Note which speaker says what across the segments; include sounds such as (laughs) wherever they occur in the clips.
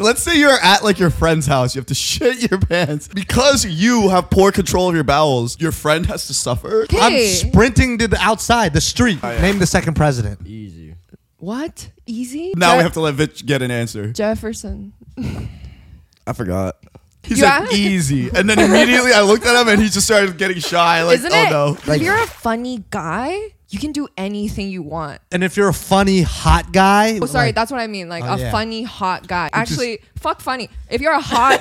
Speaker 1: let's say you're at like your friend's house. You have to (laughs) shit your pants because you have poor control of your bowels. Your friend has to suffer.
Speaker 2: Okay.
Speaker 3: I'm sprinting to the outside, the street.
Speaker 1: Oh,
Speaker 3: Name the second president.
Speaker 4: Easy.
Speaker 2: What? Easy?
Speaker 1: Now we
Speaker 2: Je-
Speaker 1: have to let Vitch get an answer.
Speaker 2: Jefferson.
Speaker 4: I forgot.
Speaker 1: He
Speaker 2: Yeah.
Speaker 1: said easy, and then immediately I looked at him and he just started getting shy. Like,
Speaker 2: Isn't
Speaker 1: oh
Speaker 2: it?
Speaker 1: no.
Speaker 2: if you're a funny guy, you can do anything you want.
Speaker 3: And if you're a funny, hot guy,
Speaker 2: Oh, sorry,
Speaker 3: like-
Speaker 2: that's what I mean. Like
Speaker 3: Oh,
Speaker 2: a
Speaker 3: yeah.
Speaker 2: funny, hot guy.
Speaker 3: Which is-
Speaker 2: Actually, fuck funny. If you're a hot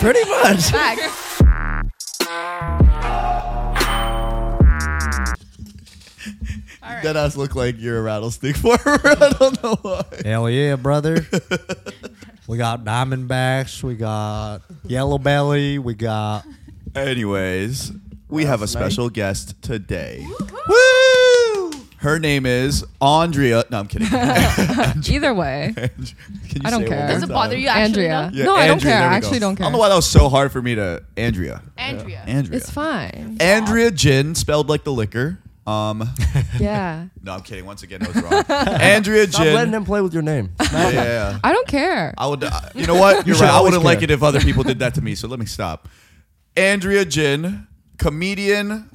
Speaker 4: Pretty much.
Speaker 2: guy,
Speaker 1: That ass look like you're a rattlesnake farmer. (laughs) I don't know why.
Speaker 3: hell
Speaker 1: (laughs)
Speaker 3: yeah, brother. we got Diamondbacks, we got Yellow Belly, we got
Speaker 1: Anyways, we have a special guest today.
Speaker 3: Woo!
Speaker 1: Her name is Andrea. No, I'm
Speaker 2: (laughs)
Speaker 1: kidding. (laughs) Can
Speaker 2: either way.
Speaker 1: you
Speaker 2: I don't
Speaker 1: say it one
Speaker 2: care.
Speaker 1: more
Speaker 2: Does
Speaker 5: Does it
Speaker 1: time?
Speaker 5: bother you? Actually,
Speaker 2: Andrea.
Speaker 5: though?
Speaker 1: Yeah,
Speaker 2: no, I don't
Speaker 1: Andrea,
Speaker 2: care.
Speaker 1: there
Speaker 2: I
Speaker 1: we
Speaker 2: actually
Speaker 1: go.
Speaker 2: don't
Speaker 1: I
Speaker 2: care.
Speaker 1: don't know why that was so hard for me to Andrea.
Speaker 5: Andrea.
Speaker 1: Andrea.
Speaker 2: It's fine.
Speaker 1: Andrea Gin spelled like the liquor. Um,
Speaker 2: Yeah.
Speaker 1: no, I'm kidding. Once again, I was wrong. Andrea
Speaker 4: Stop letting
Speaker 1: Gin.
Speaker 4: them play with your name.
Speaker 1: Yeah, yeah, yeah.
Speaker 2: I don't care.
Speaker 1: I would. I- You know what? You're
Speaker 3: should
Speaker 1: right. I
Speaker 3: always
Speaker 1: wouldn't like
Speaker 3: care.
Speaker 1: it if other people did that to me. So let me stop. Andrea Gin, comedian.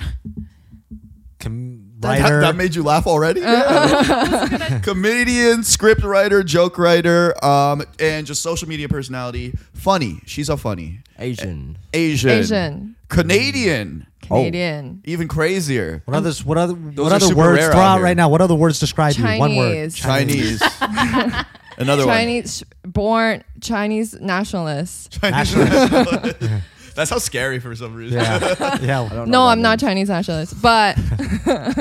Speaker 3: Com-
Speaker 1: That-
Speaker 3: writer.
Speaker 1: That, made you laugh already.
Speaker 2: Uh. (laughs)
Speaker 1: (laughs) comedian, script writer, joke writer, um, and just social media personality. Funny. She's a funny
Speaker 4: Asian.
Speaker 1: Asian,
Speaker 2: Asian.
Speaker 1: Canadian,
Speaker 2: Canadian.
Speaker 1: even crazier.
Speaker 3: what others? What other? What
Speaker 1: are
Speaker 3: other
Speaker 1: super
Speaker 3: words?
Speaker 1: rare
Speaker 3: Throw
Speaker 1: out
Speaker 3: out
Speaker 1: here.
Speaker 3: right now. What other words describe you? One word.
Speaker 2: Chinese. (laughs)
Speaker 1: Chinese. Another
Speaker 2: Chinese born Chinese nationalist.
Speaker 1: one. Chinese. (laughs)
Speaker 3: (laughs)
Speaker 1: That's how scary for some reason.
Speaker 3: Yeah. yeah.
Speaker 4: I don't know
Speaker 2: No,
Speaker 4: what
Speaker 2: I'm
Speaker 4: that
Speaker 2: not
Speaker 4: means.
Speaker 2: Chinese nationalist, but (laughs)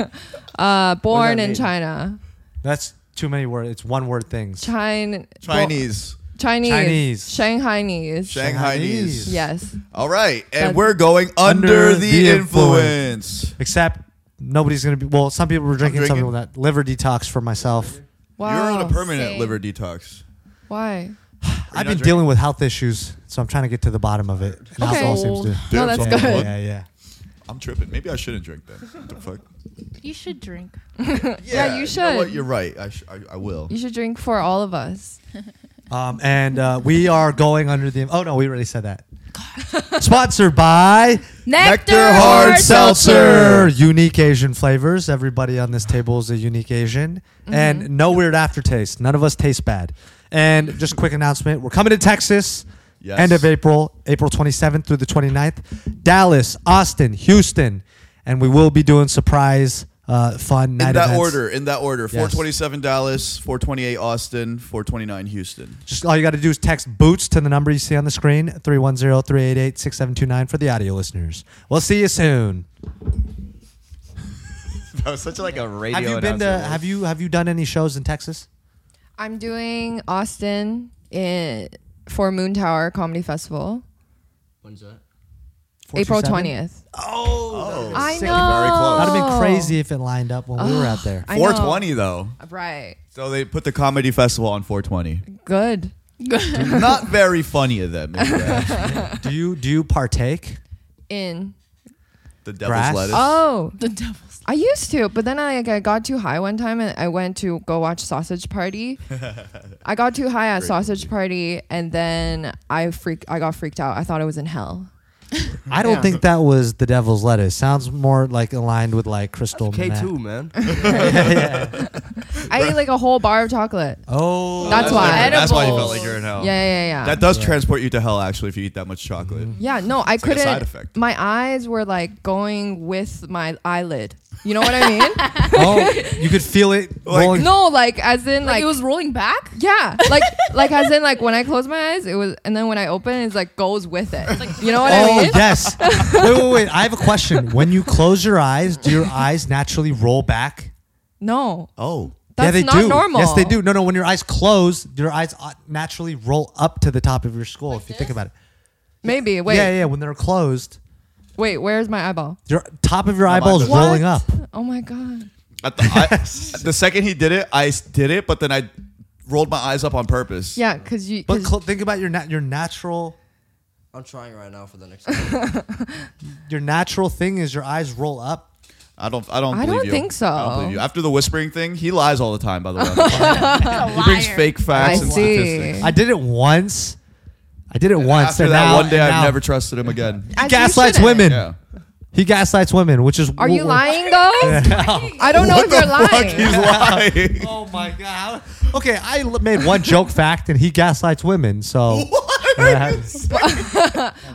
Speaker 2: uh, born in
Speaker 4: mean?
Speaker 2: China.
Speaker 3: That's too many words. It's one word things.
Speaker 2: China.
Speaker 1: (laughs) Chinese.
Speaker 2: Chinese.
Speaker 3: Chinese.
Speaker 2: Shanghainese.
Speaker 1: Shanghainese.
Speaker 2: yes.
Speaker 1: All right, and
Speaker 2: That's-
Speaker 1: we're going under,
Speaker 3: Under
Speaker 1: the,
Speaker 3: the
Speaker 1: influence.
Speaker 3: Except nobody's gonna be. Well, some people were drinking, some
Speaker 1: drinking.
Speaker 3: people not. Liver detox for myself.
Speaker 2: Wow.
Speaker 1: You're on a permanent
Speaker 5: Same.
Speaker 1: liver detox.
Speaker 2: Why?
Speaker 3: I've
Speaker 1: not
Speaker 3: been
Speaker 1: drinking?
Speaker 3: dealing with health issues, so I'm trying to get to the bottom of it. And
Speaker 2: Okay.
Speaker 3: Alcohol seems to.
Speaker 1: Dude,
Speaker 2: no, that's
Speaker 1: it's
Speaker 3: Yeah,
Speaker 1: all
Speaker 2: good.
Speaker 1: good.
Speaker 3: yeah, yeah.
Speaker 1: I'm tripping. Maybe I shouldn't drink then. What the fuck?
Speaker 5: You should drink.
Speaker 2: (laughs)
Speaker 1: You know
Speaker 2: Yeah, you
Speaker 1: what?
Speaker 2: should.
Speaker 1: You're right. I, sh- I, I will.
Speaker 2: You should drink for all of us.
Speaker 3: Um, and uh, we are going under the. Oh no, we already said that.
Speaker 2: (laughs)
Speaker 3: Sponsored by
Speaker 1: Nectar Hard Seltzer.
Speaker 3: Seltzer, unique Asian flavors. Everybody on this table is a unique Asian,
Speaker 1: Mm-hmm.
Speaker 3: and no weird aftertaste. None of us taste bad. And just a quick announcement: we're coming to Texas.
Speaker 1: Yes.
Speaker 3: End of April, April 27th through the 29th, Dallas, Austin, Houston, and we will be doing surprise, uh, fun night
Speaker 1: In that
Speaker 3: events.
Speaker 1: order, in that order. 427 Dallas, 428 Austin, 429 Houston.
Speaker 3: Just all you got to do is text boots to the number you see on the screen 310-388-6729 for the audio listeners. We'll see you soon.
Speaker 1: (laughs) That was such like a radio.
Speaker 3: Have you been to have you have you done any shows in Texas?
Speaker 2: I'm doing Austin in for Moon Tower Comedy Festival,
Speaker 4: When's that?
Speaker 2: April
Speaker 3: 47?
Speaker 2: 20th.
Speaker 1: Oh,
Speaker 2: I
Speaker 1: sick.
Speaker 2: know.
Speaker 1: Very close.
Speaker 3: That'd
Speaker 2: Oh.
Speaker 3: have been crazy if it lined up when we were out there.
Speaker 2: I know.
Speaker 1: 420 though.
Speaker 2: Right.
Speaker 1: So they put the comedy festival on
Speaker 2: (laughs)
Speaker 1: 420.
Speaker 2: Good.
Speaker 1: Not very funny of them.
Speaker 2: (laughs)
Speaker 1: if you ask.
Speaker 3: Do you do you partake?
Speaker 2: In.
Speaker 1: The devil's
Speaker 3: Grass?
Speaker 1: lettuce.
Speaker 2: Oh,
Speaker 5: The devil's.
Speaker 2: I used to, but then I like I got too high one time and I went to go watch Sausage
Speaker 1: (laughs)
Speaker 2: Party. I got too high at Sausage Party and then I freak I got freaked out. I thought I was in hell.
Speaker 3: I don't think that was the devil's lettuce. Sounds more like aligned with like crystal.
Speaker 4: K two
Speaker 3: Meth.
Speaker 4: man.
Speaker 2: I ate like a whole bar of chocolate.
Speaker 3: Oh,
Speaker 2: That's why.
Speaker 1: different. That's why you felt
Speaker 5: Edibles.
Speaker 1: like you're in
Speaker 2: Yeah,
Speaker 1: hell.
Speaker 2: yeah, yeah.
Speaker 1: Oh.
Speaker 2: Mm-hmm.
Speaker 1: That does transport you to hell actually if you eat that much chocolate.
Speaker 2: yeah, no, I
Speaker 1: like a
Speaker 2: couldn't.
Speaker 1: side effect.
Speaker 2: My eyes were like going with my eyelid. You know what I mean?
Speaker 3: (laughs) oh, you could feel it. rolling.
Speaker 2: no, (laughs) like as in
Speaker 5: Like,
Speaker 2: like,
Speaker 5: it was rolling (laughs) back.
Speaker 2: yeah, like like as in like when I close my eyes, it was, and then when I open, it's like goes with it. you know what I
Speaker 3: Oh
Speaker 2: mean? (laughs)
Speaker 3: yes. Wait, wait, wait. I have a question. When you close your eyes,
Speaker 2: (laughs)
Speaker 3: do your eyes naturally roll back?
Speaker 2: No,
Speaker 1: Oh.
Speaker 2: that's
Speaker 3: yeah, they
Speaker 2: not
Speaker 3: do.
Speaker 2: normal.
Speaker 3: Yes, they do. No, no. When your eyes close, your eyes uh, naturally roll up to the top of your skull. if you think about it.
Speaker 2: Maybe. Wait,
Speaker 3: Yeah, yeah. When they're closed,
Speaker 2: wait. Where's my eyeball?
Speaker 3: your top of your eyeball is
Speaker 1: eyeball.
Speaker 3: rolling
Speaker 2: What?
Speaker 3: up.
Speaker 2: Oh my god.
Speaker 1: At the,
Speaker 2: (laughs)
Speaker 1: I, the second he did it, I s- did it, but then I rolled my eyes up on purpose.
Speaker 2: Yeah, because you.
Speaker 3: But
Speaker 2: 'cause-
Speaker 3: cl- think about your nat- your natural
Speaker 4: (laughs) I'm trying right now for the next. one.
Speaker 3: your natural thing is your eyes roll up.
Speaker 1: I don't. I don't.
Speaker 2: I
Speaker 1: believe
Speaker 2: don't
Speaker 1: you.
Speaker 2: think so.
Speaker 1: I don't believe you. After the whispering thing, he lies all the time. By the
Speaker 2: (laughs)
Speaker 1: way,
Speaker 6: He's
Speaker 1: he brings fake facts
Speaker 2: I
Speaker 1: and
Speaker 2: see.
Speaker 1: statistics.
Speaker 3: I did it once. I did it once.
Speaker 1: After
Speaker 3: and
Speaker 1: that
Speaker 3: now-
Speaker 1: one day,
Speaker 3: and
Speaker 1: I've
Speaker 3: now-
Speaker 1: never trusted him
Speaker 3: (laughs)
Speaker 1: again.
Speaker 2: As
Speaker 3: He
Speaker 2: you
Speaker 3: gaslights
Speaker 2: shouldn't.
Speaker 3: women.
Speaker 1: Yeah.
Speaker 3: He gaslights women, which is.
Speaker 2: Are
Speaker 3: wh-
Speaker 2: you
Speaker 3: wh-
Speaker 2: lying though? I don't know
Speaker 1: What
Speaker 2: if you're
Speaker 1: the fuck? (laughs)
Speaker 2: lying.
Speaker 1: He's lying.
Speaker 3: Oh my god. Okay, I l- made
Speaker 2: (laughs)
Speaker 3: one joke fact, and he gaslights women. So. Yeah.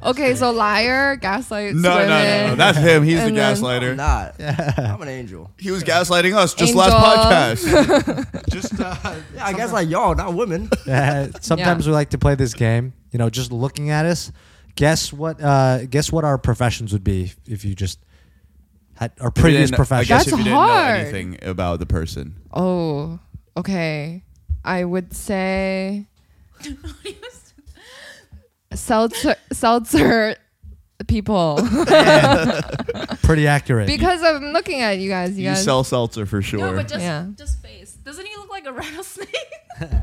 Speaker 2: Okay, so liar, gaslights
Speaker 1: No, no,
Speaker 2: women.
Speaker 1: no, no. That's him. He's the
Speaker 2: And then-
Speaker 4: I'm
Speaker 1: gaslighter.
Speaker 4: not. I'm an angel.
Speaker 1: He was gaslighting us just last
Speaker 2: Angel.
Speaker 1: podcast.
Speaker 2: (laughs)
Speaker 1: uh,
Speaker 4: Yeah, I guess like y'all, not women. (laughs)
Speaker 3: Uh, sometimes
Speaker 2: Yeah.
Speaker 3: we like to play this game. You know, just looking at us. Guess what? Uh, guess what our professions would be if you just had our
Speaker 1: If
Speaker 3: previous
Speaker 1: you didn't- I
Speaker 3: profession.
Speaker 1: guess
Speaker 2: That's
Speaker 1: if you
Speaker 2: hard.
Speaker 1: didn't know anything about the person.
Speaker 2: Oh, okay. I would say seltzer, seltzer
Speaker 1: (laughs)
Speaker 2: people
Speaker 3: Pretty accurate.
Speaker 2: because I'm looking at you guys. You
Speaker 1: You
Speaker 2: guys,
Speaker 1: sell seltzer for
Speaker 5: No,
Speaker 1: sure.
Speaker 5: but just
Speaker 2: Yeah.
Speaker 5: just face. Doesn't he look like a (laughs) rattlesnake?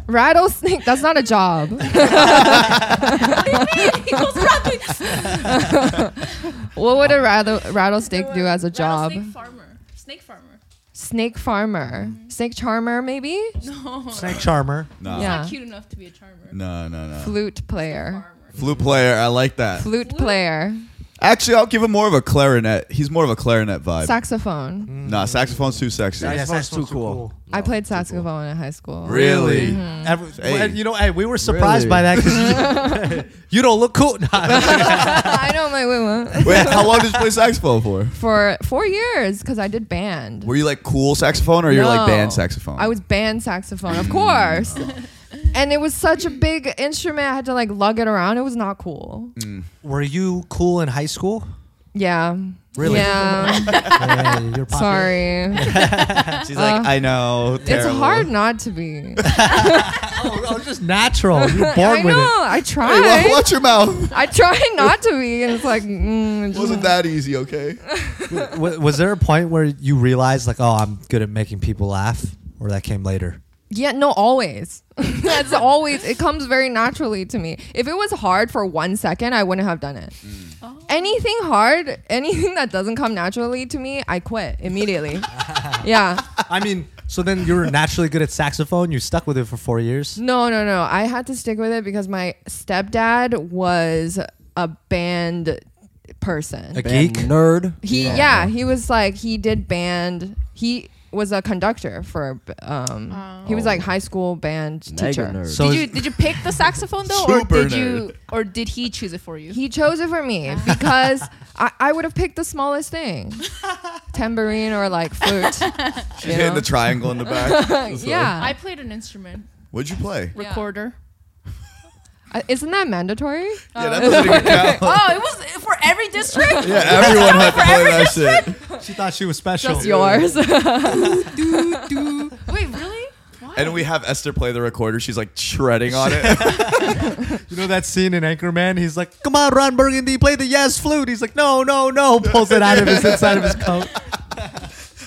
Speaker 2: rattlesnake. That's not
Speaker 1: (laughs)
Speaker 2: a job.
Speaker 5: what do you mean? He goes rattlesnake.
Speaker 6: (laughs)
Speaker 2: what would a rattle, rattlesnake do as a job?
Speaker 5: Rattlesnake farmer.
Speaker 6: (laughs)
Speaker 5: Snake farmer.
Speaker 2: Snake farmer, snake charmer, maybe.
Speaker 5: No.
Speaker 3: Snake charmer.
Speaker 1: nah.
Speaker 2: Yeah.
Speaker 5: Not cute enough to be a charmer.
Speaker 1: No, no, no.
Speaker 2: Flute player,
Speaker 5: Farmer.
Speaker 1: Flute player, I like that.
Speaker 2: flute player,
Speaker 1: Actually, I'll give him more of a clarinet. He's more of a clarinet vibe.
Speaker 2: saxophone.
Speaker 1: nah, saxophone's too sexy.
Speaker 4: Yeah,
Speaker 3: Yes, that's
Speaker 4: that's too cool.
Speaker 2: I played saxophone in high school.
Speaker 1: Really?
Speaker 2: Mm-hmm.
Speaker 3: Every,
Speaker 1: Hey.
Speaker 3: well, you know, hey, we were surprised
Speaker 4: Really?
Speaker 3: by that because (laughs) you, you don't look cool. Nah.
Speaker 2: (laughs) I know my women
Speaker 1: Wait, how long did you play saxophone for?
Speaker 2: for four years because I did band.
Speaker 1: Were you like cool saxophone or you were like band saxophone?
Speaker 2: I was band saxophone, of course. and it was such a big instrument. I had to like lug it around. It was not cool.
Speaker 3: were you cool in high school?
Speaker 2: Yeah.
Speaker 3: Really? (laughs)
Speaker 2: Yeah.
Speaker 3: Hey, you're popular.
Speaker 2: Sorry.
Speaker 1: She's like, I know.
Speaker 2: uh, It's
Speaker 1: terrible."
Speaker 2: hard not to
Speaker 3: (laughs)
Speaker 2: be.
Speaker 3: Oh, no,
Speaker 2: (laughs)
Speaker 3: just natural. You're
Speaker 2: I
Speaker 3: born with it.
Speaker 2: know.
Speaker 3: (laughs)
Speaker 2: I
Speaker 1: Hey, wa- (laughs)
Speaker 2: tried.
Speaker 1: watch your mouth.
Speaker 2: I try not to be, and it's like, mm, it's
Speaker 1: Wasn't
Speaker 2: just-
Speaker 1: that easy, okay?
Speaker 3: W- was there a point where you realized like oh i'm good at making people laugh or that came later
Speaker 2: yeah, no, always. (laughs) That's always. It comes very naturally to me. If it was hard for one second, I wouldn't have done it. Anything hard, anything that doesn't come naturally to me, I quit immediately. yeah.
Speaker 3: i mean so then you were naturally good at saxophone you stuck with it for four years
Speaker 2: No, no, no. I had to stick with it because my stepdad was a band person.
Speaker 3: a geek
Speaker 4: nerd.
Speaker 2: He yeah. he was like he did band. He was a conductor for um he was like high school band
Speaker 4: Mega
Speaker 2: teacher.
Speaker 4: nerd.
Speaker 3: so
Speaker 6: did you did you pick the saxophone though, or
Speaker 1: Super
Speaker 6: did you or did he choose it for you?
Speaker 2: He chose it for (laughs) me because I, I would have picked the smallest (laughs) thing. Tambourine or like (laughs) flute.
Speaker 1: She's hitting the triangle in the
Speaker 2: (laughs)
Speaker 1: back.
Speaker 2: yeah.
Speaker 5: I played an instrument.
Speaker 1: What'd you play?
Speaker 5: Yeah.
Speaker 6: Recorder.
Speaker 2: Uh, isn't that mandatory?
Speaker 1: Yeah, that doesn't
Speaker 2: (laughs)
Speaker 1: even count.
Speaker 5: Oh, it was for
Speaker 1: (laughs)
Speaker 5: every district.
Speaker 1: Yeah, everyone had to play that shit.
Speaker 3: she thought she was special
Speaker 2: Just
Speaker 3: (laughs)
Speaker 2: yours.
Speaker 5: Wait, really? Why?
Speaker 1: And we have Esther play the recorder. She's like shredding on
Speaker 2: (laughs)
Speaker 1: it.
Speaker 3: you know that scene in anchorman he's like come on ron burgundy play the yes flute he's like no no no pulls it out of his inside of his coat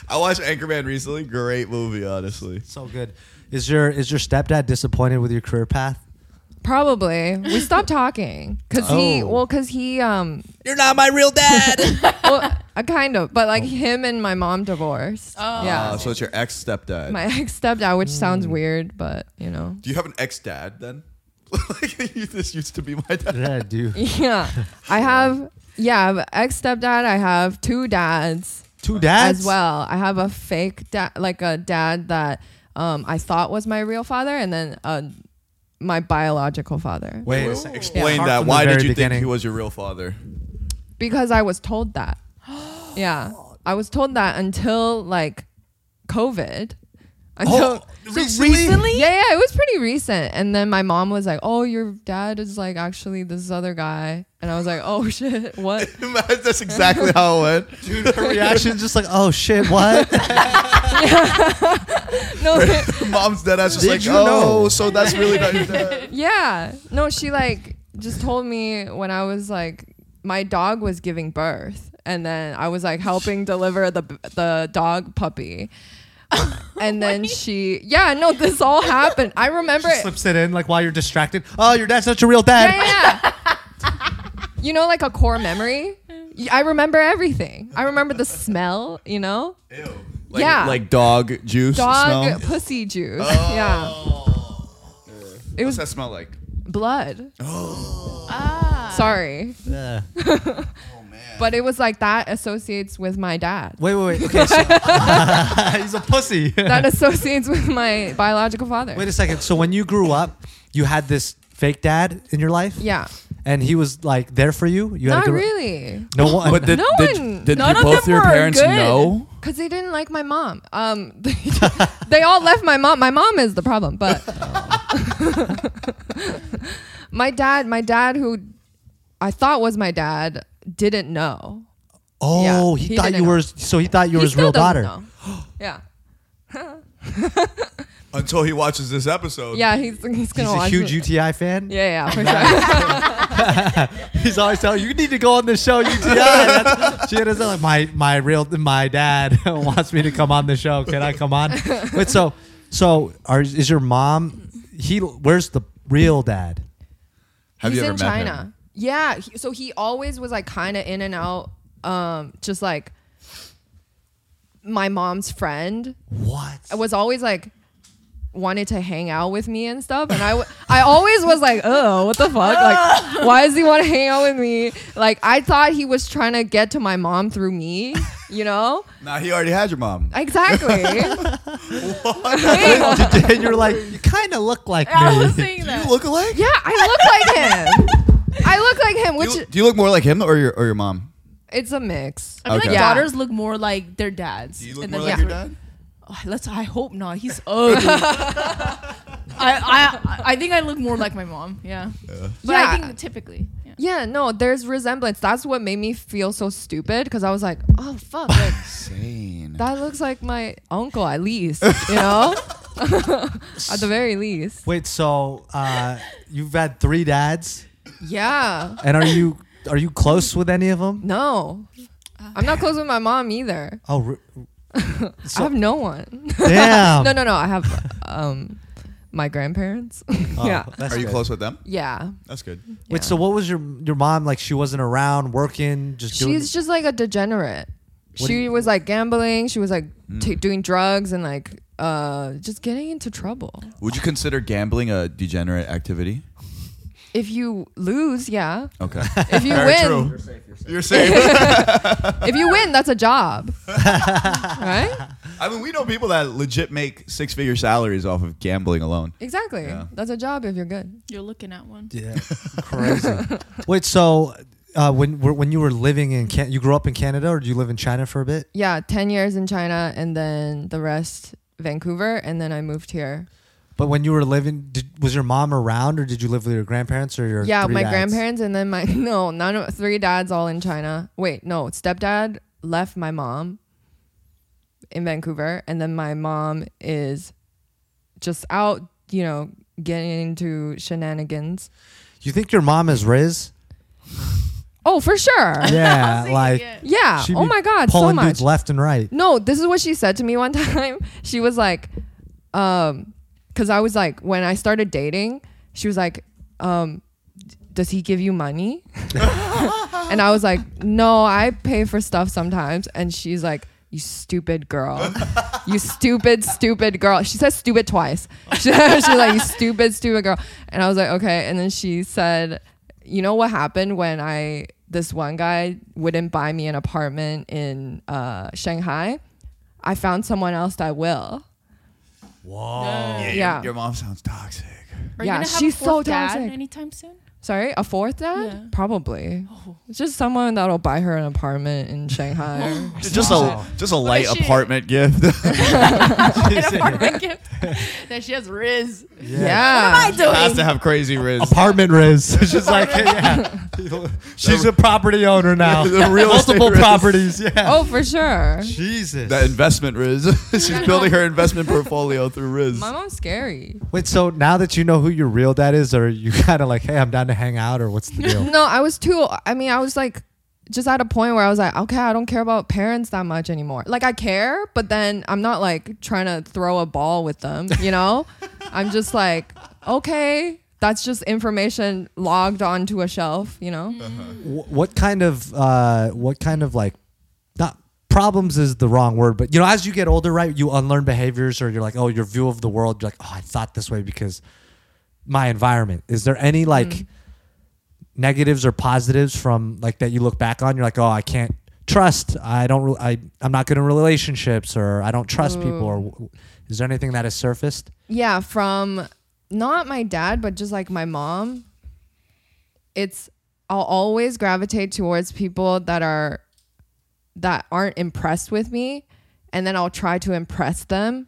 Speaker 1: I watched Anchorman recently. Great movie, honestly.
Speaker 3: so good is your is your stepdad disappointed with your career path
Speaker 2: (laughs) Probably. We stopped talking cuz he
Speaker 3: Oh.
Speaker 2: well cuz he um
Speaker 3: you're not my real dad
Speaker 2: well, uh, kind of, but like him and my mom divorced.
Speaker 5: Oh.
Speaker 2: Yeah.
Speaker 1: Uh, so it's your ex stepdad.
Speaker 2: my ex stepdad, which sounds weird, but you know. (laughs)
Speaker 1: Do you have an ex dad then? (laughs) like you- this used to be my dad.
Speaker 3: yeah dude
Speaker 2: Yeah. I have, yeah, ex stepdad. I have two dads
Speaker 3: two dads
Speaker 2: as well. I have a fake dad, like a dad that um, I thought was my real father, and then uh, my biological father.
Speaker 3: wait
Speaker 1: Explain
Speaker 3: Yeah.
Speaker 1: that.
Speaker 3: From the
Speaker 1: Why did
Speaker 3: very
Speaker 1: you think he
Speaker 3: beginning.
Speaker 1: was your real
Speaker 2: (laughs)
Speaker 1: father? (laughs)
Speaker 2: Because I was told that. yeah. I was told that until like COVID. Until, (laughs)
Speaker 3: recently?
Speaker 2: Yeah, yeah, it was pretty recent. And then my mom was like, "Oh, your dad is like actually this other guy," and I was like, "Oh (laughs) shit, what?"
Speaker 1: That's exactly how it went.
Speaker 3: (laughs) dude her reaction is just like oh shit
Speaker 2: (laughs)
Speaker 3: what
Speaker 2: No,
Speaker 1: (laughs) Mom's dead ass just
Speaker 3: Did
Speaker 1: like,
Speaker 3: you
Speaker 1: oh,
Speaker 3: know?"
Speaker 1: so that's really not your
Speaker 3: (laughs)
Speaker 1: dad.
Speaker 2: (laughs) yeah, no, she like just told me when I was like my dog was giving birth, and then I was like helping deliver the the dog puppy. And then she, yeah, no, this all happened. I remember
Speaker 3: She
Speaker 2: it.
Speaker 3: slips it in like while you're distracted. Oh, your dad's not your real dad.
Speaker 2: Yeah, yeah. yeah. you know, like a core memory. You Y- I remember everything. I remember the smell, you know?
Speaker 1: Like,
Speaker 2: Yeah.
Speaker 1: Like dog juice
Speaker 2: Dog
Speaker 1: smell.
Speaker 2: pussy juice. Yeah. It
Speaker 1: What's
Speaker 2: was
Speaker 1: that smell like?
Speaker 2: blood.
Speaker 5: Ah.
Speaker 2: Sorry.
Speaker 3: Uh-huh.
Speaker 2: (laughs)
Speaker 3: Yeah.
Speaker 2: But it was like that associates with my dad.
Speaker 3: Wait, wait, wait. Okay, so (laughs) he's a pussy.
Speaker 2: That associates with my biological father.
Speaker 3: (laughs) wait a second. So when you grew up, you had this fake dad in your life,
Speaker 2: yeah.
Speaker 3: and he was like there for you. You
Speaker 2: Not
Speaker 3: had a good-
Speaker 2: really.
Speaker 3: No one. (laughs)
Speaker 1: But did,
Speaker 2: No
Speaker 1: did,
Speaker 2: one-
Speaker 1: did
Speaker 5: none
Speaker 1: you
Speaker 5: of
Speaker 1: both
Speaker 5: them
Speaker 1: your
Speaker 5: were
Speaker 1: parents
Speaker 5: good.
Speaker 1: know?
Speaker 2: Cause they didn't like my mom. Um, (laughs)
Speaker 3: (laughs)
Speaker 2: they, they all left my mom. My mom is the problem, but my dad, my dad, who I thought was my dad, didn't know.
Speaker 3: oh,
Speaker 2: Yeah,
Speaker 3: he,
Speaker 2: he
Speaker 3: thought
Speaker 2: didn't
Speaker 3: you
Speaker 2: know.
Speaker 3: were. So he thought you were
Speaker 2: He
Speaker 3: his
Speaker 2: still
Speaker 3: real daughter.
Speaker 2: doesn't
Speaker 3: (gasps)
Speaker 2: know. yeah,
Speaker 1: Until he watches this episode.
Speaker 2: yeah, he's he's gonna
Speaker 3: He's a
Speaker 2: watch
Speaker 3: huge
Speaker 2: it.
Speaker 3: UTI fan.
Speaker 2: Yeah, yeah, for sure.
Speaker 3: (laughs) He's always telling you, you need to go on the show UTI.
Speaker 2: (laughs)
Speaker 3: That's- she had us like my my real my dad (laughs) wants me to come on the show. Can I
Speaker 2: (laughs)
Speaker 3: come on? Wait, so so are, is your mom? He where's the real dad?
Speaker 1: Have
Speaker 2: he's
Speaker 1: you ever
Speaker 2: in
Speaker 1: met
Speaker 2: China.
Speaker 1: him?
Speaker 2: Yeah, he- so he always was like kind of in and out, um, just like my mom's friend
Speaker 3: What?
Speaker 2: was always like wanted to hang out with me and stuff and I, w- (laughs) I always was like oh what the fuck like why does he want to hang out with me like i thought he was trying to get to my mom through me you know
Speaker 1: Nah, he already had your mom. (laughs)
Speaker 2: exactly
Speaker 3: (laughs) and you're like, you kind of look like
Speaker 5: (laughs)
Speaker 1: (laughs)
Speaker 5: I was
Speaker 3: me.
Speaker 5: saying
Speaker 1: Do
Speaker 5: that.
Speaker 1: you look alike?
Speaker 2: yeah i look like him i look like him which
Speaker 1: Do you, do you look more like him or your or your mom?
Speaker 2: it's a mix
Speaker 5: I feel
Speaker 1: Okay.
Speaker 5: like
Speaker 2: Yeah.
Speaker 5: daughters look more like their dads. And then
Speaker 2: like
Speaker 5: yeah.
Speaker 2: your
Speaker 1: dad?
Speaker 5: Oh, let's. I hope not. He's (laughs) ugly. I, I I think I look more like my mom. Yeah. But
Speaker 2: Yeah.
Speaker 5: I think typically. Yeah.
Speaker 2: yeah no there's resemblance that's what made me feel so stupid because i was like oh fuck
Speaker 3: (laughs)
Speaker 2: like,
Speaker 1: Insane.
Speaker 2: that looks like my uncle at least you know (laughs) at the very least
Speaker 3: (laughs) Wait, so uh, you've had three dads,
Speaker 2: yeah
Speaker 3: and are you are you close with any of them?
Speaker 2: No. I'm not close with my mom either.
Speaker 3: Oh, re-
Speaker 2: I have (laughs) no one.
Speaker 3: damn.
Speaker 2: (laughs) no, no, no. I have um my grandparents.
Speaker 3: Oh,
Speaker 2: (laughs) yeah.
Speaker 3: that's
Speaker 1: Are you
Speaker 3: good.
Speaker 1: close with them?
Speaker 2: Yeah.
Speaker 1: That's good.
Speaker 3: Wait, so what was your your mom like? She wasn't around, working, just doing.
Speaker 2: She's just like a degenerate.
Speaker 3: What do
Speaker 2: she
Speaker 3: you- Mm.
Speaker 2: was like gambling, she was like ta doing drugs and like uh just getting into trouble.
Speaker 1: Would you consider gambling a degenerate activity?
Speaker 2: If you lose, yeah.
Speaker 1: Okay.
Speaker 2: (laughs) If you
Speaker 1: Very
Speaker 2: win,
Speaker 1: true. You're
Speaker 2: (laughs)
Speaker 1: safe.
Speaker 2: if you win, that's a
Speaker 3: (laughs)
Speaker 2: job. right?
Speaker 1: I mean, we know people that legit make six figure salaries off of gambling alone.
Speaker 2: Exactly.
Speaker 1: Yeah.
Speaker 2: That's a job if you're good.
Speaker 5: You're looking at one.
Speaker 3: Yeah,
Speaker 2: (laughs)
Speaker 3: crazy. Wait, so uh, when were- when you were living in Can- you grew up in Canada, or did you live in China for a bit?
Speaker 2: Yeah, 10 years in China and then the rest Vancouver and then I moved here.
Speaker 3: But when you were living, did, was your mom around, or did you live with your grandparents or your
Speaker 2: yeah
Speaker 3: three
Speaker 2: my
Speaker 3: dads?
Speaker 2: grandparents and then my (laughs) no none of three dads all in china wait no stepdad left my mom in vancouver and then my mom is just out you know getting into shenanigans
Speaker 3: You think your mom is
Speaker 2: (laughs)
Speaker 3: Riz?
Speaker 2: oh for
Speaker 3: (laughs)
Speaker 2: sure
Speaker 3: Yeah, like
Speaker 5: yeah.
Speaker 2: yeah
Speaker 3: she'd
Speaker 2: oh
Speaker 3: be
Speaker 2: my god so
Speaker 3: pulling
Speaker 2: much
Speaker 3: dudes left and right.
Speaker 2: No, this is what she said to me one (laughs) time. She was like, um, because I was like, when I started dating, she was like, um, does he give you money? (laughs) and I was like, no, I pay for stuff sometimes. And she's like, you stupid girl. (laughs) You stupid, stupid girl. She said stupid twice. (laughs) She, she's like, you stupid, stupid girl. And I was like, okay. And then she said, you know what happened when I this one guy wouldn't buy me an apartment in uh, Shanghai? I found someone else that will.
Speaker 1: Yeah.
Speaker 2: Yeah.
Speaker 1: Oh. Your, your mom sounds toxic.
Speaker 2: Yeah,
Speaker 5: Are you gonna have
Speaker 2: she's
Speaker 5: a fourth
Speaker 2: so
Speaker 5: dad
Speaker 2: toxic.
Speaker 5: anytime (laughs) soon?
Speaker 2: Sorry, a fourth dad?
Speaker 5: Yeah.
Speaker 2: Probably. It's Just someone that'll buy her an apartment in Shanghai.
Speaker 1: Just a just a light
Speaker 5: is she?
Speaker 1: apartment gift. (laughs)
Speaker 3: (laughs)
Speaker 5: An apartment gift. That she has Riz.
Speaker 2: yeah.
Speaker 1: has to have crazy riz.
Speaker 2: (laughs)
Speaker 3: Apartment Riz. (laughs) She's like, yeah. She's a property owner
Speaker 1: (laughs)
Speaker 3: now.
Speaker 1: The real estate
Speaker 3: Multiple
Speaker 1: Riz.
Speaker 3: properties. Yeah.
Speaker 2: Oh, for sure.
Speaker 3: Jesus.
Speaker 1: That investment riz. (laughs) She's building her investment portfolio through riz.
Speaker 2: My mom's scary.
Speaker 3: Wait, so now that you know who your real dad is, are you (laughs) kind of like, hey, I'm down to hang out, or what's
Speaker 2: (laughs)
Speaker 3: the deal?
Speaker 2: No, I was too. I mean, I was like, just at a point where I was like, okay, I don't care about parents that much anymore. Like, I care, but then I'm not like trying to throw a ball with them, you know? I'm just like, okay, that's just information logged onto a shelf, you know?
Speaker 7: Wh- what kind of uh, what kind of like not problems is the wrong word but you know as you get older right you unlearn behaviors or you're like oh your view of the world you're like oh i thought this way because my environment is there any like negatives or positives from like that you look back on you're like oh i can't trust i don't re- i i'm not good in relationships or i don't trust people or w- w- is there anything that has surfaced
Speaker 2: Yeah, from not my dad, but just like my mom. It's I'll always gravitate towards people that are that aren't impressed with me, and then I'll try to impress them.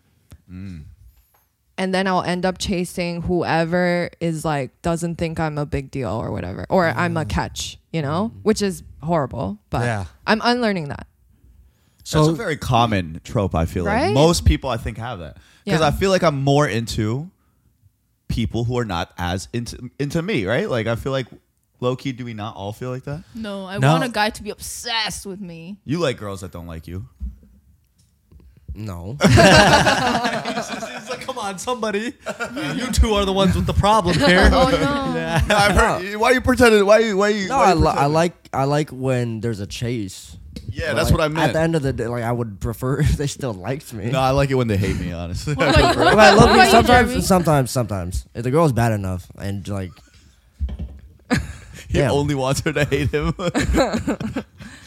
Speaker 2: And then I'll end up chasing whoever is like doesn't think I'm a big deal or whatever, or I'm a catch, you know, which is horrible. But
Speaker 7: Yeah.
Speaker 2: I'm unlearning that.
Speaker 1: That's a
Speaker 7: so
Speaker 1: very common trope. I feel like
Speaker 2: Right?
Speaker 1: most people I think have that because
Speaker 2: Yeah.
Speaker 1: I feel like I'm more into people who are not as into into me, right? Like I feel like low key. Do we not all feel like that?
Speaker 5: No, I
Speaker 7: No.
Speaker 5: want a guy to be obsessed with me.
Speaker 1: You like girls that don't like you.
Speaker 4: (laughs) (laughs) No.
Speaker 7: (laughs) it's like come on somebody you two are the ones with the problem here
Speaker 5: Oh
Speaker 1: (laughs)
Speaker 5: no.
Speaker 1: I've heard. Why are you pretending? Why you? Why you?
Speaker 4: No,
Speaker 1: why
Speaker 4: I,
Speaker 1: you
Speaker 4: li- I
Speaker 1: pretending?
Speaker 4: like I like when there's a chase.
Speaker 1: Yeah,
Speaker 4: But,
Speaker 1: that's
Speaker 4: like,
Speaker 1: what I
Speaker 4: At the
Speaker 1: meant.
Speaker 4: end of the day, like I would prefer (laughs) if they still liked me.
Speaker 1: No, I like it when they hate me. Honestly, (laughs)
Speaker 5: What about you?
Speaker 4: If I
Speaker 5: What
Speaker 4: love you
Speaker 5: about
Speaker 4: sometimes,
Speaker 5: Jeremy?
Speaker 4: sometimes, sometimes. If the girl's bad enough and like,
Speaker 1: he
Speaker 4: Yeah.
Speaker 1: only wants her to hate him, (laughs)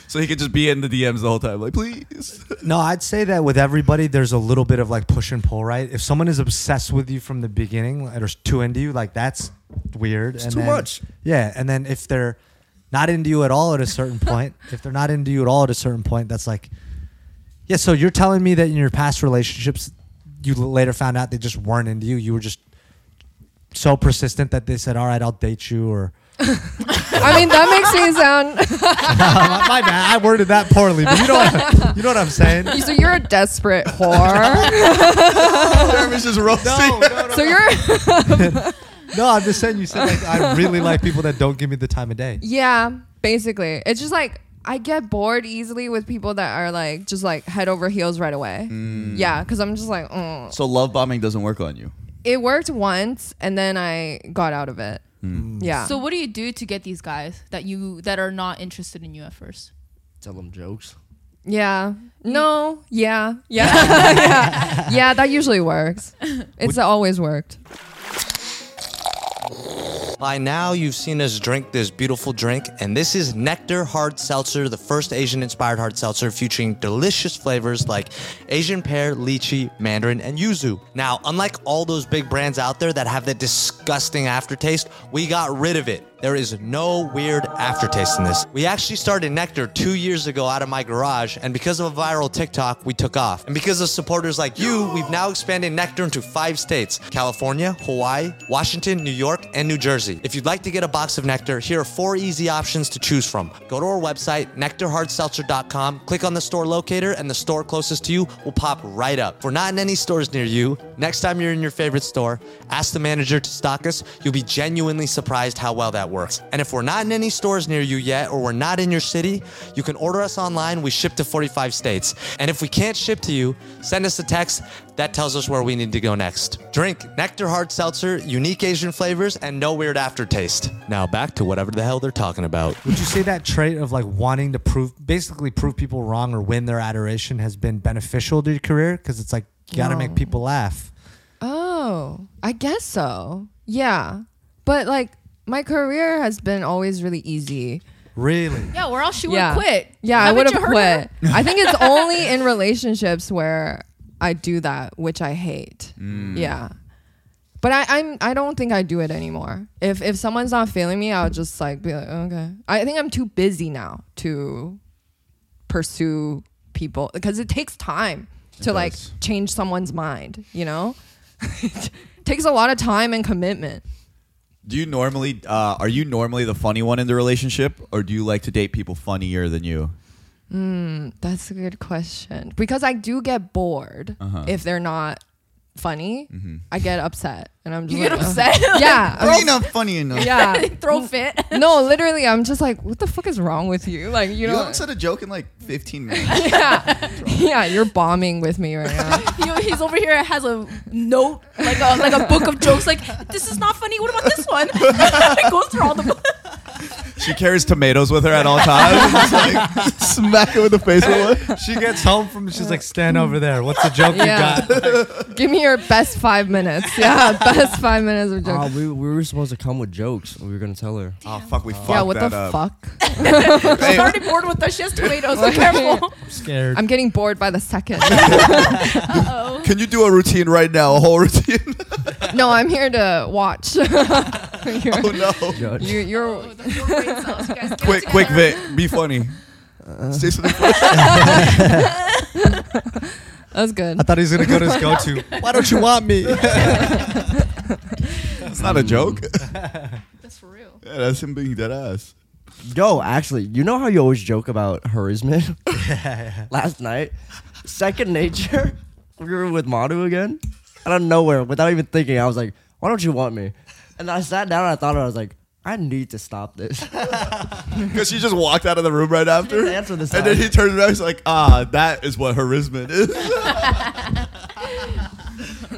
Speaker 1: so he could just be in the DMs the whole time. Like, please.
Speaker 7: No, I'd say that with everybody, there's a little bit of like push and pull, right? If someone is obsessed with you from the beginning like, or is too into you, like that's weird. and
Speaker 4: too
Speaker 7: then-
Speaker 4: much.
Speaker 7: Yeah, and then if they're not into you at all at
Speaker 4: (laughs)
Speaker 7: a certain point, if they're not into you at all at a certain point, that's like, yeah. So you're telling me that in your past relationships, you l- later found out they just weren't into you. You were just so persistent that they said, "All right, I'll date you." Or
Speaker 2: (laughs)
Speaker 7: (laughs)
Speaker 2: I mean, that makes me sound.
Speaker 7: my bad, I worded that poorly, but you know, what, you know what I'm saying.
Speaker 2: (laughs) so you're a desperate whore.
Speaker 1: Jeremy's just roasting.
Speaker 2: (laughs) so you're.
Speaker 7: No, I'm just saying. You said like I really like people that don't give me the time of day.
Speaker 2: Yeah, basically. It's just like I get bored easily with people that are like just like head over heels right away. Yeah, because I'm just like, oh.
Speaker 1: So love bombing doesn't work on you.
Speaker 2: It worked once, and then I got out of it. Yeah.
Speaker 5: So
Speaker 2: So
Speaker 5: what do you do to get these guys that you that are not interested in you at first?
Speaker 4: tell them jokes.
Speaker 2: yeah, no, yeah,
Speaker 5: (laughs)
Speaker 2: yeah, yeah, yeah. That usually works. It's always worked.
Speaker 3: By now, you've seen us drink this beautiful drink, and this is Nectar Hard Seltzer, the first Asian inspired hard seltzer featuring delicious flavors like Asian pear, lychee, mandarin, and yuzu. Now, unlike all those big brands out there that have that disgusting aftertaste, we got rid of it. There is no weird aftertaste in this. We actually started Nectar two years ago out of my garage, and because of a viral TikTok, we took off. And because of supporters like you, we've now expanded Nectar into five states California, Hawaii, Washington, New York, and New Jersey. If you'd like to get a box of Nectar, here are four easy options to choose from. Go to our website, nectarhardseltzer.com, click on the store locator, and the store closest to you will pop right up. If we're not in any stores near you, next time you're in your favorite store, ask the manager to stock us. You'll be genuinely surprised how well that works. And if we're not in any stores near you yet, or we're not in your city, you can order us online. We ship to 45 states. And if we can't ship to you, send us a text that tells us where we need to go next. Drink Nectar Hard Seltzer, unique Asian flavors, and no weird aftertaste. Now back to whatever the hell they're talking about.
Speaker 7: Would you say that trait of like wanting to prove, basically prove people wrong or win their adoration, has been beneficial to your career? Because it's like you got to make people laugh.
Speaker 2: Oh, I guess so. Yeah, but like my career has been always really easy.
Speaker 7: Really?
Speaker 5: Yeah, or else she would
Speaker 2: yeah.
Speaker 5: have quit.
Speaker 2: Yeah, I
Speaker 5: Haven't
Speaker 2: would have
Speaker 5: you heard
Speaker 2: quit.
Speaker 5: her?
Speaker 2: I think it's only in relationships where I do that, which I hate. Yeah. But I, I'm I don't think I do it anymore. If if someone's not feeling me, I'll just like be like, okay. I think I'm too busy now to pursue people because it takes time to like
Speaker 1: does.
Speaker 2: change someone's mind, you know? (laughs) it takes a lot of time and commitment.
Speaker 1: Do you normally uh, are you normally the funny one in the relationship, or do you like to date people funnier than you?
Speaker 2: That's a good question because I do get bored
Speaker 1: Uh-huh.
Speaker 2: if they're not funny.
Speaker 1: Mm-hmm.
Speaker 2: I get upset and I'm just
Speaker 5: You get
Speaker 2: like, "Ugh."
Speaker 5: upset. (laughs)
Speaker 2: Yeah, I'm
Speaker 1: I
Speaker 2: (laughs)
Speaker 1: mean,
Speaker 2: just-
Speaker 1: not funny enough.
Speaker 2: yeah.
Speaker 5: Throw
Speaker 8: Mm.
Speaker 5: fit. (laughs)
Speaker 2: No, literally, I'm just like, what the fuck is wrong with you? Like, you
Speaker 1: You
Speaker 2: (laughs) know,
Speaker 1: haven't said a joke in like 15 minutes.
Speaker 2: yeah, yeah, you're bombing with me right now.
Speaker 5: He- he's over here has a note like a like a book of jokes. Like this is not funny. What about this one? (laughs) it goes through all the book.
Speaker 1: (laughs) She carries tomatoes with her at all times. Just like (laughs) smack it with the face with one.
Speaker 7: She gets home from. She's like, stand over there. What's the joke
Speaker 2: Yeah.
Speaker 7: you
Speaker 2: (laughs)
Speaker 7: got?
Speaker 2: Give me your best five minutes. Yeah, (laughs) best five minutes of jokes.
Speaker 4: Uh, we, we were supposed to come with jokes. We were gonna tell her.
Speaker 1: Oh fuck, we fucked
Speaker 2: yeah, what
Speaker 1: that
Speaker 2: the
Speaker 1: up.
Speaker 2: fuck?
Speaker 5: She's already bored with us. She has tomatoes. So
Speaker 8: (laughs)
Speaker 5: careful.
Speaker 7: I'm (laughs) scared.
Speaker 2: I'm getting bored by the second. (laughs)
Speaker 5: Oh.
Speaker 1: Can you do a routine right now? A whole (laughs) routine?
Speaker 2: no, I'm here to
Speaker 1: (laughs)
Speaker 2: watch. (laughs) you're,
Speaker 1: oh no.
Speaker 4: Judge.
Speaker 2: you're, you're
Speaker 8: Oh, the four brain cells. You guys do it
Speaker 1: Quick, quick,
Speaker 8: together.
Speaker 1: Vic, (laughs) be funny. Say something funny.
Speaker 2: that's good.
Speaker 7: I thought he was gonna go (laughs) to his go-to. Why don't you want (laughs) me?
Speaker 1: (laughs) It's not a joke.
Speaker 8: That's for real.
Speaker 1: Yeah, (laughs) that's him being dead ass.
Speaker 4: Yo, actually, you know how you always joke about
Speaker 1: (laughs)
Speaker 4: harassment? (laughs) Last night, second nature, (laughs) we were with Manu again. Out of nowhere, without even thinking, I was like, why don't you want me? And I sat down and I thought, I was like, I need to stop this. (laughs)
Speaker 1: Because she just walked out of the room right after.
Speaker 4: didn't answer this
Speaker 1: and then
Speaker 4: time.
Speaker 1: he turns around. He's like, ah, that is what harisman is. (laughs)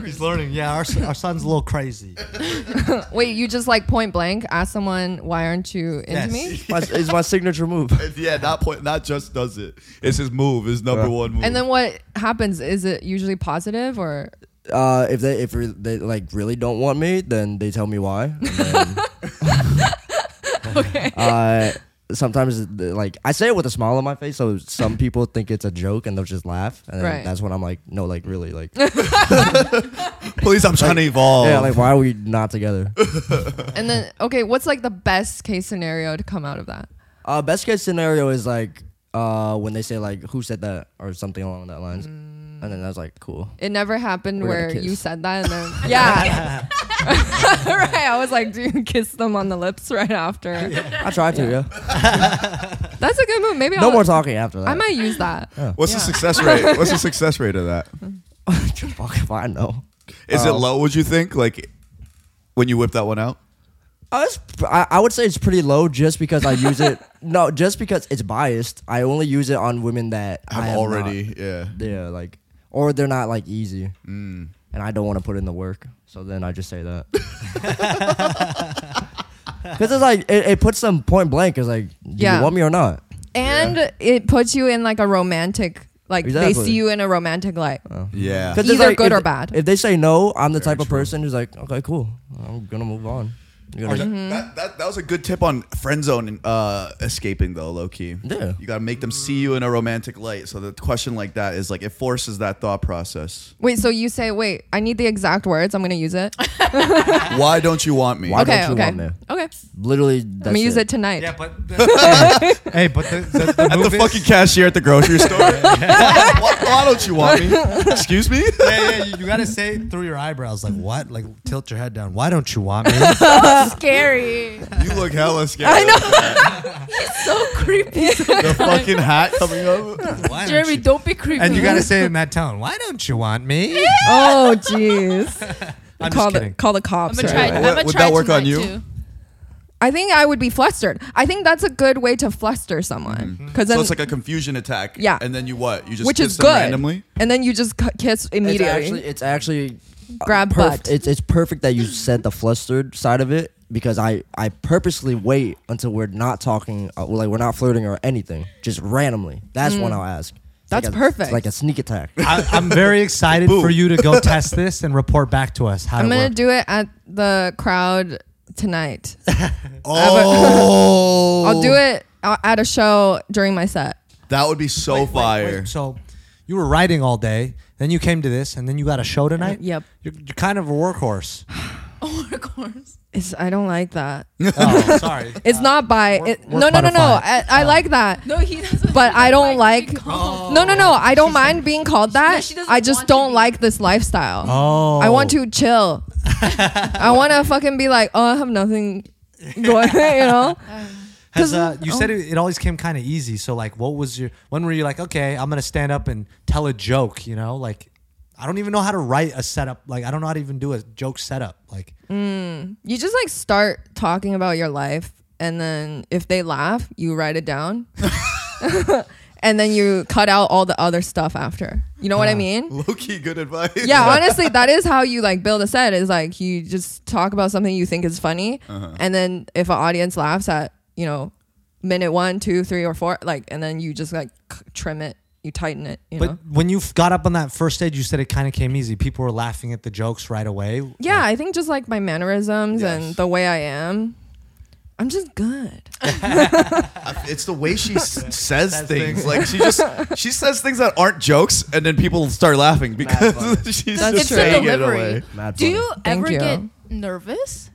Speaker 7: He's learning. Yeah, our, s- our son's a little crazy.
Speaker 2: Wait, you just like point blank ask someone why aren't you into
Speaker 7: Yes.
Speaker 2: me?
Speaker 4: my, it's my signature move.
Speaker 1: And yeah, not point. Not just does it. It's his move. His number
Speaker 4: Yeah.
Speaker 1: one move.
Speaker 2: And then what happens? Is it usually positive
Speaker 4: (laughs)
Speaker 2: or
Speaker 4: Uh, if they if re- they like really don't want me, then they tell me why.
Speaker 2: (laughs)
Speaker 4: and then- (laughs) Uh, sometimes th- like I say it with a smile on my face, so some people think it's a joke and they'll just laugh, and then
Speaker 2: Right.
Speaker 4: that's when I'm like, no, like really, like
Speaker 2: (laughs)
Speaker 1: please, I'm trying to evolve.
Speaker 4: yeah, like why are we not together?
Speaker 2: and then okay, what's like the best case scenario to come out of that?
Speaker 4: uh, best case scenario is like uh when they say like who said that or something along that lines, and then that's like cool.
Speaker 2: It never happened
Speaker 4: We're
Speaker 2: where
Speaker 4: gonna kiss.
Speaker 2: you said that and
Speaker 4: (laughs)
Speaker 2: then yeah. right. I was like, do you kiss them on the lips right after?
Speaker 4: I tried
Speaker 2: Mm.
Speaker 4: to, (laughs) yeah.
Speaker 2: That's a good move. Maybe
Speaker 4: No
Speaker 2: I'll,
Speaker 4: more talking after that.
Speaker 2: I might use that.
Speaker 1: What's the success rate? What's the success rate of that?
Speaker 4: (laughs) Mm-hmm. Fuck if I know.
Speaker 1: Is
Speaker 4: Uh,
Speaker 1: it low? Would you think? Like when you whip that one out?
Speaker 4: I, was, I, I would say it's pretty low just because I use
Speaker 1: (laughs)
Speaker 4: it. no, just because it's biased. I only use it on women that I
Speaker 1: I'm
Speaker 4: have
Speaker 1: already. yeah. Mm.
Speaker 4: Not, yeah, like or they're not like easy, and I don't want to put in the work. So then I just say
Speaker 1: (laughs)
Speaker 4: that. (laughs) Because it's like it, it puts them point blank. It's like, do
Speaker 2: Yeah.
Speaker 4: you want me or not?
Speaker 2: And it puts you in like a romantic like they
Speaker 4: Exactly. Oh.
Speaker 2: see you in a romantic light.
Speaker 1: Yeah.
Speaker 4: 'Cause it's
Speaker 2: Either
Speaker 4: like,
Speaker 2: good
Speaker 4: if-
Speaker 2: or bad.
Speaker 4: If they say no, I'm the type of person who's like, okay, cool, I'm gonna move on. You're gonna-
Speaker 1: That, that, that was a good tip on friend zone and, uh, escaping though, low key.
Speaker 4: Yeah.
Speaker 1: You gotta make them see you in a romantic light. So the question like that is like it forces that thought process.
Speaker 2: Wait, so you say, wait, I need the exact words. I'm gonna use it.
Speaker 1: Why don't you want me?
Speaker 4: Why
Speaker 2: okay,
Speaker 4: don't you
Speaker 2: okay,
Speaker 4: want me?
Speaker 2: okay.
Speaker 4: Literally,
Speaker 2: I'm
Speaker 4: that's
Speaker 2: gonna use it tonight.
Speaker 7: Yeah, but (laughs) the- hey, but the, (laughs) the, the
Speaker 1: At
Speaker 7: move
Speaker 1: the
Speaker 7: is-
Speaker 1: fucking cashier at the grocery
Speaker 4: (laughs)
Speaker 1: store. why, why don't you want me? Excuse me?
Speaker 7: yeah, yeah, you, you gotta say it through your eyebrows, like what? Like tilt your head down. Why don't you want me? (laughs)
Speaker 8: Scary.
Speaker 1: You look (laughs) hella scared. I know. (laughs)
Speaker 5: So creepy.
Speaker 1: The fucking hat coming up.
Speaker 7: Why don't
Speaker 5: Jeremy,
Speaker 7: you-
Speaker 5: don't be creepy.
Speaker 7: And you gotta say it in that tone. Why don't you want me?
Speaker 2: (laughs) Oh jeez.
Speaker 7: (laughs) I'm
Speaker 2: call
Speaker 7: just
Speaker 2: the
Speaker 7: kidding.
Speaker 2: call the cops.
Speaker 8: I'm gonna
Speaker 2: right
Speaker 8: try.
Speaker 2: away.
Speaker 8: I'm gonna
Speaker 1: Would
Speaker 8: try
Speaker 1: that work on
Speaker 8: tonight,
Speaker 1: you?
Speaker 8: Too.
Speaker 2: I think I would be flustered. I think that's a good way to fluster someone
Speaker 7: Mm-hmm.
Speaker 2: because
Speaker 1: So it's like a confusion attack.
Speaker 2: Yeah.
Speaker 1: And then you what? You just
Speaker 2: which
Speaker 1: kiss
Speaker 2: is
Speaker 1: them
Speaker 2: good.
Speaker 1: randomly?
Speaker 2: And then you just c- kiss
Speaker 4: It's
Speaker 2: immediately.
Speaker 4: actually, it's actually
Speaker 2: Grab
Speaker 4: perf-
Speaker 2: butt.
Speaker 4: It's it's perfect that you said the flustered side of it because I I purposely wait until we're not talking, uh, like we're not flirting or anything, just randomly. That's when I'll ask. It's
Speaker 2: Mm. That's
Speaker 4: like a-
Speaker 2: perfect.
Speaker 4: It's like a
Speaker 2: (laughs)
Speaker 4: sneak attack.
Speaker 7: (laughs)
Speaker 4: (laughs)
Speaker 7: I, I'm very excited
Speaker 1: Boo.
Speaker 7: for you to go test this and report back to us how
Speaker 2: I'm
Speaker 7: to
Speaker 2: gonna
Speaker 7: work.
Speaker 2: do it at the crowd
Speaker 7: (laughs)
Speaker 2: tonight.
Speaker 1: Oh.
Speaker 2: I'll do it a- at a show during my set.
Speaker 1: That would be so
Speaker 7: Wait, wait,
Speaker 1: fire. (laughs)
Speaker 7: wait. So you were writing all day, then you came to this, and then you got a show tonight.
Speaker 2: Yep.
Speaker 7: You're, you're kind of a workhorse.
Speaker 8: Oh, of course.
Speaker 2: It's, I don't like that.
Speaker 7: oh, sorry.
Speaker 2: It's not by
Speaker 7: work-
Speaker 2: it,
Speaker 7: work
Speaker 2: no no no no. I,
Speaker 7: butterfly.
Speaker 2: I like that.
Speaker 8: No, he doesn't.
Speaker 2: But I don't like.
Speaker 8: Oh.
Speaker 2: No, no, no. I don't mind being called that.
Speaker 8: she doesn't
Speaker 2: I just
Speaker 8: want to
Speaker 2: don't
Speaker 8: be.
Speaker 2: like this lifestyle.
Speaker 7: Oh.
Speaker 2: I want to
Speaker 7: (laughs)
Speaker 2: chill. I want to fucking be like, oh, I have nothing going, (laughs) you know?
Speaker 7: Has, uh, you said it, it always came kind of easy. So like, what was your? When were you like, okay, I'm gonna stand up and tell a joke? You know, like, I don't even know how to write a setup. Like, I don't know how to even do a joke setup. Like,
Speaker 2: oh, You just like start talking
Speaker 7: (laughs)
Speaker 2: about your life, and then if they laugh, you write it down. (laughs) and then you cut out all the other stuff after. You know what I mean?
Speaker 1: Low key good advice. (laughs)
Speaker 2: yeah, honestly, that is how you like build a set. Is like you just talk about something you think is funny, and then if an audience laughs at you know minute one, two, three, or four, like, and then you just like c- trim it, you tighten it. You know?
Speaker 7: But when you f- got up on that first stage, you said it kind of came easy. People were laughing at the jokes right away.
Speaker 2: Yeah, I think just like my mannerisms
Speaker 1: Yes.
Speaker 2: and the way I am, I'm just good.
Speaker 1: It's the way she s- (laughs) says things. Like she just she says things that aren't jokes, and then people start laughing because (laughs) she's
Speaker 2: That's
Speaker 1: Oh, just
Speaker 2: true.
Speaker 1: saying it
Speaker 5: Delivery.
Speaker 1: away.
Speaker 4: Mad
Speaker 5: Do
Speaker 4: funny.
Speaker 5: you
Speaker 2: Thank
Speaker 5: ever
Speaker 2: you.
Speaker 5: get nervous?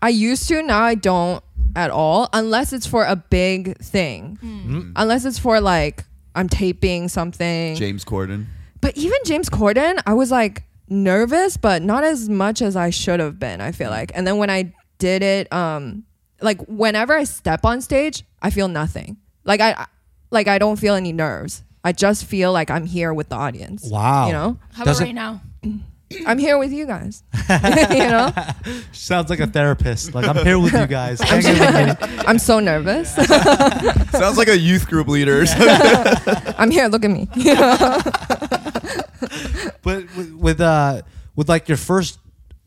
Speaker 2: I used to, now I don't at all, unless it's for a big thing. Unless it's for like I'm taping something.
Speaker 1: James Corden.
Speaker 2: But even James Corden, I was like nervous, but not as much as I should have been, I feel like. And then when I did it, um like whenever I step on stage, I feel nothing. Like I like I don't feel any nerves. I just feel like I'm here with the audience.
Speaker 7: Wow.
Speaker 2: You know?
Speaker 5: How
Speaker 7: Does it-
Speaker 5: about right now?
Speaker 2: I'm here with you guys. (laughs) you know?
Speaker 7: Sounds like a therapist. Like (laughs) I'm here with you guys. Hang in with me.
Speaker 2: I'm so nervous. (laughs)
Speaker 1: Sounds like a youth group leader. or something.
Speaker 2: I'm here, look at me.
Speaker 7: But with, with uh, with like your first,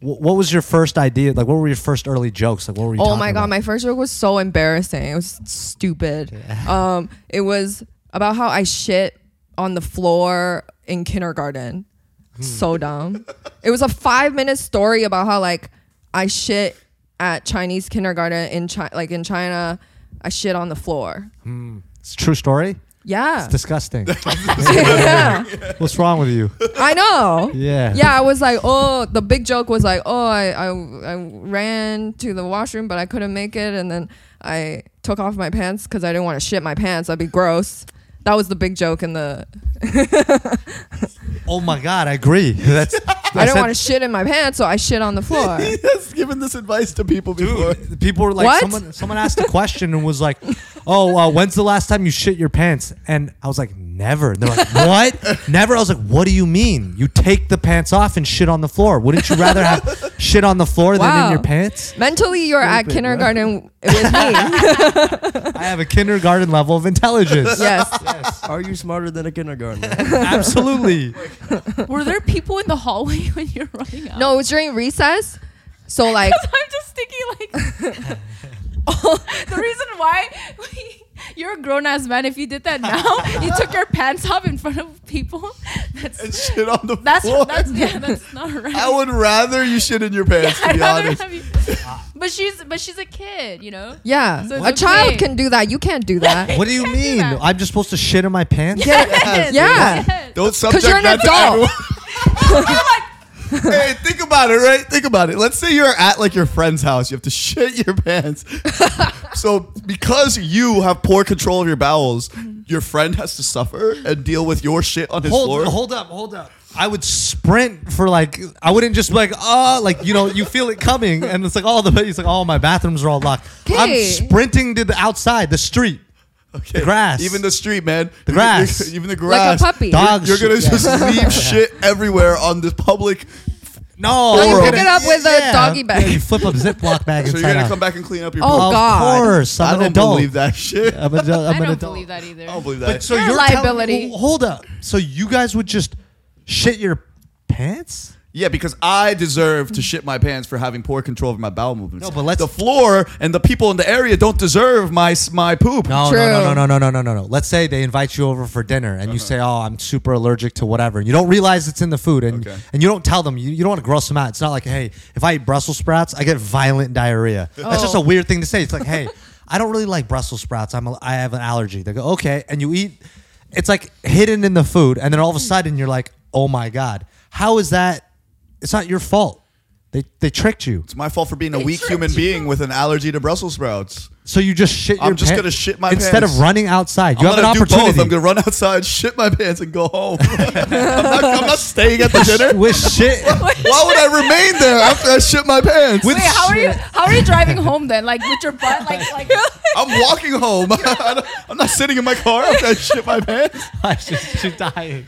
Speaker 7: wh- what was your first idea? Like, what were your first early jokes? Like, what were you?
Speaker 2: Oh
Speaker 7: talking
Speaker 2: my god,
Speaker 7: about?
Speaker 2: my first joke was so embarrassing. It was stupid. Um, it was about how I shit on the floor in kindergarten. So dumb. It was a five minute story about how like I shit at Chinese kindergarten in China, like in China. I shit on the floor.
Speaker 7: It's a true story.
Speaker 2: Yeah,
Speaker 7: It's (laughs) disgusting.
Speaker 2: (laughs) yeah.
Speaker 7: What's wrong with you?
Speaker 2: I know.
Speaker 7: Yeah.
Speaker 2: Yeah, I was like, oh, the big joke was like, oh, I, I, I ran to the washroom, but I couldn't make it. And then I took off my pants because I didn't want to shit my pants. That'd be gross. That was the big joke in the.
Speaker 7: Oh my god, I agree. (laughs) That's
Speaker 2: I didn't want to shit in my pants, so I shit on the floor.
Speaker 1: (laughs) he has given this advice to people before.
Speaker 7: Dude, people were like,
Speaker 2: What?
Speaker 7: someone someone asked a question and was like, "Oh, uh, when's the last time you shit your pants?" And I was like, "Never." And they're
Speaker 2: (laughs)
Speaker 7: like, "What? Never?" I was like, "What do you mean? You take the pants off and shit on the floor? Wouldn't you
Speaker 2: (laughs)
Speaker 7: rather have shit on the floor than in
Speaker 2: Wow.
Speaker 7: your pants?"
Speaker 2: Mentally, you're at
Speaker 4: Stupid, right?
Speaker 2: kindergarten with me.
Speaker 7: I have a kindergarten level
Speaker 2: (laughs)
Speaker 7: of intelligence.
Speaker 2: yes.
Speaker 4: Are you smarter than a kindergartner?
Speaker 2: (laughs)
Speaker 7: Absolutely.
Speaker 5: Were there people in the hallway (laughs) when you're running out?
Speaker 2: No, it was during recess. So,
Speaker 5: (laughs)
Speaker 2: like,
Speaker 5: I'm just thinking
Speaker 1: (laughs)
Speaker 5: like (laughs) the reason why we, you're a grown ass man if you did
Speaker 1: (laughs)
Speaker 5: that now you took your pants off in front of people (laughs)
Speaker 1: And
Speaker 5: that's
Speaker 1: shit on the (laughs)
Speaker 5: that's
Speaker 1: floor.
Speaker 5: that's yeah that's not right
Speaker 1: I would rather you shit in your pants, to
Speaker 5: (laughs) I'd
Speaker 1: be
Speaker 5: rather
Speaker 1: honest. Uh,
Speaker 5: have you- but she's but she's a kid you know
Speaker 2: yeah.
Speaker 5: So
Speaker 2: a
Speaker 5: it's
Speaker 2: child
Speaker 5: okay.
Speaker 2: can do that. You can't do
Speaker 7: (laughs)
Speaker 2: that.
Speaker 7: What do you
Speaker 5: Can't do
Speaker 7: mean?
Speaker 5: that.
Speaker 7: I'm just supposed to shit in my pants?
Speaker 1: Yes.
Speaker 2: Yeah. (laughs)
Speaker 1: Don't subject
Speaker 2: Because you're an
Speaker 1: that to
Speaker 2: adult.
Speaker 1: everyone.
Speaker 2: (laughs)
Speaker 1: (laughs) hey, think about it, right? Think about it. Let's say you're at like your friend's house. You have to (laughs) shit your
Speaker 2: (laughs)
Speaker 1: pants. so because you have poor control of your bowels, your friend has to suffer and deal with your shit on his
Speaker 7: hold,
Speaker 1: floor.
Speaker 7: hold up, hold up. I would sprint for like I wouldn't just be like ah like you know you feel it coming and it's like oh the it's like oh my bathrooms are all locked. I'm
Speaker 2: Okay.
Speaker 7: sprinting to the outside the street.
Speaker 1: Okay.
Speaker 7: the grass.
Speaker 1: Even the street, man. The
Speaker 7: grass.
Speaker 1: (laughs) Even the
Speaker 2: Like a
Speaker 1: grass.
Speaker 2: puppy.
Speaker 7: Dogs.
Speaker 1: You're gonna
Speaker 7: shit, yeah.
Speaker 1: just
Speaker 7: (laughs)
Speaker 1: leave shit everywhere on the public.
Speaker 7: no.
Speaker 2: you
Speaker 7: I'm
Speaker 2: pick
Speaker 7: gonna-
Speaker 2: it up with a doggy bag.
Speaker 7: Yeah, you flip up Ziploc
Speaker 1: (laughs)
Speaker 7: bag.
Speaker 1: So
Speaker 7: inside
Speaker 1: you're gonna
Speaker 7: out.
Speaker 1: come back and clean up your
Speaker 2: Oh,
Speaker 1: poop.
Speaker 7: Of
Speaker 2: God.
Speaker 7: course, I'm
Speaker 1: I
Speaker 7: an
Speaker 1: don't
Speaker 7: adult.
Speaker 1: believe that (laughs) shit. I
Speaker 7: I'm, an adult- I'm
Speaker 5: I
Speaker 7: an
Speaker 5: don't
Speaker 7: adult.
Speaker 5: believe that either
Speaker 1: don't believe that.
Speaker 7: But so
Speaker 5: You're a
Speaker 7: you're telling-
Speaker 5: liability.
Speaker 7: ho- hold up. So you guys would just shit your pants?
Speaker 1: Yeah, because I deserve to shit my pants for having poor control over my bowel movements.
Speaker 7: No, but let's-
Speaker 1: the floor and the people in the area don't deserve my s- my poop.
Speaker 7: No,
Speaker 2: True.
Speaker 7: no, no, no, no, no, no, no, no. Let's say they invite you over for dinner
Speaker 1: Uh-huh.
Speaker 7: and you say, "Oh, I'm super allergic to whatever," and you don't realize it's in the food, and
Speaker 1: Okay.
Speaker 7: and you don't tell them. You, you don't want to gross them out. It's not like, "Hey, if I eat Brussels sprouts, I get violent diarrhea." That's just a weird thing to say. It's like, "Hey, I don't really like Brussels sprouts. I'm a, I have an allergy." They go, "Okay," and you eat. It's like hidden in the food, and then all of a sudden you're like, "Oh my god, how is that?" It's not your fault. They they tricked you.
Speaker 1: It's my fault for being a weak human being with an allergy to Brussels sprouts.
Speaker 7: So you just shit.
Speaker 1: I'm
Speaker 7: your
Speaker 1: just
Speaker 7: pan-
Speaker 1: gonna shit my
Speaker 7: instead
Speaker 1: pants.
Speaker 7: of running outside. You
Speaker 1: I'm
Speaker 7: have an
Speaker 1: gonna do
Speaker 7: opportunity.
Speaker 1: both. I'm gonna run outside, shit my pants, and go home. (laughs) I'm, not, I'm not staying at the dinner.
Speaker 7: with shit. (laughs)
Speaker 1: Why would I remain there after I shit my pants?
Speaker 7: With
Speaker 5: wait how are you how are you driving home then like with your butt
Speaker 1: (laughs)
Speaker 5: like like
Speaker 1: I'm walking home. (laughs) I don't- I'm not sitting in my car after I shit my pants.
Speaker 7: she's, she's dying.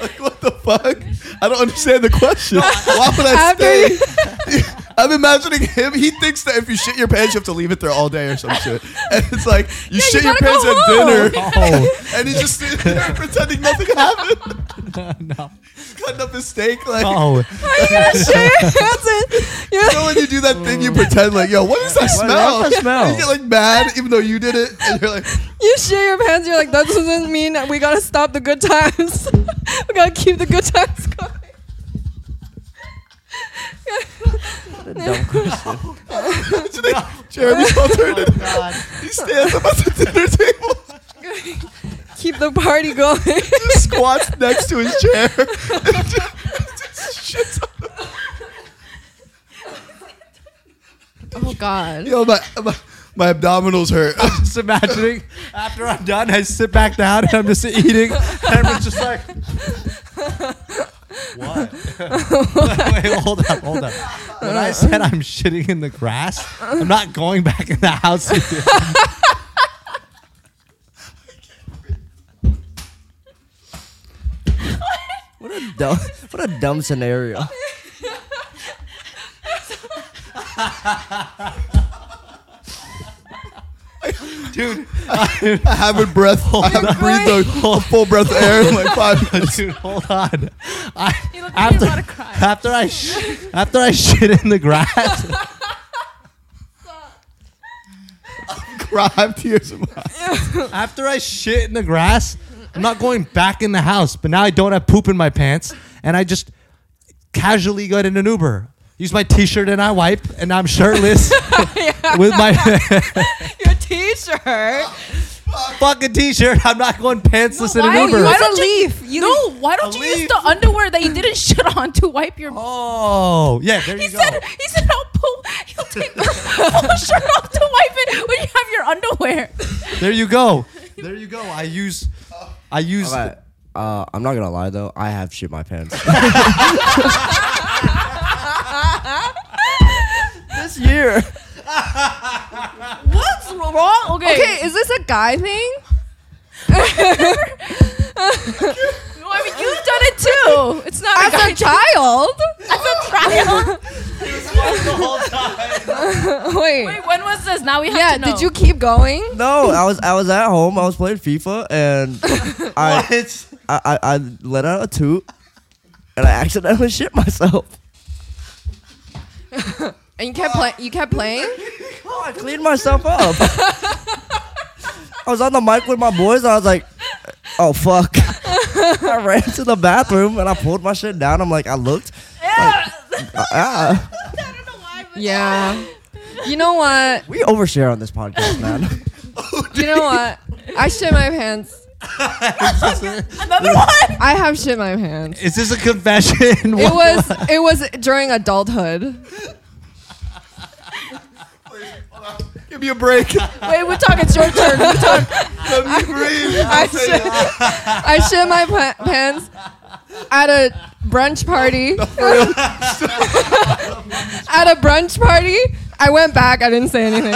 Speaker 1: Like, what the fuck? I don't understand the question. Why would I
Speaker 2: After
Speaker 1: stay?
Speaker 2: you-
Speaker 1: I (laughs) I'm imagining him. He thinks that if you shit your pants, you have to leave it there all day or some shit. And it's like you shit your
Speaker 5: gotta
Speaker 1: pants
Speaker 5: go
Speaker 1: at
Speaker 5: home.
Speaker 1: dinner, and he's just sitting there (laughs) pretending nothing happened,
Speaker 7: no.
Speaker 1: cutting up his steak. Like,
Speaker 7: Oh,
Speaker 1: you know, when you do that thing, you pretend like, yo, what is that smell?
Speaker 4: what's that smell?
Speaker 1: And you get like mad, even though you did it, and you're like,
Speaker 2: You shit your pants. You're like, that doesn't mean that we gotta stop the good times. (laughs) we gotta keep the good times going.
Speaker 1: Jeremy's alternative.
Speaker 7: God.
Speaker 1: He stands up at the dinner table,
Speaker 2: keep the party going.
Speaker 1: just squats next to his chair, and just, just shits on
Speaker 2: oh God.
Speaker 1: Yo, my, my, my abdominals hurt. (laughs)
Speaker 7: just imagining after I'm done, I sit back down and I'm just eating. And everyone's just like, what? (laughs) Wait, hold up, hold up. When I said I'm shitting in the grass, I'm not going back in the house (laughs) with you.
Speaker 4: (laughs) Dumb- what a dumb scenario.
Speaker 2: (laughs)
Speaker 7: Dude,
Speaker 1: I haven't breath. I haven't breathed a, a full breath of air in like five (laughs) minutes.
Speaker 7: dude, hold on. I,
Speaker 5: You look like
Speaker 7: after,
Speaker 5: you're about
Speaker 1: (laughs)
Speaker 5: to cry.
Speaker 7: after, I sh- after I shit in the grass,
Speaker 1: Cry, I have tears in my eyes.
Speaker 7: after I shit in the grass, I'm not going back in the house. But now I don't have poop in my pants, and I just casually got in an Uber. Use my T-shirt and I wipe, and I'm shirtless
Speaker 5: (laughs)
Speaker 7: with my (laughs)
Speaker 2: Your T-shirt.
Speaker 7: fucking T-shirt. I'm not going pantsless in
Speaker 5: why-
Speaker 7: an Uber.
Speaker 5: why
Speaker 2: It's
Speaker 5: don't
Speaker 2: a
Speaker 5: you-
Speaker 2: leaf. You
Speaker 5: no, why don't
Speaker 7: A
Speaker 5: you use
Speaker 7: leaf.
Speaker 5: the underwear that you didn't (laughs) shit on to wipe your?
Speaker 7: Oh yeah, there
Speaker 5: (laughs) he
Speaker 7: you go.
Speaker 5: said. He said, "I'll pull. He'll take the (laughs) whole shirt off to wipe it when you have your underwear." (laughs)
Speaker 7: there you go. There you go. I use. I use.
Speaker 4: Alright, Uh, I'm not gonna lie though, I have shit my pants. (laughs) this year,
Speaker 5: What's wrong? Okay.
Speaker 2: Okay, is this a guy thing?
Speaker 5: No, I mean you've done it too. It's not
Speaker 2: As a child?
Speaker 5: child.
Speaker 2: (laughs) Wait.
Speaker 5: Wait, when was this? Now we have
Speaker 2: yeah,
Speaker 5: to know.
Speaker 2: did you keep going?
Speaker 4: no, I was I was at home, I was playing FIFA,
Speaker 2: (laughs)
Speaker 4: and I,
Speaker 7: What?
Speaker 4: I, I I let out a toot, and I accidentally shit myself.
Speaker 2: And you kept playing you kept playing?
Speaker 4: Oh, I cleaned myself (laughs) up. I was on the mic with my boys, and I was like, oh fuck. I ran to the bathroom and I pulled my shit down. I'm like, I looked. like, ah.
Speaker 2: Yeah. You know what?
Speaker 4: we overshare on this podcast, man.
Speaker 2: You know what? I shit my pants.
Speaker 5: Another one.
Speaker 2: I have shit my pants.
Speaker 7: Is this a confession? (laughs)
Speaker 2: It was it was during adulthood.
Speaker 1: Give me a break. (laughs)
Speaker 5: Wait, we're talking short term. We're talking
Speaker 1: Let me breathe.
Speaker 2: (laughs) I shit, I shit my pa- pants at a brunch party. (laughs) at a brunch party, I went back. I didn't say anything.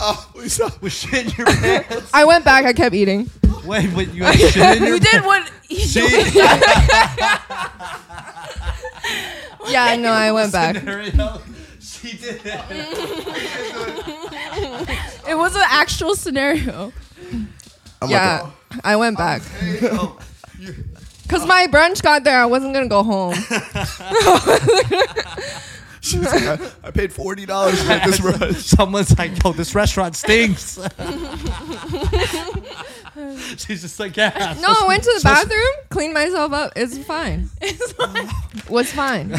Speaker 1: Oh, please stop.
Speaker 7: was shit in your pants.
Speaker 2: I went back. I kept eating.
Speaker 7: Wait, but you had shit in your
Speaker 5: you did what?
Speaker 2: (laughs)
Speaker 7: Shit.
Speaker 2: Yeah, no, I went back.
Speaker 7: scenario. She did it.
Speaker 5: It was an actual scenario.
Speaker 2: Yeah, I went back.
Speaker 7: oh,
Speaker 2: (laughs) Cause my brunch got there, I wasn't gonna go home.
Speaker 1: She's like, I, I paid forty dollars for this run.
Speaker 7: Someone's like, yo, this restaurant stinks. She's just like, yeah.
Speaker 2: No, I went to the bathroom, cleaned myself up. (laughs) It's fine. Was fine.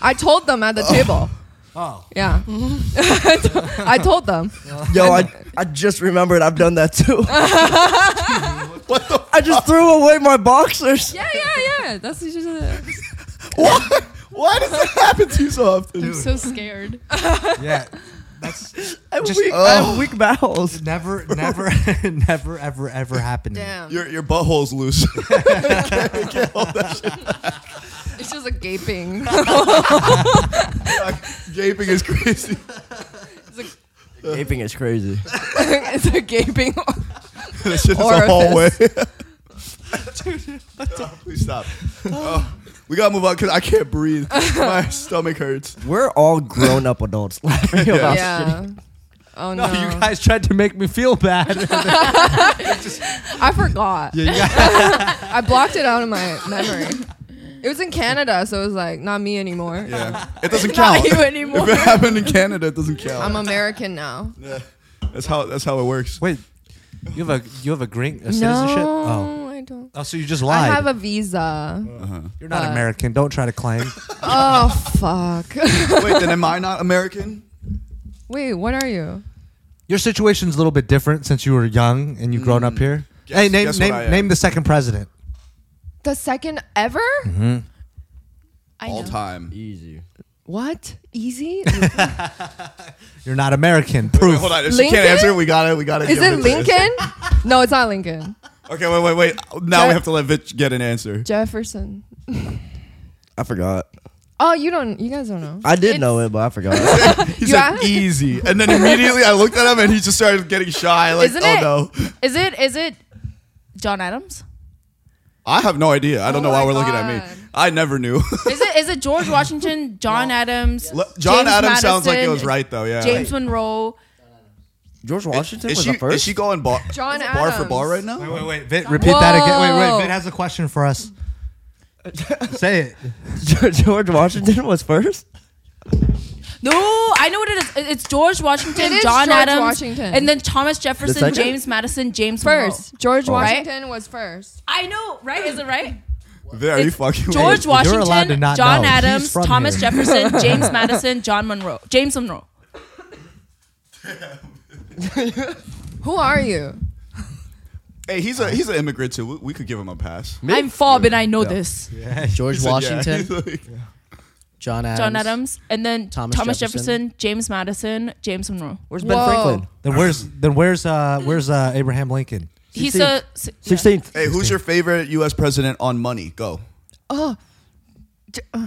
Speaker 2: I told them at the table.
Speaker 7: Oh.
Speaker 2: Yeah, (laughs) I to- I told them.
Speaker 4: Yo, (laughs) I, I just remembered I've done that (laughs) too. I just threw away my boxers.
Speaker 2: Yeah, yeah, yeah. That's just
Speaker 1: Why? Why does that happen to you so often?
Speaker 8: I'm
Speaker 2: (laughs)
Speaker 8: so scared.
Speaker 7: Yeah. That's
Speaker 4: I have,
Speaker 7: Just-
Speaker 4: weak, I have weak (laughs) bowels.
Speaker 7: never, never, (laughs) never, ever, ever happened. to me.
Speaker 2: damn.
Speaker 1: Your your butthole's loose. (laughs)
Speaker 2: It's just a gaping. (laughs)
Speaker 1: Gaping is crazy.
Speaker 4: Gaping is crazy.
Speaker 2: it's a gaping.
Speaker 1: (laughs) This shit is a
Speaker 2: (laughs) Orifice.
Speaker 1: (laughs) hallway. Dude, please stop. Oh, We gotta move on because I can't breathe. My
Speaker 2: (laughs)
Speaker 1: stomach hurts.
Speaker 4: We're all grown up adults (laughs) laughing about shitty.
Speaker 2: yeah. Oh no!
Speaker 7: No, you guys tried to make me feel
Speaker 2: (laughs)
Speaker 7: bad. (laughs)
Speaker 2: I forgot.
Speaker 7: Yeah, you guys-
Speaker 2: I blocked it out of my memory. It was in Canada, so it was like not me anymore.
Speaker 1: Yeah, it doesn't
Speaker 5: Not
Speaker 1: count.
Speaker 5: you
Speaker 1: If
Speaker 5: anymore.
Speaker 1: it happened in Canada, it doesn't count.
Speaker 2: I'm American now.
Speaker 1: Yeah. That's how that's how it works.
Speaker 7: Wait, you have a you have a green a citizenship? Oh.
Speaker 2: No, I don't.
Speaker 7: oh, so you just
Speaker 2: I
Speaker 7: lied.
Speaker 2: have a visa.
Speaker 3: You're not
Speaker 2: Uh,
Speaker 3: American. Don't try to claim.
Speaker 2: Oh fuck!
Speaker 1: Wait, then am I not American?
Speaker 2: Wait, what are you?
Speaker 7: Your situation's a little bit different since you were young and you've grown up here.
Speaker 1: Mm. Guess-
Speaker 7: hey, name
Speaker 1: guess what I
Speaker 7: name
Speaker 1: am.
Speaker 7: name the second president.
Speaker 2: The second ever?
Speaker 7: Mm-hmm.
Speaker 5: I
Speaker 1: All
Speaker 5: know.
Speaker 1: time.
Speaker 4: Easy.
Speaker 2: What?
Speaker 7: (laughs)
Speaker 2: Easy?
Speaker 7: You're not American. Proof.
Speaker 1: Hold on, if she
Speaker 2: Lincoln?
Speaker 1: can't answer, we gotta we gotta.
Speaker 2: Is
Speaker 1: give
Speaker 2: it
Speaker 1: to-
Speaker 2: Lincoln? No, it's not Lincoln.
Speaker 1: Okay, wait, wait, wait. Now we
Speaker 2: Jeff-
Speaker 1: have to let Vitch get an answer.
Speaker 2: Jefferson.
Speaker 4: I forgot.
Speaker 2: Oh, you don't. You guys don't know.
Speaker 4: I did
Speaker 5: It's-
Speaker 4: know it, but I forgot.
Speaker 1: He
Speaker 2: You
Speaker 1: said
Speaker 2: asked-
Speaker 1: easy, and then immediately I looked at him and he just started getting shy. Like,
Speaker 5: Isn't
Speaker 1: oh
Speaker 5: it-
Speaker 1: no,
Speaker 5: Is it is it John Adams?
Speaker 1: I have no idea. I don't
Speaker 2: Oh
Speaker 1: know why
Speaker 2: my
Speaker 1: we're looking at
Speaker 2: God.
Speaker 1: me. I never knew. (laughs)
Speaker 5: Is it is it George Washington, John Adams,
Speaker 1: Le- John
Speaker 5: James
Speaker 1: Adams sounds like it
Speaker 5: Madison,
Speaker 1: was right though. Yeah.
Speaker 5: James Monroe.
Speaker 4: George Washington
Speaker 1: is
Speaker 4: was
Speaker 1: she,
Speaker 4: the first.
Speaker 1: Is she going bar,
Speaker 2: John
Speaker 1: bar for bar right
Speaker 2: Adams.
Speaker 1: now?
Speaker 7: Wait, wait, wait. Vit, repeat that again. Wait,
Speaker 2: Whoa.
Speaker 7: wait. Vit has a question for
Speaker 1: (laughs)
Speaker 7: us. Say it.
Speaker 4: George Washington was first.
Speaker 1: (laughs)
Speaker 5: No, I know what it is. It- It's George Washington,
Speaker 2: It is
Speaker 5: John
Speaker 2: George
Speaker 5: Adams,
Speaker 2: Washington.
Speaker 5: and then Thomas
Speaker 4: The
Speaker 5: Jefferson,
Speaker 4: second?
Speaker 5: James Madison, James
Speaker 2: First,
Speaker 5: Monroe.
Speaker 2: Oh.
Speaker 7: Oh.
Speaker 2: George
Speaker 5: Right?
Speaker 2: Washington was first.
Speaker 5: I know, right? Is it right?
Speaker 1: Vit, are you
Speaker 5: It's
Speaker 1: fucking with
Speaker 5: George
Speaker 1: me?
Speaker 7: You're allowed to
Speaker 5: Washington,
Speaker 7: not
Speaker 5: John
Speaker 7: know. He's
Speaker 5: Adams,
Speaker 7: from
Speaker 5: Thomas
Speaker 7: here.
Speaker 5: Jefferson, James Madison, John Monroe, James Monroe.
Speaker 2: Who are you?
Speaker 1: Hey, he's a he's an immigrant too. We, we could give him a pass.
Speaker 5: I'm fob and I know this.
Speaker 1: He
Speaker 9: George
Speaker 1: said, yeah.
Speaker 9: Washington,
Speaker 1: (laughs) He's like-
Speaker 9: John Adams.
Speaker 5: John Adams, and then Thomas,
Speaker 9: Thomas
Speaker 5: Jefferson.
Speaker 9: Jefferson.
Speaker 5: James Madison, James Monroe.
Speaker 4: Where's Ben
Speaker 2: Whoa.
Speaker 4: Franklin?
Speaker 7: Then where's then where's uh where's uh Abraham Lincoln?
Speaker 5: He's a
Speaker 4: Sixteenth.
Speaker 5: s-
Speaker 4: Sixteenth.
Speaker 1: Hey, who's your favorite U.S. president on money? Go.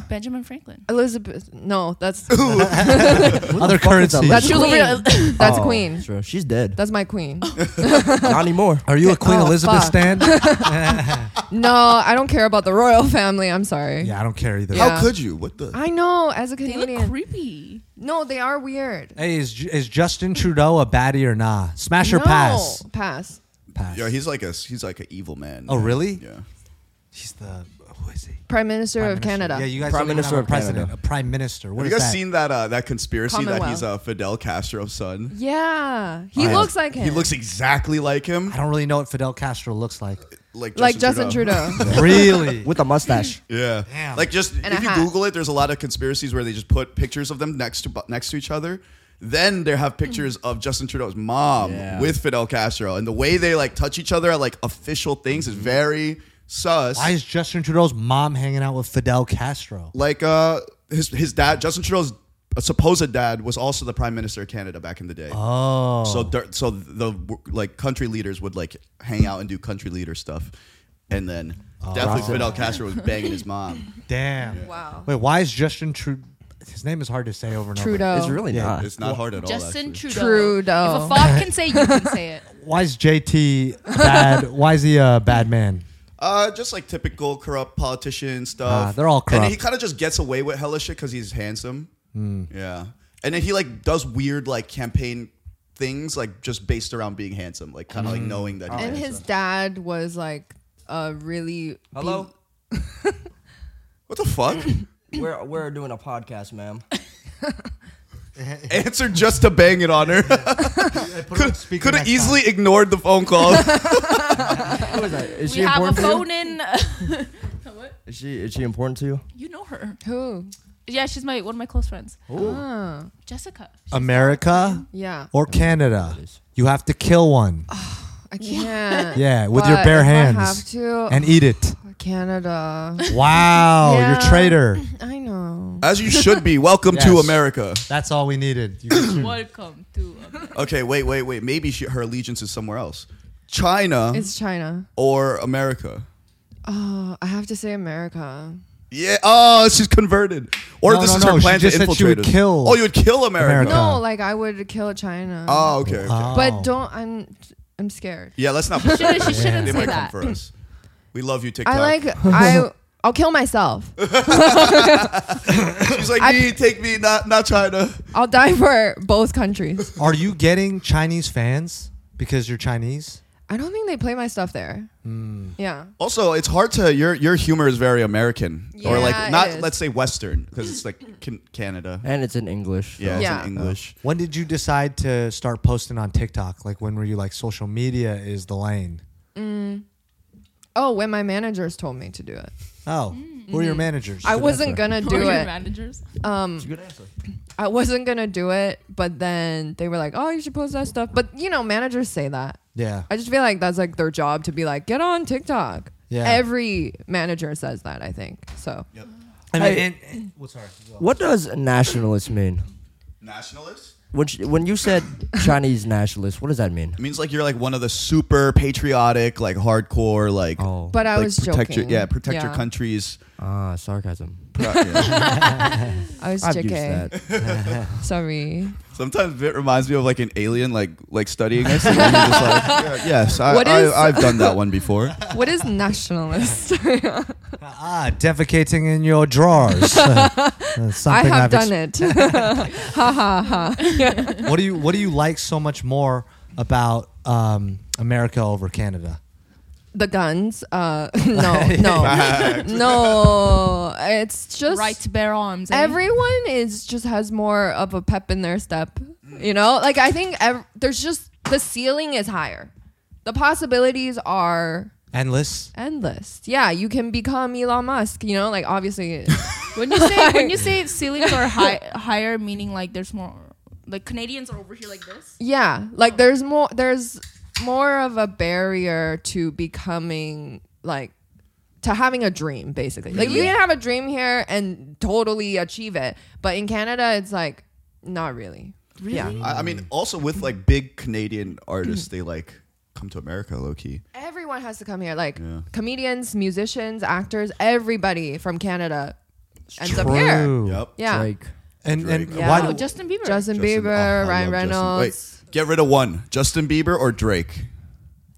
Speaker 5: Benjamin Franklin.
Speaker 2: Elizabeth. No,
Speaker 7: (laughs)
Speaker 2: that's
Speaker 7: Other currency.
Speaker 4: That's-
Speaker 2: that's
Speaker 5: She was
Speaker 2: queen.
Speaker 5: over
Speaker 2: (laughs) that's
Speaker 4: Oh,
Speaker 2: queen.
Speaker 4: that's true. She's dead.
Speaker 2: That's my
Speaker 7: (laughs)
Speaker 2: queen.
Speaker 4: Not
Speaker 1: (laughs)
Speaker 4: anymore.
Speaker 7: Are you a Queen
Speaker 2: Oh,
Speaker 7: Elizabeth
Speaker 2: fuck. (laughs)
Speaker 7: stand?
Speaker 2: No, I don't care about the royal family. I'm sorry.
Speaker 7: yeah, I don't care either.
Speaker 2: Yeah.
Speaker 1: How could you? What the?
Speaker 2: I know. As a
Speaker 5: They look
Speaker 2: Canadian,
Speaker 5: creepy.
Speaker 2: no, they are weird.
Speaker 7: Hey, is Ju- is Justin Trudeau a baddie or nah? Smash or
Speaker 2: no,
Speaker 7: pass?
Speaker 2: Pass.
Speaker 7: Pass.
Speaker 1: Yo, he's like a he's like an evil man.
Speaker 7: oh, really?
Speaker 1: Yeah.
Speaker 7: He's the who is he?
Speaker 2: Prime Minister
Speaker 7: Prime
Speaker 2: of
Speaker 7: Minister.
Speaker 2: Canada.
Speaker 7: Yeah, you guys
Speaker 4: Prime
Speaker 7: don't even
Speaker 4: Minister
Speaker 7: have a
Speaker 4: of
Speaker 7: president,
Speaker 4: Canada.
Speaker 7: a prime minister. What
Speaker 1: Have
Speaker 7: is
Speaker 1: you guys
Speaker 7: that?
Speaker 1: seen that uh, that conspiracy that he's uh, Fidel Castro's son?
Speaker 2: Yeah, he
Speaker 1: Yeah.
Speaker 2: looks like him.
Speaker 1: He looks exactly like him,
Speaker 7: I don't really know what Fidel Castro
Speaker 1: (laughs)
Speaker 7: looks like.
Speaker 1: like Justin
Speaker 2: like Justin
Speaker 1: Trudeau.
Speaker 2: Trudeau.
Speaker 7: really?
Speaker 4: With a mustache.
Speaker 1: Yeah,
Speaker 7: Damn.
Speaker 1: like just
Speaker 2: And a
Speaker 1: if you
Speaker 2: hat.
Speaker 1: Google it, there's a lot of conspiracies where they just put pictures of them next to bu- next to each other. Then they have pictures of Justin Trudeau's mom
Speaker 4: Yeah.
Speaker 1: with Fidel Castro, and the way they like touch each other at like official things is very sus.
Speaker 7: Mm-hmm. Why is Justin Trudeau's mom hanging out with Fidel Castro?
Speaker 1: like uh, his his dad, Justin Trudeau's uh, supposed dad, was also the prime minister of Canada back in the day.
Speaker 7: Oh,
Speaker 1: So there, so the like country leaders would like hang out and do country leader stuff, and then
Speaker 7: Oh,
Speaker 1: definitely Fidel Castro was banging his
Speaker 7: (laughs)
Speaker 1: mom.
Speaker 7: damn.
Speaker 2: wow.
Speaker 7: Wait, why is Justin Trudeau? His name is hard to say over and
Speaker 2: Trudeau.
Speaker 4: It's really
Speaker 7: Ah.
Speaker 4: not.
Speaker 1: It's not
Speaker 4: Oh,
Speaker 1: hard at all.
Speaker 5: Justin
Speaker 1: actually.
Speaker 5: Trudeau.
Speaker 2: Trudeau.
Speaker 5: If a fob can say, you can say it.
Speaker 7: over. Why is JT
Speaker 2: (laughs)
Speaker 7: a bad? why is he a bad man?
Speaker 1: Uh, just like typical corrupt politician stuff.
Speaker 7: Ah, they're all
Speaker 1: And he
Speaker 7: corrupt. Hmm.
Speaker 1: kind of just gets away with hella shit because he's handsome. Yeah, and then he like does weird like campaign things like just based around being handsome, like kind of
Speaker 7: Hmm.
Speaker 1: like knowing that. he's
Speaker 2: And
Speaker 1: handsome.
Speaker 2: his dad was like a really
Speaker 4: Hello.
Speaker 1: what the fuck?
Speaker 4: We're we're doing a podcast, ma'am.
Speaker 1: Answer just to bang it on
Speaker 7: (laughs)
Speaker 1: her. (laughs) Could have easily ignored the phone call.
Speaker 4: (laughs) Who is that? (laughs) Is
Speaker 5: We
Speaker 4: she
Speaker 5: have a
Speaker 4: important to you?
Speaker 5: phone in.
Speaker 4: Is she is she important to you?
Speaker 5: (laughs) you know her.
Speaker 2: who?
Speaker 5: Yeah, she's my one of my close friends.
Speaker 8: Ah.
Speaker 2: Huh.
Speaker 5: Jessica.
Speaker 4: Hmm.
Speaker 7: America
Speaker 2: Yeah,
Speaker 7: or Canada. You have to kill one.
Speaker 2: I can't.
Speaker 7: Yeah, with your
Speaker 2: But
Speaker 7: bare
Speaker 2: if
Speaker 7: hands.
Speaker 2: I have to.
Speaker 7: and eat it.
Speaker 2: Canada.
Speaker 7: Wow, you're
Speaker 2: Yeah.
Speaker 7: traitor.
Speaker 2: (laughs) I know.
Speaker 1: As you should
Speaker 7: (laughs)
Speaker 1: be. Welcome to
Speaker 7: Yes.
Speaker 1: America.
Speaker 7: That's all we
Speaker 2: (coughs)
Speaker 7: needed. You-
Speaker 5: Welcome to. uh,
Speaker 8: (laughs)
Speaker 1: Okay, wait, wait, wait. Maybe she, her allegiance is somewhere else. China
Speaker 2: It's China.
Speaker 1: or America?
Speaker 2: Oh, I have to say America.
Speaker 1: Yeah. Oh, she's converted. Or
Speaker 7: No,
Speaker 1: this
Speaker 7: no,
Speaker 1: is
Speaker 7: no,
Speaker 1: her
Speaker 7: she
Speaker 1: plan
Speaker 7: just
Speaker 1: to
Speaker 7: said
Speaker 1: infiltrate
Speaker 7: she would
Speaker 1: us.
Speaker 7: kill
Speaker 1: Oh, you would kill America.
Speaker 7: America. Uh-huh.
Speaker 2: No, like I would kill China.
Speaker 1: Oh, okay. okay.
Speaker 7: Wow.
Speaker 2: but don't. I'm. I'm scared.
Speaker 1: Yeah, let's not. push
Speaker 5: She, she
Speaker 1: it.
Speaker 5: shouldn't
Speaker 1: They
Speaker 5: say
Speaker 1: might come
Speaker 5: that.
Speaker 1: for us. We love you, TikTok.
Speaker 2: I like I I'll kill myself.
Speaker 1: (laughs) She's like,
Speaker 2: I-
Speaker 1: me, take me, not not China.
Speaker 2: I'll die for both countries.
Speaker 7: Are you getting Chinese fans because you're Chinese?
Speaker 2: I don't think they play my stuff there. Yeah.
Speaker 1: Also, it's hard to your your humor is very American or
Speaker 2: Yeah,
Speaker 1: like
Speaker 2: it
Speaker 1: not
Speaker 2: is.
Speaker 1: let's say Western because it's like can, Canada.
Speaker 4: and it's in English. so-
Speaker 1: Yeah, it's
Speaker 2: Yeah.
Speaker 1: in English.
Speaker 7: When did you decide to start posting on TikTok? Like when were you like social media is the lane?
Speaker 2: Oh, when my managers told me to do it,
Speaker 7: Oh, who are your managers?
Speaker 2: Mm-hmm. I wasn't gonna
Speaker 8: Who are
Speaker 2: do
Speaker 8: your
Speaker 2: it.
Speaker 8: managers?
Speaker 4: It's a good answer.
Speaker 2: I wasn't gonna do it, but then they were like, "Oh, you should post that stuff." But you know, managers say that.
Speaker 7: yeah.
Speaker 2: I just feel like that's like their job to be like, "Get on TikTok."
Speaker 7: Yeah.
Speaker 2: Every manager says that, I think. So
Speaker 7: I mean,
Speaker 4: Hey.
Speaker 7: and, and- well, sorry.
Speaker 4: What does nationalist mean?
Speaker 1: Nationalist.
Speaker 4: When, sh- when you said Chinese nationalist, what does that mean?
Speaker 1: It means like you're like one of the super patriotic, like hardcore, like.
Speaker 4: Oh,
Speaker 2: But I
Speaker 1: like,
Speaker 2: was
Speaker 1: protect
Speaker 2: joking.
Speaker 1: Your, yeah, protect your
Speaker 2: Yeah.
Speaker 1: countries.
Speaker 4: ah, sarcasm.
Speaker 1: Yeah.
Speaker 2: I was
Speaker 4: I've used
Speaker 2: JK. (laughs)
Speaker 4: that.
Speaker 2: Sorry.
Speaker 1: Sometimes it reminds me of like an alien, like like studying us. and you're just like, (laughs) yeah, yes, I,
Speaker 2: What is-
Speaker 1: I, I've done that one before.
Speaker 2: What is nationalist?
Speaker 7: Ah, defecating in
Speaker 2: (laughs)
Speaker 7: your drawers. (laughs)
Speaker 2: I
Speaker 7: Something
Speaker 2: have
Speaker 7: I've ex-
Speaker 2: done it. (laughs) ha ha ha.
Speaker 7: what do you What do you like so much more about um, America over Canada?
Speaker 2: The guns. Uh, (laughs) no,
Speaker 7: (laughs)
Speaker 2: no, no. It's just
Speaker 8: right to bear arms. eh? (laughs)
Speaker 2: everyone is just has more of a pep in their step you know like i think ev- there's just the ceiling is higher the possibilities are
Speaker 7: Endless.
Speaker 2: endless yeah you can become elon musk you know like obviously
Speaker 8: when you say when you (laughs) say ceilings are high, higher, meaning like there's more. Like Canadians are over here like this.
Speaker 2: yeah like there's more there's more of a barrier to becoming like to having a dream basically like you can have a dream here and totally achieve it but in canada it's like not really really yeah.
Speaker 1: (laughs) I, I mean, also with like big Canadian artists, they like come to America low key.
Speaker 2: Everyone has to come here. Like
Speaker 1: Yeah.
Speaker 2: comedians, musicians, actors, everybody from Canada ends up here.
Speaker 7: True.
Speaker 1: Yep.
Speaker 2: Yeah.
Speaker 4: Drake.
Speaker 7: And and
Speaker 1: Drake.
Speaker 2: Yeah.
Speaker 7: why
Speaker 8: Oh,
Speaker 7: do,
Speaker 8: Justin Bieber.
Speaker 5: (laughs)
Speaker 2: Justin,
Speaker 1: Justin-
Speaker 2: Bieber,
Speaker 1: oh, I
Speaker 2: Ryan
Speaker 1: love Justin.
Speaker 2: Reynolds,
Speaker 1: Wait, get rid of one. Justin Bieber or Drake?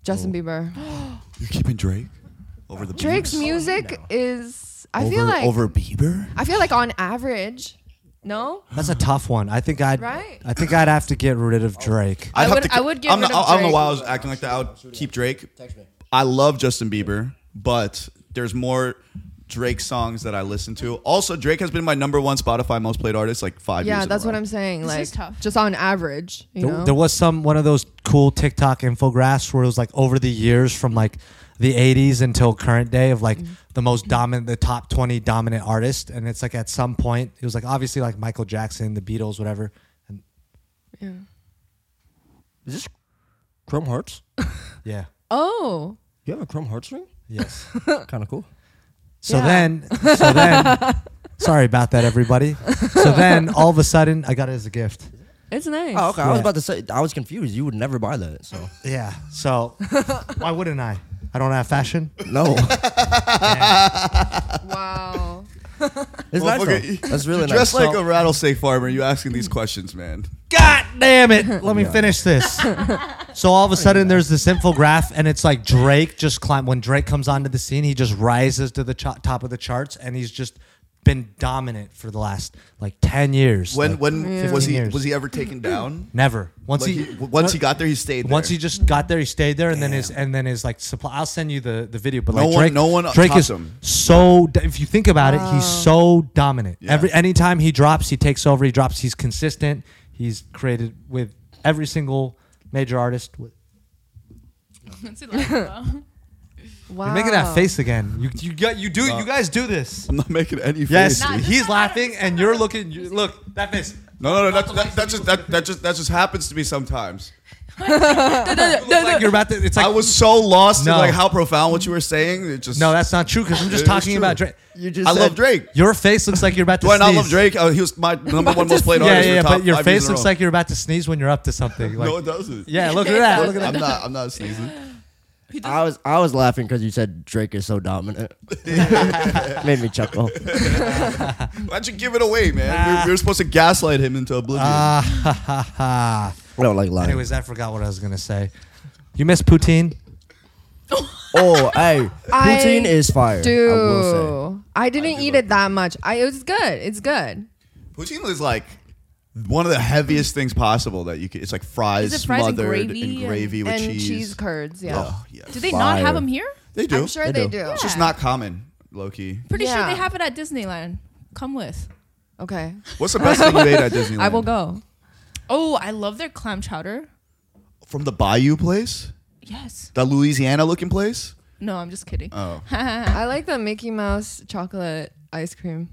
Speaker 2: Justin, Bieber.
Speaker 1: You're keeping Drake over the
Speaker 2: Drake's
Speaker 1: Biebs?
Speaker 2: music is I
Speaker 1: over,
Speaker 2: feel like
Speaker 1: over Bieber.
Speaker 2: I feel like on average, no?
Speaker 7: That's a tough one. I think I'd
Speaker 2: Right? Oh.
Speaker 7: I think I'd have to get
Speaker 2: (laughs)
Speaker 7: rid of Drake.
Speaker 1: I'd have
Speaker 2: would-
Speaker 1: to-
Speaker 2: I would get
Speaker 1: I'm
Speaker 2: rid
Speaker 1: not-
Speaker 2: of
Speaker 1: I don't know why I
Speaker 2: Drake.
Speaker 1: was acting like that. I would keep Drake. I love Justin Bieber, but there's more Drake songs that I listen to. Also, Drake has been my number one Spotify most played artist like five years. in
Speaker 2: Yeah,
Speaker 1: a
Speaker 2: that's what
Speaker 1: row.
Speaker 2: I'm saying.
Speaker 8: This
Speaker 2: like
Speaker 8: is tough.
Speaker 2: just on average, you
Speaker 7: There,
Speaker 2: know.
Speaker 7: there was some one of those cool TikTok infographics where it was like over the years from like the 80s until current day of like the most dominant, the top 20 dominant artist, and it's like at some point it was like obviously like Michael Jackson, the Beatles, whatever. And
Speaker 4: Is this Chrome Hearts?
Speaker 7: yeah,
Speaker 2: oh.
Speaker 4: You have a Chrome
Speaker 5: (laughs)
Speaker 4: Hearts ring?
Speaker 7: yes. (laughs)
Speaker 4: kind of cool.
Speaker 7: So
Speaker 2: Yeah.
Speaker 7: then, so
Speaker 2: (laughs)
Speaker 7: then, sorry about that, everybody. So then, all of a sudden, I got it as a gift.
Speaker 2: It's nice.
Speaker 4: Oh, okay. I was
Speaker 7: Yeah.
Speaker 4: about to say, I was confused. You would never buy that. So,
Speaker 7: Yeah.
Speaker 2: (laughs)
Speaker 7: So why wouldn't I? I don't have fashion.
Speaker 4: no.
Speaker 2: Wow.
Speaker 4: (laughs) It's nice.
Speaker 1: Motherfucker,
Speaker 4: though.
Speaker 1: you-
Speaker 4: That's really
Speaker 1: you (laughs)
Speaker 4: nice.
Speaker 1: Dress
Speaker 4: So-
Speaker 1: like a rattlesnake farmer. You asking these questions, man.
Speaker 7: God damn it. Let me finish this. So all of a sudden there's this infograph and it's like Drake just climb when Drake comes onto the scene, he just rises to the cho- top of the charts and he's just been dominant for the last like 10 years.
Speaker 1: When
Speaker 7: Like,
Speaker 1: when was
Speaker 7: 15
Speaker 1: he
Speaker 7: years.
Speaker 1: was he ever taken down?
Speaker 7: never. (clears throat) Once
Speaker 1: Like,
Speaker 7: he,
Speaker 1: he- once he got there, he stayed.
Speaker 7: once
Speaker 1: there.
Speaker 7: he just got there, he stayed there, and then his and then his like supply. I'll send you the, the video, but
Speaker 1: No
Speaker 7: like
Speaker 1: one-
Speaker 7: Drake,
Speaker 1: no one
Speaker 7: Drake
Speaker 1: tops
Speaker 7: is
Speaker 1: him. Um,
Speaker 7: so. d- If you think about it, he's so dominant.
Speaker 1: Yeah.
Speaker 7: Every anytime he drops, he takes over. He drops. He's consistent. He's created with every single major artist. With,
Speaker 8: It's (laughs) like,
Speaker 5: Uh,
Speaker 8: wow.
Speaker 2: Wow.
Speaker 7: You're making that face again. You you got you
Speaker 1: Uh,
Speaker 7: do you guys do
Speaker 1: (laughs)
Speaker 7: this.
Speaker 1: I'm not making any
Speaker 7: Yes,
Speaker 1: face. dude.
Speaker 7: he's laughing and you're looking. You, look that face.
Speaker 1: No, no, no. That, that, that just that, that just that just happens to me sometimes.
Speaker 7: You look like you're about to. It's like
Speaker 1: I was so lost
Speaker 7: No.
Speaker 1: in like how profound what you were saying. It just
Speaker 7: no, that's not true because I'm just
Speaker 1: It is
Speaker 7: talking
Speaker 1: true.
Speaker 7: about Drake.
Speaker 4: you just
Speaker 1: I
Speaker 4: said-
Speaker 1: love Drake.
Speaker 7: Your face looks like you're about to.
Speaker 1: Do I not love
Speaker 7: sneeze.
Speaker 1: Drake? Uh, he was my
Speaker 7: (laughs)
Speaker 1: number one most played
Speaker 7: Yeah,
Speaker 1: artist.
Speaker 7: yeah,
Speaker 1: for
Speaker 7: yeah
Speaker 1: top
Speaker 7: but your
Speaker 1: five years
Speaker 7: face
Speaker 1: in a
Speaker 7: looks
Speaker 1: row.
Speaker 7: like you're about to sneeze when you're up to something. Like,
Speaker 1: (laughs) no, it doesn't.
Speaker 7: yeah, look
Speaker 1: (laughs)
Speaker 7: at that. Look at that.
Speaker 1: I'm not. I'm not
Speaker 7: (laughs)
Speaker 1: sneezing.
Speaker 4: I was I was laughing because you said Drake is so dominant. (laughs) Made me chuckle.
Speaker 1: Why'd you give it away, man? We were- we were supposed to gaslight him into oblivion.
Speaker 7: Ah.
Speaker 4: I don't like lying.
Speaker 7: Anyways, I forgot what I was gonna say. You miss poutine?
Speaker 4: Oh, hey,
Speaker 2: I
Speaker 4: poutine is fire. I will
Speaker 2: Dude, I, didn't eat it that much. I it was good. It's good.
Speaker 1: Poutine is like one of the heaviest things possible that you could. It's like fries,
Speaker 8: Is it fries and
Speaker 1: smothered in
Speaker 8: gravy
Speaker 1: gravy,
Speaker 8: and-
Speaker 1: with
Speaker 2: and
Speaker 1: cheese.
Speaker 2: cheese. curds, yeah.
Speaker 1: Oh, yeah.
Speaker 8: Do they not
Speaker 4: Fire.
Speaker 8: have them here?
Speaker 1: They do.
Speaker 2: I'm sure they,
Speaker 4: They
Speaker 2: do.
Speaker 4: do.
Speaker 1: It's just not common, low key.
Speaker 8: Pretty sure
Speaker 2: Yeah.
Speaker 8: they have it at Disneyland. Come with.
Speaker 2: Okay.
Speaker 1: What's the best thing you ate
Speaker 2: (laughs)
Speaker 1: at Disneyland?
Speaker 2: I will go.
Speaker 8: Oh, I love their clam chowder.
Speaker 1: From the Bayou place?
Speaker 8: Yes.
Speaker 1: That Louisiana looking place?
Speaker 8: No, I'm just kidding. (laughs)
Speaker 1: Oh,
Speaker 2: I like the Mickey Mouse chocolate ice cream.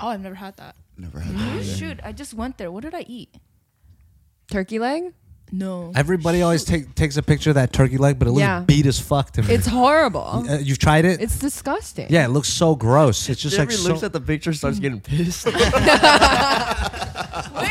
Speaker 8: oh, I've never had that.
Speaker 1: never had
Speaker 2: (gasps)
Speaker 1: that.
Speaker 8: Shoot, I just went there. What did I eat?
Speaker 2: Turkey leg?
Speaker 8: No.
Speaker 7: Everybody always take, takes a picture of that turkey leg, but it looks
Speaker 2: Yeah.
Speaker 7: beat as fuck to
Speaker 2: (laughs)
Speaker 7: me.
Speaker 2: It's horrible.
Speaker 7: Uh, you've tried it?
Speaker 2: It's disgusting.
Speaker 7: yeah, it looks so gross. It's just
Speaker 4: say.
Speaker 7: like
Speaker 4: Jeffrey looks
Speaker 7: so,
Speaker 4: at the picture, starts getting pissed.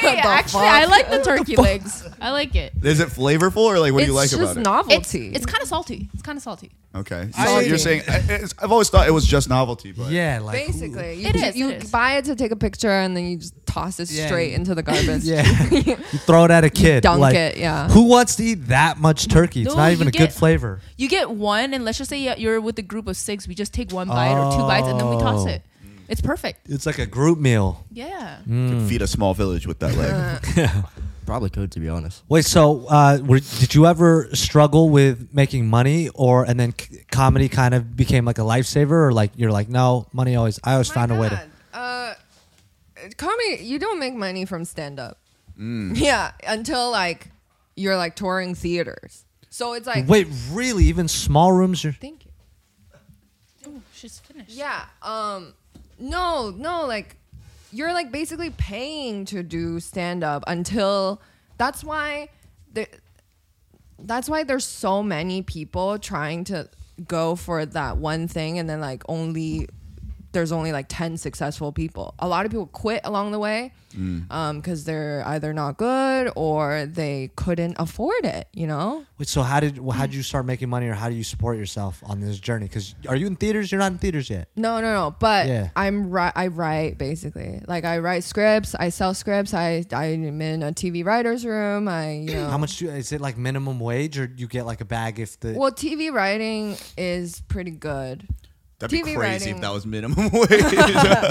Speaker 8: Wait, actually, I (laughs) like the turkey legs. I like it.
Speaker 1: Is it flavorful or like what
Speaker 2: it's
Speaker 1: do you like
Speaker 2: just
Speaker 1: about it?
Speaker 8: It's,
Speaker 2: novelty.
Speaker 8: it's kind of salty. It's kind of salty.
Speaker 1: Okay.
Speaker 2: I-
Speaker 1: So you're saying I- it's, I've always thought it was just novelty, but
Speaker 7: yeah, like ooh.
Speaker 2: basically you,
Speaker 8: It
Speaker 2: ju-
Speaker 8: is,
Speaker 2: you
Speaker 8: it is.
Speaker 2: buy it to take a picture and then you just toss it
Speaker 7: Yeah.
Speaker 2: straight into
Speaker 7: (laughs)
Speaker 2: the garbage.
Speaker 7: (laughs) Yeah, you throw it at a kid.
Speaker 2: dunk
Speaker 7: like,
Speaker 2: it, yeah.
Speaker 7: Who wants to eat that much turkey? It's
Speaker 8: No,
Speaker 7: not even
Speaker 8: you
Speaker 7: a good
Speaker 8: get-
Speaker 7: flavor.
Speaker 8: You get one, and let's just say you're with a group of six. We just take one bite or two bites, and then we toss
Speaker 7: Oh.
Speaker 8: it. It's perfect.
Speaker 7: It's like a group meal.
Speaker 8: Yeah.
Speaker 1: you can feed a small village with that leg.
Speaker 4: (laughs)
Speaker 2: Uh,
Speaker 4: Probably could, to be honest.
Speaker 7: Wait, so uh, were, did you ever struggle with making money, or and then c- comedy kind of became like a lifesaver, or like you're like, no, money always. I always found a way to.
Speaker 2: Oh Uh, comedy, you don't make money from stand up.
Speaker 7: Mm.
Speaker 2: Yeah, until like you're like touring theaters. So it's like,
Speaker 7: Wait, really? Even small rooms? Are,
Speaker 2: thank you.
Speaker 8: Oh, she's finished.
Speaker 2: Yeah. Um, no, no, like you're like basically paying to do stand up until that's why the that's why there's so many people trying to go for that one thing and then like only there's only like 10 successful people a lot of people quit along the way because they're either not good or they couldn't afford it you know
Speaker 7: wait, so how did how did you start making money, or how do you support yourself on this journey? Because are you in theaters? You're not in theaters yet.
Speaker 2: No, no, no. But
Speaker 7: Yeah.
Speaker 2: I'm ri- I write basically. Like I write scripts. I sell scripts. I I'm in a TV writers room. I
Speaker 1: (clears throat)
Speaker 2: you know.
Speaker 7: How much do, is it like minimum wage, or you get like a bag if the?
Speaker 2: Well, TV writing is pretty good.
Speaker 1: That'd be
Speaker 2: TV
Speaker 1: crazy
Speaker 2: writing.
Speaker 1: if that was minimum (laughs) wage.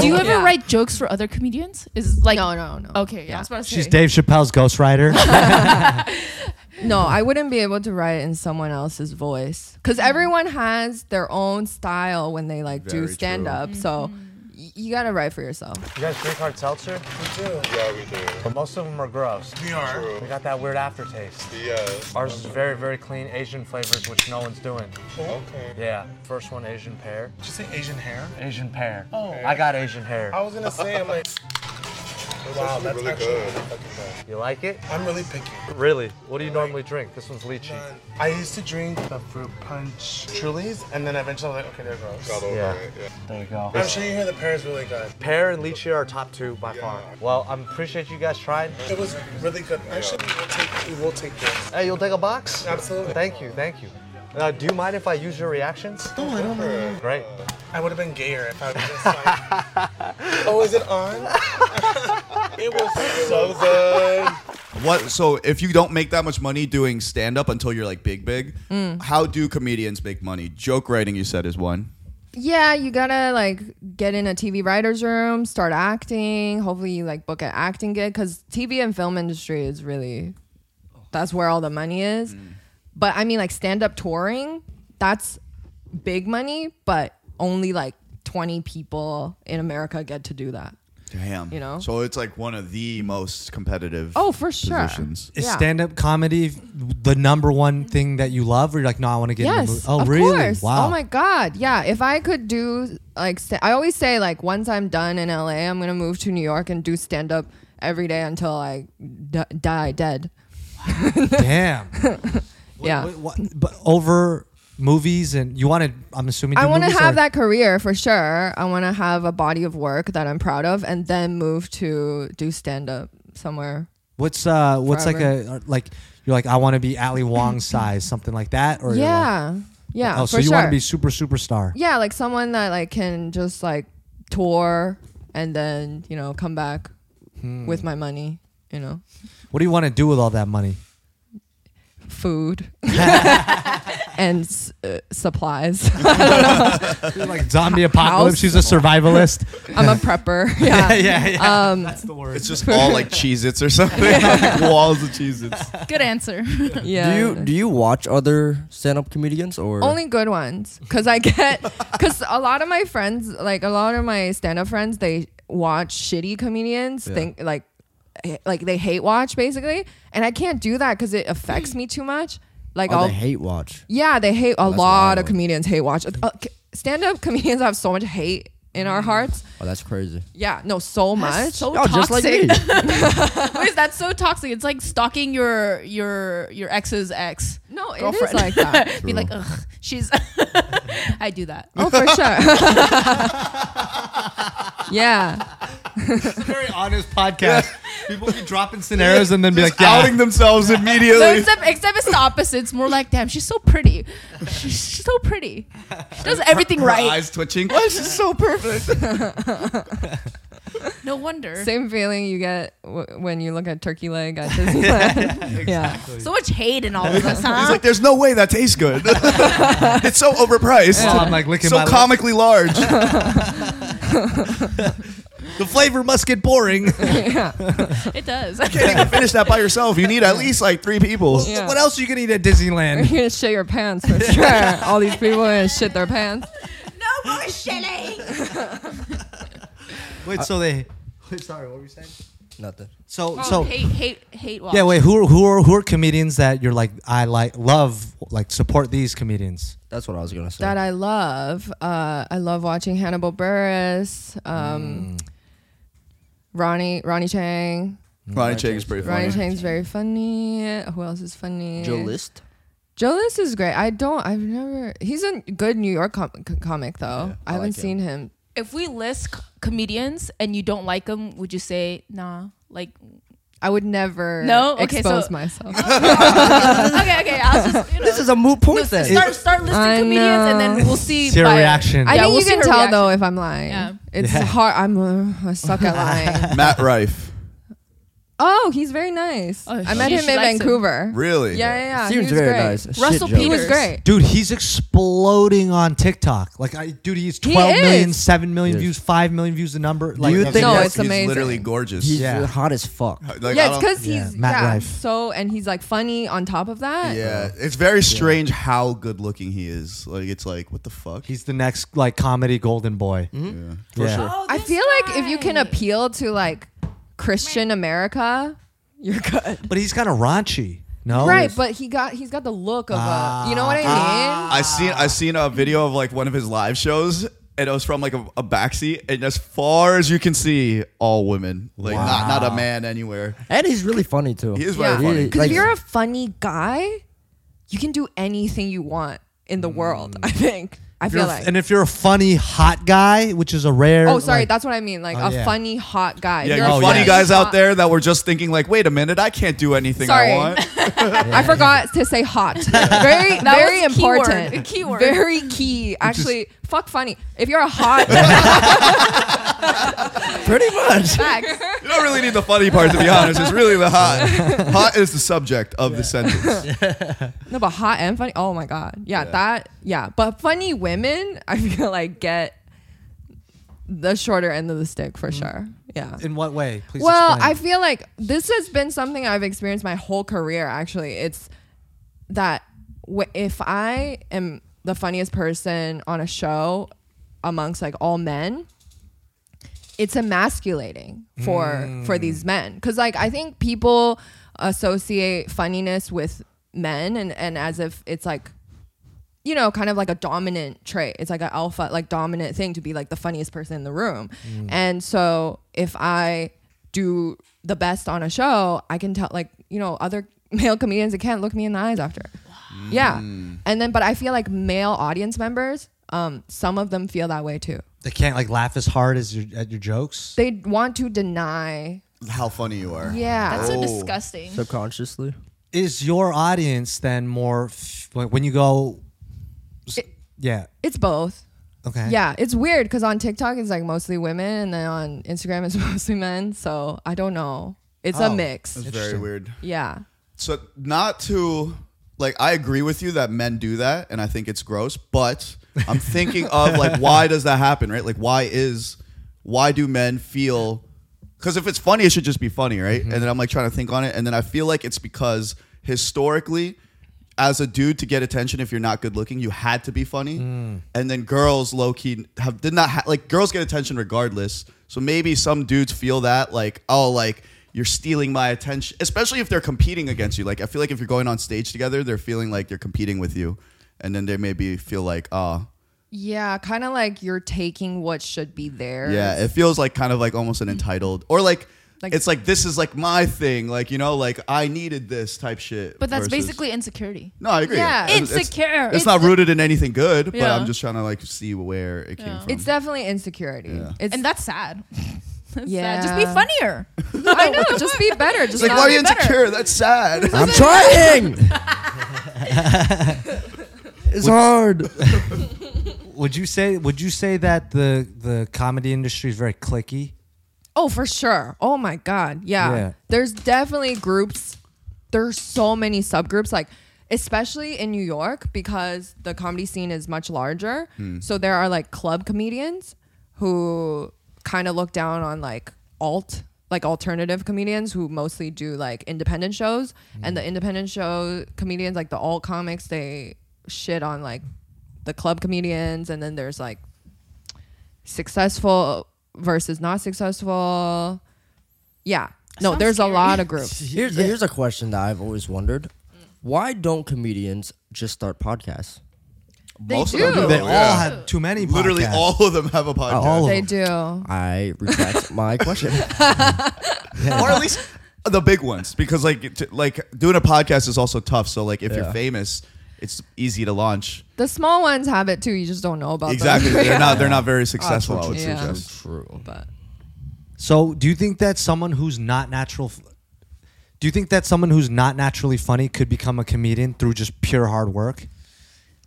Speaker 8: Do you ever
Speaker 2: Yeah.
Speaker 8: write jokes for other comedians? Is like
Speaker 2: no, no, no.
Speaker 5: oh.
Speaker 8: Okay, yeah. I was about to
Speaker 7: She's
Speaker 8: say.
Speaker 7: Dave Chappelle's ghostwriter.
Speaker 2: No, I wouldn't be able to write in someone else's voice because everyone has their own style when they like
Speaker 1: Very
Speaker 2: do
Speaker 1: true.
Speaker 2: stand up. So. y- You gotta write for yourself.
Speaker 9: You guys drink hard seltzer? We do. Yeah, we do. But most of them are gross. We are. We got that weird aftertaste. Yes. Ours is very, very clean Asian flavors, which no one's doing. Oh. Okay. Yeah. First one, Asian pear.
Speaker 10: Did you say Asian hair?
Speaker 9: Asian pear. Oh. I got Asian hair.
Speaker 10: I was gonna say, I'm like, wow, that's actually really fucking
Speaker 9: You like it?
Speaker 10: good. I'm really picky.
Speaker 9: Really? What do you normally drink? This one's lychee.
Speaker 10: I used to drink the fruit punch Trulies, and then eventually I was like, okay, they're gross.
Speaker 9: Yeah. There you go.
Speaker 10: I'm sure you hear the pear is really good.
Speaker 9: Pear and lychee are top two by far. Well, I appreciate you guys trying.
Speaker 10: It was really good. Actually, we'll take, we will take this.
Speaker 9: Hey, you'll take a box?
Speaker 10: Absolutely.
Speaker 9: Thank you, thank you. Uh, do you mind if I use your reactions?
Speaker 10: No, I don't know.
Speaker 9: Great.
Speaker 10: I would have been gayer if I was just like, (laughs) oh, is it on? it was so good.
Speaker 1: what? So if you don't make that much money doing stand up until you're like big, big,
Speaker 2: Mm.
Speaker 1: how do comedians make money? Joke writing, you said, is one.
Speaker 2: Yeah, you gotta like get in a TV writers room, start acting. Hopefully, you like book an acting gig because TV and film industry is really that's where all the money is. But I mean, like stand up touring, that's big money, but only like twenty people in America get to do that.
Speaker 1: Damn.
Speaker 2: You know?
Speaker 1: So it's like one of the most competitive.
Speaker 2: Oh, for sure.
Speaker 1: Positions.
Speaker 7: Is
Speaker 2: Yeah.
Speaker 7: stand up comedy the number one thing that you love, or you're like, no, I want to get in the movie?
Speaker 2: Yes,
Speaker 7: Oh,
Speaker 2: of
Speaker 7: really?
Speaker 2: course.
Speaker 7: Wow.
Speaker 2: Oh my (laughs) god, yeah. If I could do like, st- I always say like, once I'm done in LA, I'm gonna move to New York and do stand up every day until I d- die dead.
Speaker 7: Damn.
Speaker 2: (laughs) Yeah.
Speaker 7: Wait, what- but over movies, and you want to, I'm assuming,
Speaker 2: I
Speaker 7: want to
Speaker 2: have that career for sure. I want to have a body of work that I'm proud of, and then move to do stand up somewhere.
Speaker 7: What's, uh, what's like a, like, you're like, I want to be
Speaker 2: (laughs)
Speaker 7: Ali Wong size, something like that? Or you're like-
Speaker 2: yeah, yeah.
Speaker 7: oh,
Speaker 2: for
Speaker 7: so you
Speaker 2: sure.
Speaker 7: want to be super, superstar.
Speaker 2: yeah, like someone that like can just like tour and then you know come back
Speaker 7: Hmm.
Speaker 2: with my money. You know,
Speaker 4: (laughs)
Speaker 7: What do you want to do with all that money?
Speaker 2: food. (laughs) and s- uh, supplies. (laughs) I don't know.
Speaker 7: like zombie apocalypse.
Speaker 2: House?
Speaker 7: She's
Speaker 2: (laughs)
Speaker 7: a survivalist.
Speaker 2: I'm a
Speaker 4: (laughs)
Speaker 2: prepper. Yeah.
Speaker 7: (laughs) yeah, yeah.
Speaker 2: Um,
Speaker 7: That's the word.
Speaker 1: It's
Speaker 2: (laughs)
Speaker 1: just all like Cheez Its or something. (laughs) like walls of Cheez
Speaker 2: (laughs)
Speaker 1: Its.
Speaker 8: (laughs)
Speaker 5: Good answer.
Speaker 2: yeah.
Speaker 4: Do you do you watch other stand up comedians or
Speaker 2: only good ones because i get (laughs) because a lot of my friends like a lot of my stand-up friends they watch shitty comedians think like eh, like they hate watch basically and i can't do that because it affects me too much like
Speaker 4: oh,
Speaker 2: I'll,
Speaker 4: they hate watch?
Speaker 2: yeah they hate a
Speaker 4: that's
Speaker 2: lot
Speaker 4: wild.
Speaker 2: of comedians hate watch Uh, c- stand-up comedians have so much hate in our hearts
Speaker 4: Oh, that's crazy.
Speaker 2: yeah no so much
Speaker 5: so
Speaker 4: Oh,
Speaker 5: toxic.
Speaker 4: just like
Speaker 8: (laughs)
Speaker 4: me.
Speaker 5: Wait, that's so toxic. It's like stalking your your your ex's ex.
Speaker 2: no it is
Speaker 5: Girlfriend.
Speaker 2: like that
Speaker 5: Be like, ugh,
Speaker 8: (laughs)
Speaker 5: she's. I do that.
Speaker 2: oh for sure (laughs) yeah
Speaker 7: It's a very honest
Speaker 2: (laughs)
Speaker 7: podcast. People be dropping scenarios and then be like, yeah.
Speaker 1: Outing themselves
Speaker 5: No,
Speaker 1: immediately.
Speaker 5: except except it's the opposite. It's more like, damn, she's so pretty. She's so pretty. She does
Speaker 1: (laughs)
Speaker 5: everything
Speaker 1: Her
Speaker 5: right.
Speaker 1: eyes twitching.
Speaker 2: (laughs)
Speaker 1: Why is she so perfect?
Speaker 5: No wonder.
Speaker 2: Same feeling you get w- when you look at turkey leg at Disneyland. yeah,
Speaker 5: So much hate in all of us, huh?
Speaker 1: He's like, there's no way that tastes good. (laughs) it's so overpriced.
Speaker 7: Oh, I'm like licking
Speaker 1: so
Speaker 7: my lip.
Speaker 1: comically large.
Speaker 7: The flavor must get boring.
Speaker 5: it does.
Speaker 1: can't even finish that by yourself. You need at least like three people.
Speaker 2: Yeah.
Speaker 7: What else are you gonna eat at
Speaker 2: (laughs)
Speaker 7: Disneyland?
Speaker 2: You're gonna shit your pants for sure. All these people are gonna shit their pants.
Speaker 5: (laughs) no more shitting.
Speaker 7: Wait, so they. Wait, sorry, what were you saying?
Speaker 4: Nothing.
Speaker 7: So,
Speaker 5: Oh,
Speaker 7: so
Speaker 5: hate, hate, hate. Watch.
Speaker 7: yeah. Wait, who are, who are who are comedians that you're like I like love like support these comedians?
Speaker 4: That's what I was gonna say.
Speaker 2: That I love. Uh, I love watching Hannibal Burris, um, Ronnie Ronnie Chang.
Speaker 1: Ronnie Chang is pretty
Speaker 2: Ronnie
Speaker 1: funny.
Speaker 2: Chang's very funny. Who else is funny?
Speaker 4: Joe List.
Speaker 2: Joe List is great. I don't. I've never. He's a good New York com- c- comic though. I,
Speaker 4: I
Speaker 2: haven't
Speaker 4: like him.
Speaker 2: seen him.
Speaker 5: If we list c- comedians and you don't like them, would you say nah? (laughs) Like
Speaker 2: I would never
Speaker 5: No? Okay,
Speaker 2: expose
Speaker 5: so-
Speaker 2: myself.
Speaker 5: okay, okay. I'll just you know,
Speaker 4: This is a moot point
Speaker 5: no,
Speaker 4: then.
Speaker 5: start start listing
Speaker 2: I
Speaker 5: comedians and then we'll see.
Speaker 7: See her
Speaker 5: by-
Speaker 7: reaction.
Speaker 2: I
Speaker 5: Yeah,
Speaker 2: think
Speaker 5: we'll
Speaker 2: you
Speaker 5: see
Speaker 2: can
Speaker 5: her
Speaker 2: tell
Speaker 5: reaction.
Speaker 2: though if I'm lying.
Speaker 5: Yeah.
Speaker 2: It's
Speaker 7: Yeah.
Speaker 2: hard. I'm uh, I suck at
Speaker 1: (laughs)
Speaker 2: lying.
Speaker 1: Matt Rife.
Speaker 2: oh, he's very nice.
Speaker 5: Oh,
Speaker 2: I met
Speaker 5: she-
Speaker 2: him
Speaker 5: she
Speaker 2: in
Speaker 5: likes him.
Speaker 2: Vancouver.
Speaker 1: Really?
Speaker 2: Yeah, yeah, yeah.
Speaker 4: Seems
Speaker 2: he was
Speaker 4: very
Speaker 2: great.
Speaker 4: nice. Shit
Speaker 5: Russell
Speaker 4: joke.
Speaker 2: He was
Speaker 5: Peters.
Speaker 2: great.
Speaker 7: Dude, he's exploding on TikTok. Like, I, dude, he's
Speaker 2: He
Speaker 7: 12 million,
Speaker 2: is.
Speaker 7: 7 million
Speaker 4: Yes.
Speaker 7: views, 5 million views, the number. Like,
Speaker 4: you
Speaker 7: that's-
Speaker 4: think-
Speaker 2: No,
Speaker 1: He's-
Speaker 2: it's
Speaker 1: he's
Speaker 2: amazing.
Speaker 1: literally gorgeous.
Speaker 4: He's
Speaker 7: Yeah.
Speaker 4: hot as fuck.
Speaker 1: Like, I
Speaker 2: yeah, it's
Speaker 1: don't-
Speaker 2: because he's
Speaker 7: Yeah, Matt
Speaker 2: yeah,
Speaker 7: Rife.
Speaker 2: so and he's like funny on top of that.
Speaker 1: Yeah, it's very strange how good looking he is. Like it's like what the fuck.
Speaker 7: he's the next, like, comedy golden boy.
Speaker 4: Mm-hmm.
Speaker 1: yeah.
Speaker 7: For sure.
Speaker 5: Oh,
Speaker 2: I feel like if you can appeal to like Christian America, you're good.
Speaker 7: But he's kind of raunchy. No?
Speaker 2: right, but he got he's got the look of a you know what I mean?
Speaker 1: I seen I seen a video of like one of his live shows. And it was from like a, a backseat, and as far as you can see, all women. Like not not a man anywhere.
Speaker 4: And he's really funny too.
Speaker 1: He is very
Speaker 2: Yeah.
Speaker 1: funny.
Speaker 2: Because
Speaker 4: Like-
Speaker 2: if you're a funny guy, you can do anything you want in the world. I think. I
Speaker 7: If you're
Speaker 2: feel
Speaker 7: a-
Speaker 2: like.
Speaker 7: and if you're a funny, hot guy, which is a rare.
Speaker 2: oh, sorry.
Speaker 7: like-
Speaker 2: that's what I mean. Like
Speaker 7: Oh,
Speaker 2: a
Speaker 7: yeah.
Speaker 2: funny, hot guy.
Speaker 1: Yeah,
Speaker 2: You're
Speaker 1: you
Speaker 2: a
Speaker 7: Oh,
Speaker 1: funny
Speaker 7: yeah.
Speaker 1: guys out
Speaker 2: hot-
Speaker 1: there that were just thinking like, wait a minute, I can't do anything
Speaker 2: Sorry.
Speaker 1: I want.
Speaker 2: (laughs) I forgot to say hot. Very,
Speaker 5: That
Speaker 2: very
Speaker 5: was a keyword,
Speaker 2: important.
Speaker 5: a keyword.
Speaker 2: Very key. Actually, fuck funny. If you're a hot (laughs)
Speaker 4: pretty much.
Speaker 2: facts.
Speaker 1: You don't really need the funny part to be honest. It's really the (laughs) hot. Hot is the subject of the sentence.
Speaker 2: No, but hot and funny. Oh my god. Yeah,
Speaker 1: Yeah.
Speaker 2: that. Yeah, but funny women, (laughs) I feel like get the shorter end of the stick for sure. Yeah.
Speaker 7: In what way? Please
Speaker 2: well
Speaker 7: explain.
Speaker 2: i feel like this has been something i've experienced my whole career actually it's that w- if i am the funniest person on a show amongst like all men it's emasculating for
Speaker 7: Mm.
Speaker 2: for these men because like i think people associate funniness with men and and as if it's like you know, kind of like a dominant trait. It's like an alpha, like dominant thing to be like the funniest person in the room. And so if I do the best on a show, I can tell like, you know, other (laughs) male comedians that can't look me in the eyes after. Yeah. And then but I feel like male audience members, um, some of them feel that way too.
Speaker 7: They can't, like, laugh as hard as your, at your jokes.
Speaker 2: They want to deny
Speaker 1: How funny you are.
Speaker 2: Yeah.
Speaker 5: That's so
Speaker 1: Oh.
Speaker 5: disgusting.
Speaker 4: Subconsciously.
Speaker 7: Is your audience then more. F- like, when you go. s-
Speaker 2: It-
Speaker 7: yeah.
Speaker 2: it's both.
Speaker 7: Okay.
Speaker 2: Yeah, it's weird because on TikTok it's like mostly women, and then on Instagram it's (laughs) mostly men. So I don't know. It's
Speaker 7: Oh.
Speaker 2: a mix.
Speaker 1: It's very weird.
Speaker 2: Yeah.
Speaker 1: So not to like I agree with you that men do that, and I think it's gross. But I'm thinking of (laughs) like why does that happen, right? Like why is why do men feel? Because if it's funny, it should just be funny, right? And then I'm like trying to think on it, and then I feel like it's because historically. As a dude, to get attention, if you're not good looking, you had to be funny. And then girls, low key, have did not ha- like girls get attention regardless. So maybe some dudes feel that like, oh, like you're stealing my attention, especially if they're competing against you. Like, I feel like if you're going on stage together, they're feeling like they're competing with you. And then they maybe feel like, oh,
Speaker 2: Yeah, kind of like you're taking what should be theirs.
Speaker 1: yeah, it feels like kind of like almost an entitled or like,
Speaker 2: Like-
Speaker 1: it's like, this is like my thing. Like, you know, like I needed this type shit.
Speaker 8: But that's
Speaker 1: versus-
Speaker 8: basically insecurity.
Speaker 1: no, I agree.
Speaker 2: Yeah.
Speaker 1: It's- it's-
Speaker 8: Insecure.
Speaker 1: It's, not rooted in anything good, but
Speaker 8: Yeah.
Speaker 1: I'm just trying to like see where it came from.
Speaker 2: It's definitely insecurity.
Speaker 1: Yeah.
Speaker 2: It's (laughs)
Speaker 8: And that's sad. (laughs) That's
Speaker 2: Yeah.
Speaker 8: sad. Just be funnier.
Speaker 2: I know. Just be better. Just
Speaker 1: It's like,
Speaker 2: not
Speaker 1: why are you
Speaker 2: be better.
Speaker 1: insecure? That's sad.
Speaker 4: I'm trying. it's hard.
Speaker 7: Would you say would you say that the the comedy industry is very clicky?
Speaker 2: Oh, for sure. Oh my god. Yeah.
Speaker 7: Yeah.
Speaker 2: There's definitely groups. There's so many subgroups like especially in New York because the comedy scene is much larger. So there are like club comedians who kind of look down on like alt like alternative comedians who mostly do like independent shows and the independent show comedians like the alt comics they shit on like the club comedians and then there's like successful versus not successful. Yeah. No,
Speaker 8: Sounds
Speaker 2: there's
Speaker 8: scary.
Speaker 2: a lot
Speaker 1: (laughs)
Speaker 2: of groups.
Speaker 4: Here's here's a question that I've always wondered: Why don't comedians just start podcasts?
Speaker 2: They
Speaker 1: (laughs) Most of
Speaker 2: do.
Speaker 1: them do.
Speaker 7: They
Speaker 1: Oh,
Speaker 7: all
Speaker 1: yeah.
Speaker 7: have too many.
Speaker 1: Literally,
Speaker 7: podcasts.
Speaker 1: all of them have a podcast.
Speaker 7: all of
Speaker 2: They do.
Speaker 4: I retract my question.
Speaker 1: or at least the big ones because like t- like doing a podcast is also tough so like if you're
Speaker 4: Yeah.
Speaker 1: famous it's easy to launch
Speaker 2: The small ones have it too. You just don't know about
Speaker 1: exactly
Speaker 2: them.
Speaker 1: they're not they're not
Speaker 2: (laughs)
Speaker 1: very successful i
Speaker 4: true,
Speaker 1: would
Speaker 2: true, true.
Speaker 1: suggest
Speaker 4: True.
Speaker 2: but
Speaker 7: So, do you think that someone who's not natural, do you think that someone who's not naturally funny could become a comedian through just pure hard work?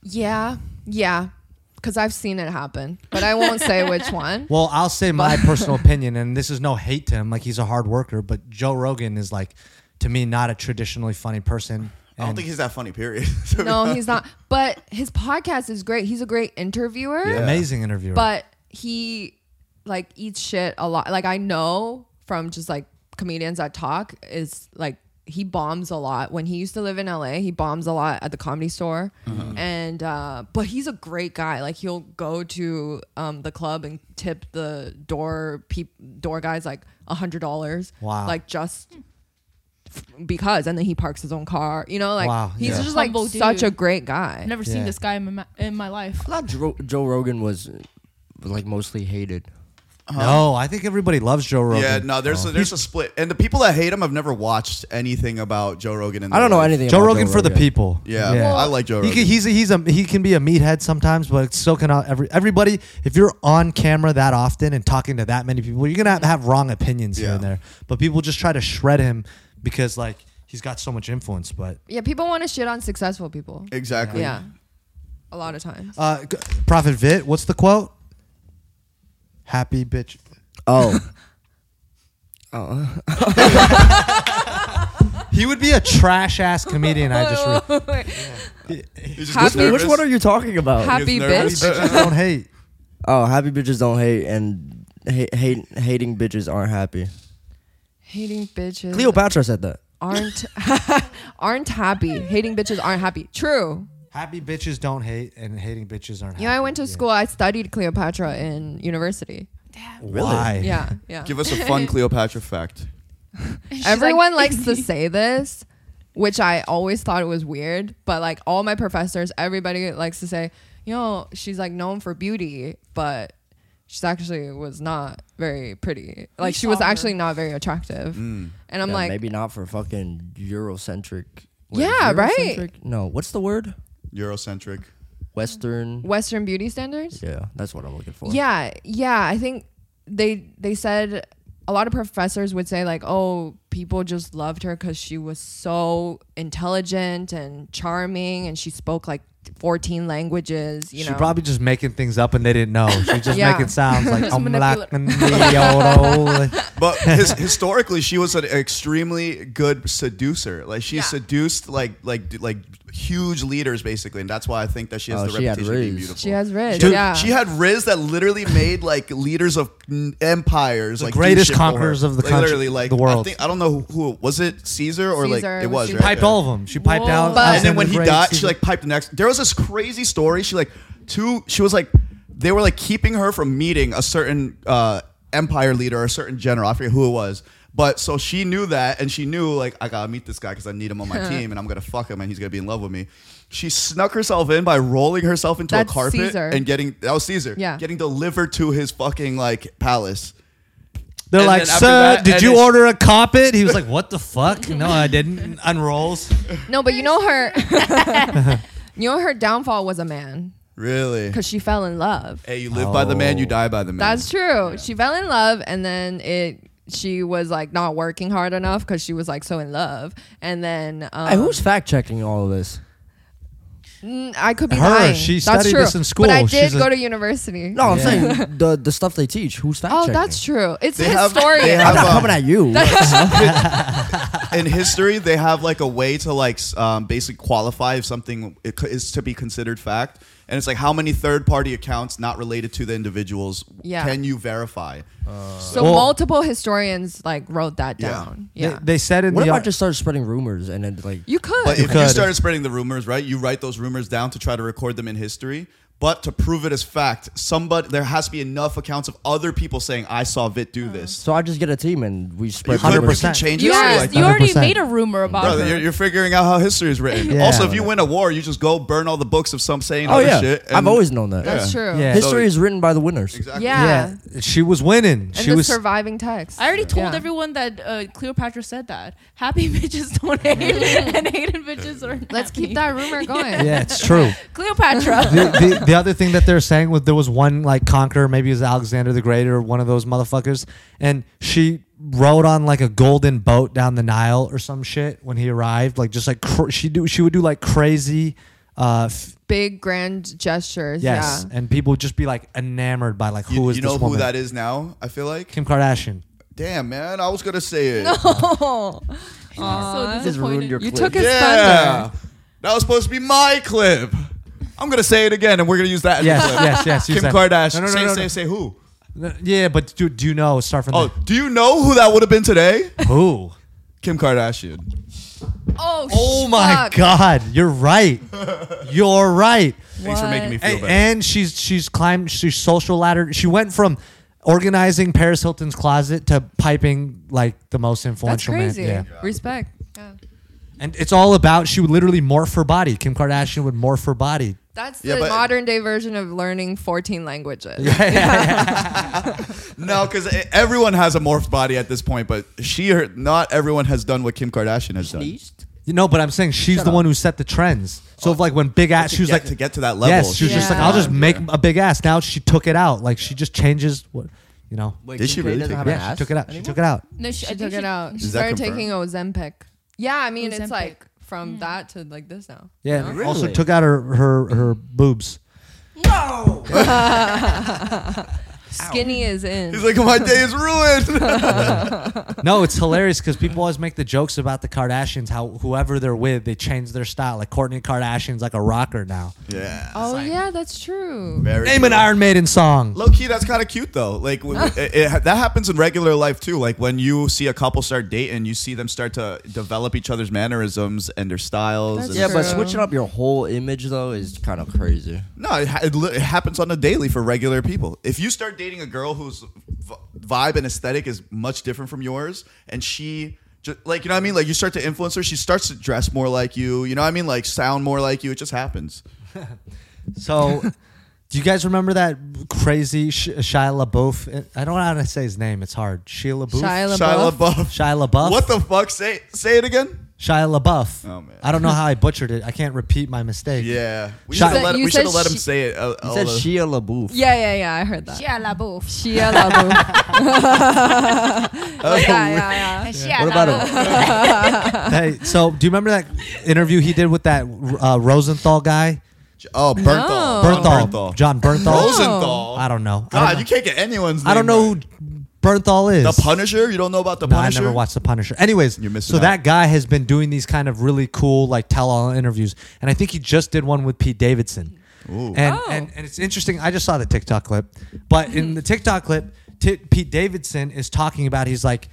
Speaker 2: yeah, yeah. Because I've seen it happen, but I won't say
Speaker 1: (laughs)
Speaker 2: which one.
Speaker 7: Well, I'll say
Speaker 2: (laughs)
Speaker 7: my personal opinion, and this is no hate to him. Like he's a hard worker, but Joe Rogan is like, to me, not a traditionally funny person.
Speaker 1: i don't
Speaker 7: And
Speaker 1: think he's that funny period (laughs)
Speaker 2: No, he's not. But his podcast is great. He's a great interviewer.
Speaker 1: Yeah.
Speaker 7: amazing interviewer.
Speaker 2: but he like eats shit a lot like i know from just like comedians that talk is like he bombs a lot when he used to live in la he bombs a lot at the comedy store
Speaker 7: Uh-huh.
Speaker 2: and uh but he's a great guy like he'll go to um the club and tip the door peop- door guys like a hundred dollars
Speaker 7: Wow.
Speaker 2: like just f- because and then he parks his own car you know like
Speaker 7: Wow,
Speaker 2: he's
Speaker 7: yeah.
Speaker 2: just like
Speaker 8: Humble
Speaker 2: such
Speaker 8: dude.
Speaker 2: a great guy
Speaker 8: I've never
Speaker 7: Yeah.
Speaker 8: seen this guy in my, ma- in my life.
Speaker 4: I thought Joe, Joe Rogan was uh, like mostly hated.
Speaker 7: no, I think everybody loves Joe Rogan.
Speaker 1: Uh-huh.
Speaker 7: Oh.
Speaker 1: yeah no there's a, there's a split and the people that hate him have never watched anything about joe rogan in
Speaker 4: I don't
Speaker 1: their
Speaker 4: know
Speaker 1: life.
Speaker 4: anything.
Speaker 7: Joe
Speaker 4: about
Speaker 7: Rogan
Speaker 4: Joe
Speaker 7: for the
Speaker 4: Rogan.
Speaker 7: people.
Speaker 1: yeah, i like joe
Speaker 7: He
Speaker 1: rogan
Speaker 7: can, he's a, he's a he can be a meathead sometimes, but it's still can every everybody. If you're on camera that often and talking to that many people, you're gonna have, have wrong opinions here and
Speaker 1: Yeah.
Speaker 7: there. But people just try to shred him because like he's got so much influence. But
Speaker 2: yeah people want to shit on successful people
Speaker 1: exactly
Speaker 2: yeah a lot of times
Speaker 7: uh, g- Prophet Vit, what's the quote? Happy bitch.
Speaker 4: Oh,
Speaker 7: He would be a trash ass comedian. I
Speaker 2: (laughs)
Speaker 7: just re-
Speaker 1: He's just
Speaker 2: Happy-
Speaker 1: nervous.
Speaker 4: which one are you talking about?
Speaker 1: He gets
Speaker 2: happy
Speaker 1: nervous.
Speaker 7: (laughs)
Speaker 2: bitch
Speaker 7: I don't hate.
Speaker 4: oh, happy bitches don't hate, and hate, hate hating bitches aren't happy.
Speaker 2: Hating bitches
Speaker 4: Cleopatra said that.
Speaker 2: aren't (laughs) aren't happy. Hating bitches aren't happy. True.
Speaker 7: Happy bitches don't hate, and hating bitches aren't.
Speaker 2: Yeah,
Speaker 7: happy.
Speaker 2: I went to school. I studied Cleopatra in university.
Speaker 7: Why?
Speaker 2: Yeah, yeah.
Speaker 1: give us a
Speaker 2: (laughs)
Speaker 1: fun cleopatra fact
Speaker 2: Everyone likes to say this, which I always thought it was weird, but like all my professors, everybody likes to say, you know, she's like known for beauty, but she's actually was not very pretty. Like she was
Speaker 8: saw her.
Speaker 2: actually not very attractive. And I'm
Speaker 4: Yeah,
Speaker 2: like,
Speaker 4: maybe not for fucking Eurocentric.
Speaker 2: Yeah, right.
Speaker 4: Eurocentric? No, what's the word?
Speaker 1: eurocentric
Speaker 4: Western.
Speaker 2: Western beauty standards?
Speaker 4: Yeah, that's what I'm looking for.
Speaker 2: Yeah, yeah. I think they they said a lot of professors would say like, oh, people just loved her because she was so intelligent and charming, and she spoke like fourteen languages. You
Speaker 7: she
Speaker 2: know,
Speaker 7: probably just making things up and they didn't know. She's just
Speaker 2: Yeah.
Speaker 7: making
Speaker 2: (laughs)
Speaker 7: sounds like I'm
Speaker 8: manipula-
Speaker 7: black and yellow."
Speaker 1: But his, historically, she was an extremely good seducer. Like she seduced like like like huge leaders basically, and that's why I think that she has
Speaker 4: Oh,
Speaker 1: the
Speaker 4: she had
Speaker 1: reputation of being
Speaker 4: Riz.
Speaker 1: beautiful.
Speaker 2: She has Riz,
Speaker 1: Dude,
Speaker 2: yeah.
Speaker 1: she had Riz that literally made like leaders of n- empires, like do
Speaker 7: greatest
Speaker 1: shit for her.
Speaker 7: conquerors of the
Speaker 1: like,
Speaker 7: country-
Speaker 1: literally like
Speaker 7: the world.
Speaker 1: I, think, I don't know who, who- was it, Caesar or like
Speaker 2: Caesar,
Speaker 1: it was.
Speaker 2: was she-
Speaker 1: right?
Speaker 7: (laughs) piped
Speaker 1: Yeah.
Speaker 7: all of them. She piped out.
Speaker 2: But-
Speaker 1: and then when he
Speaker 7: Alexander the Great,
Speaker 1: died, she
Speaker 7: Caesar-
Speaker 1: like piped the next. There was this crazy story. She like two. She was like they were like keeping her from meeting a certain uh, empire leader, or a certain general. I forget who it was. But so she knew that, and she knew like I gotta meet this guy because I need him on
Speaker 2: (laughs)
Speaker 1: my team, and I'm gonna fuck him, and he's gonna be in love with me. She snuck herself in by rolling herself into
Speaker 2: That's
Speaker 1: a carpet
Speaker 2: Caesar.
Speaker 1: and getting that was Caesar.
Speaker 2: Yeah.
Speaker 1: getting delivered to his fucking like palace.
Speaker 7: They're
Speaker 1: and
Speaker 7: like,
Speaker 1: then after
Speaker 7: sir,
Speaker 1: that,
Speaker 7: did
Speaker 1: and
Speaker 7: you
Speaker 1: it's-
Speaker 7: order a carpet? He was like, what
Speaker 2: (laughs)
Speaker 7: the fuck? No, I didn't. Unrolls.
Speaker 2: No, but you know her. you know her (laughs) downfall was a man
Speaker 1: Really?
Speaker 2: because she fell in love.
Speaker 7: Eh,
Speaker 1: Hey, you live by the man, you
Speaker 7: Oh.
Speaker 1: die by the man.
Speaker 2: That's true. She fell in love and then it she was like not working hard enough because she was like so in love. And then um,
Speaker 4: Hey, who's fact checking all of this?
Speaker 2: mm, I could be
Speaker 7: Her.
Speaker 2: lying.
Speaker 7: She
Speaker 2: That's
Speaker 7: studied
Speaker 2: true.
Speaker 7: this in
Speaker 2: But I
Speaker 7: school.
Speaker 2: did
Speaker 7: She's a-
Speaker 2: go to university.
Speaker 4: No,
Speaker 2: (laughs)
Speaker 4: I'm saying the the stuff they teach. Who's fact
Speaker 2: Oh,
Speaker 4: checking?
Speaker 2: that's true. It's
Speaker 1: They have-
Speaker 2: historian.
Speaker 1: they have-
Speaker 4: I'm not
Speaker 1: um,
Speaker 4: coming
Speaker 2: (laughs)
Speaker 4: at you.
Speaker 1: in history, they have like a way to like s- um, basically qualify if something i- c- is to be considered fact, and it's like how many third-party accounts not related to the individuals
Speaker 2: Yeah.
Speaker 1: can you verify?
Speaker 2: so
Speaker 7: Well-
Speaker 2: multiple historians like wrote that
Speaker 1: Yeah.
Speaker 2: down.
Speaker 7: They-
Speaker 2: Yeah.
Speaker 7: They, said in
Speaker 4: what
Speaker 7: the
Speaker 4: if I just started spreading rumors and then like
Speaker 2: you could.
Speaker 1: But if you
Speaker 7: could.
Speaker 1: started spreading the rumors, right? You write those rumors down to try to record them in history. But to prove it as fact, somebody there has to be enough accounts of other people saying I saw Vit do this.
Speaker 4: so I just get a team and we
Speaker 1: You
Speaker 4: spread
Speaker 1: could- you could
Speaker 7: 100%.
Speaker 1: change
Speaker 8: You,
Speaker 1: history
Speaker 8: already-
Speaker 1: like
Speaker 8: you
Speaker 1: that.
Speaker 8: already
Speaker 7: 100%.
Speaker 8: made a rumor about
Speaker 1: Brother,
Speaker 8: her.
Speaker 1: you're, you're figuring out how history is written.
Speaker 7: Yeah.
Speaker 1: also, if you win a war, you just go burn all the books of some saying
Speaker 4: Oh
Speaker 1: other
Speaker 4: yeah,
Speaker 1: shit.
Speaker 4: I've
Speaker 1: and-
Speaker 4: always known that.
Speaker 2: That's true.
Speaker 7: Yeah.
Speaker 4: History
Speaker 1: So-
Speaker 4: is written by the winners.
Speaker 1: Exactly.
Speaker 2: Yeah.
Speaker 7: yeah, she was winning.
Speaker 2: And
Speaker 7: she
Speaker 2: the
Speaker 7: was
Speaker 2: surviving text.
Speaker 8: I already told
Speaker 2: Yeah.
Speaker 8: everyone that uh, Cleopatra said that. Happy (laughs) bitches don't hate,
Speaker 2: (laughs)
Speaker 8: and hated bitches are.
Speaker 2: Let's
Speaker 8: happy.
Speaker 2: keep that
Speaker 8: (laughs)
Speaker 2: rumor going.
Speaker 7: Yeah,
Speaker 2: (laughs)
Speaker 7: it's true.
Speaker 8: Cleopatra.
Speaker 7: the, the, the other thing that they're saying was there was one like conqueror, maybe it was Alexander the Great or one of those motherfuckers, and she rode on like a golden boat down the Nile or some shit when he arrived. Like just like cr- she do, she would do like crazy. Uh, f-
Speaker 2: Big grand gestures.
Speaker 7: yes,
Speaker 2: Yeah.
Speaker 7: and people would just be like enamored by like
Speaker 1: You,
Speaker 7: who is
Speaker 1: you
Speaker 7: this
Speaker 1: know
Speaker 7: woman?
Speaker 1: who that is now? I feel like.
Speaker 7: Kim Kardashian.
Speaker 1: Damn, man, I was gonna say it.
Speaker 2: Oh.
Speaker 8: so
Speaker 4: Just ruined
Speaker 8: disappointed.
Speaker 4: your
Speaker 2: You
Speaker 4: clip.
Speaker 2: took his
Speaker 1: Yeah,
Speaker 2: thunder.
Speaker 1: that was supposed to be my clip. I'm gonna say it again, and we're gonna use that. As
Speaker 7: (laughs) Yes,
Speaker 1: the clip.
Speaker 7: yes, yes, use
Speaker 1: Kim
Speaker 7: that.
Speaker 1: Kardashian.
Speaker 7: No, no, no,
Speaker 1: say,
Speaker 7: no,
Speaker 1: say,
Speaker 7: no.
Speaker 1: say who?
Speaker 7: N- Yeah, but do, do you know? Start from
Speaker 1: Oh, do you know who that would have been today?
Speaker 2: (laughs)
Speaker 7: the, who?
Speaker 1: Kim Kardashian.
Speaker 2: Oh,
Speaker 7: Oh my
Speaker 2: fuck.
Speaker 7: God! You're (laughs) right. You're right.
Speaker 1: Thanks for making me feel
Speaker 7: and,
Speaker 1: better.
Speaker 7: and she's she's climbed she's social ladder. She went from organizing Paris Hilton's closet to piping like the most
Speaker 2: That's
Speaker 7: influential
Speaker 2: crazy.
Speaker 7: man. Yeah.
Speaker 2: Respect. Yeah.
Speaker 7: And it's all about she would literally morph her body. Kim Kardashian would morph her body.
Speaker 2: That's
Speaker 1: Yeah,
Speaker 2: the
Speaker 1: but-
Speaker 2: modern day version of learning 14 languages.
Speaker 1: no, because everyone has a morphed body at this point, but she or not everyone has done what Kim Kardashian has done.
Speaker 7: You know, but I'm saying she's the one who set the trends. So if like when Big Ass,
Speaker 1: to
Speaker 7: she was
Speaker 1: get-
Speaker 7: like
Speaker 1: to get to that level,
Speaker 7: Yes, she was just
Speaker 2: Yeah.
Speaker 7: like, I'll just make a big ass. Now she took it out. Like she just changes what you know.
Speaker 4: Wait,
Speaker 1: Did
Speaker 4: Kim
Speaker 1: she
Speaker 4: K
Speaker 1: really
Speaker 4: doesn't
Speaker 1: take
Speaker 4: have
Speaker 1: it?
Speaker 4: an
Speaker 7: Yeah, she
Speaker 4: ass?
Speaker 7: took it out. She took it out.
Speaker 8: No, she, (laughs) I
Speaker 2: She
Speaker 8: think
Speaker 2: took
Speaker 8: she-
Speaker 2: it out. She
Speaker 1: Is that
Speaker 2: started
Speaker 1: confirmed?
Speaker 2: taking Ozempic. Yeah, I mean, it's
Speaker 8: Ozempic.
Speaker 2: like from that to like this now.
Speaker 7: Yeah, and
Speaker 4: Really?
Speaker 7: also took out her her her boobs.
Speaker 2: Skinny is in.
Speaker 1: He's like, my day is ruined. (laughs)
Speaker 7: No, it's hilarious because people always make the jokes about the Kardashians, how whoever they're with, they change their style. Like Courtney Kardashian's like a rocker now.
Speaker 1: yeah.
Speaker 2: oh, yeah, that's true.
Speaker 1: Very
Speaker 7: Name an
Speaker 1: cool.
Speaker 7: Iron Maiden song.
Speaker 1: Low key, that's kind of cute though. Like
Speaker 2: (laughs)
Speaker 1: w- w- it, it, that happens in regular life too. Like when you see a couple start dating, you see them start to develop each other's mannerisms and their styles.
Speaker 2: That's
Speaker 1: and
Speaker 4: Yeah, but
Speaker 2: True.
Speaker 4: switching up your whole image though is kind of crazy.
Speaker 1: no, it, ha- it, li- it happens on the daily for regular people. If you start dating a girl whose v- vibe and aesthetic is much different from yours, and she. ju- Like you know what I mean? Like you start to influence her, she starts to dress more like you. You know what I mean? Like sound more like you. It just happens.
Speaker 7: So, do you guys remember that crazy Sh- Shia LaBeouf? I don't know how to say his name. It's hard. Shia LaBeouf.
Speaker 2: Shia LaBeouf.
Speaker 1: Shia LaBeouf.
Speaker 7: Shia LaBeouf.
Speaker 1: What the fuck? Say say it again.
Speaker 7: Shia LaBeouf.
Speaker 1: Oh, man.
Speaker 7: I don't know how I butchered it. I can't repeat my mistake.
Speaker 1: Yeah, we
Speaker 7: Shia-
Speaker 1: should have let,
Speaker 2: You
Speaker 1: we should've
Speaker 2: said
Speaker 1: let him
Speaker 2: she-
Speaker 1: say it. uh,
Speaker 4: He
Speaker 1: all
Speaker 4: said
Speaker 1: the-
Speaker 4: Shia LaBeouf.
Speaker 2: Yeah, yeah, yeah. I heard that.
Speaker 8: Yeah, la boof.
Speaker 2: Shia
Speaker 7: (laughs)
Speaker 2: LaBeouf. yeah, yeah, yeah.
Speaker 4: What about him?
Speaker 7: (laughs) Hey, so do you remember that interview he did with that uh, Rosenthal guy?
Speaker 1: Oh, Bernthal.
Speaker 2: No.
Speaker 1: John
Speaker 7: Bernthal. John Bernthal.
Speaker 1: Rosenthal.
Speaker 7: I don't know. I don't
Speaker 1: God,
Speaker 7: know.
Speaker 1: you can't get anyone's name.
Speaker 7: I don't know
Speaker 1: right.
Speaker 7: who Bernthal is.
Speaker 1: The Punisher? You don't know about the
Speaker 7: No, I
Speaker 1: Punisher?
Speaker 7: never watched The Punisher. Anyways,
Speaker 1: You're missing
Speaker 7: so
Speaker 1: out.
Speaker 7: that guy has been doing these kind of really cool like tell-all interviews, and I think he just did one with Pete Davidson. And,
Speaker 1: Oh.
Speaker 7: and and it's interesting. I just saw the TikTok clip, but in the TikTok clip, Ti- Pete Davidson is talking about he's like,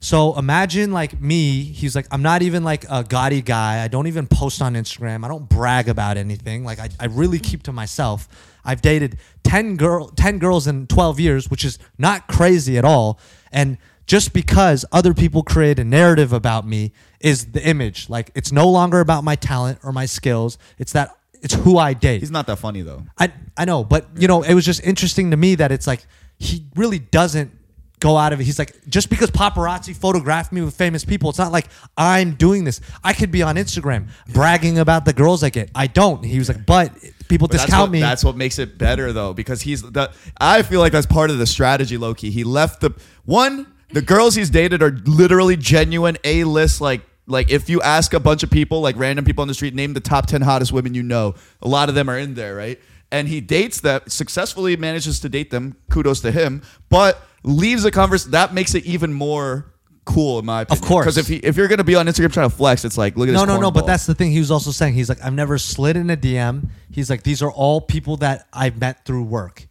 Speaker 7: so imagine like me. He's like, I'm not even like a gaudy guy. I don't even post on Instagram. I don't brag about anything. Like I, I really keep to myself. I've dated ten girl ten girls in twelve years, which is not crazy at all. And just because other people create a narrative about me is the image. Like it's no longer about my talent or my skills. It's that it's who I date.
Speaker 1: He's not that funny, though.
Speaker 7: I I know, but you know, it was just interesting to me that it's like he really doesn't go out of it. He's like, just because paparazzi photographed me with famous people, it's not like I'm doing this. I could be on Instagram bragging about the girls I get. I don't. He was like, but people
Speaker 1: But that's what,
Speaker 7: discount me.
Speaker 1: That's what makes it better though, because he's the. I feel like that's part of the strategy, Loki. He left the one. The girls he's dated are literally genuine A list. Like like if you ask a bunch of people, like random people on the street, name the top ten hottest women you know. A lot of them are in there, right? And he dates them successfully, manages to date them. Kudos to him, but leaves a converse. That makes it even more cool, in my opinion.
Speaker 7: course.
Speaker 1: because if he, if you're gonna be on Instagram trying to flex, it's like look at
Speaker 7: no,
Speaker 1: this
Speaker 7: no, no.
Speaker 1: cornball.
Speaker 7: But that's the thing. He was also saying he's like, I've never slid in a DM. He's like, these are all people that I've met through work.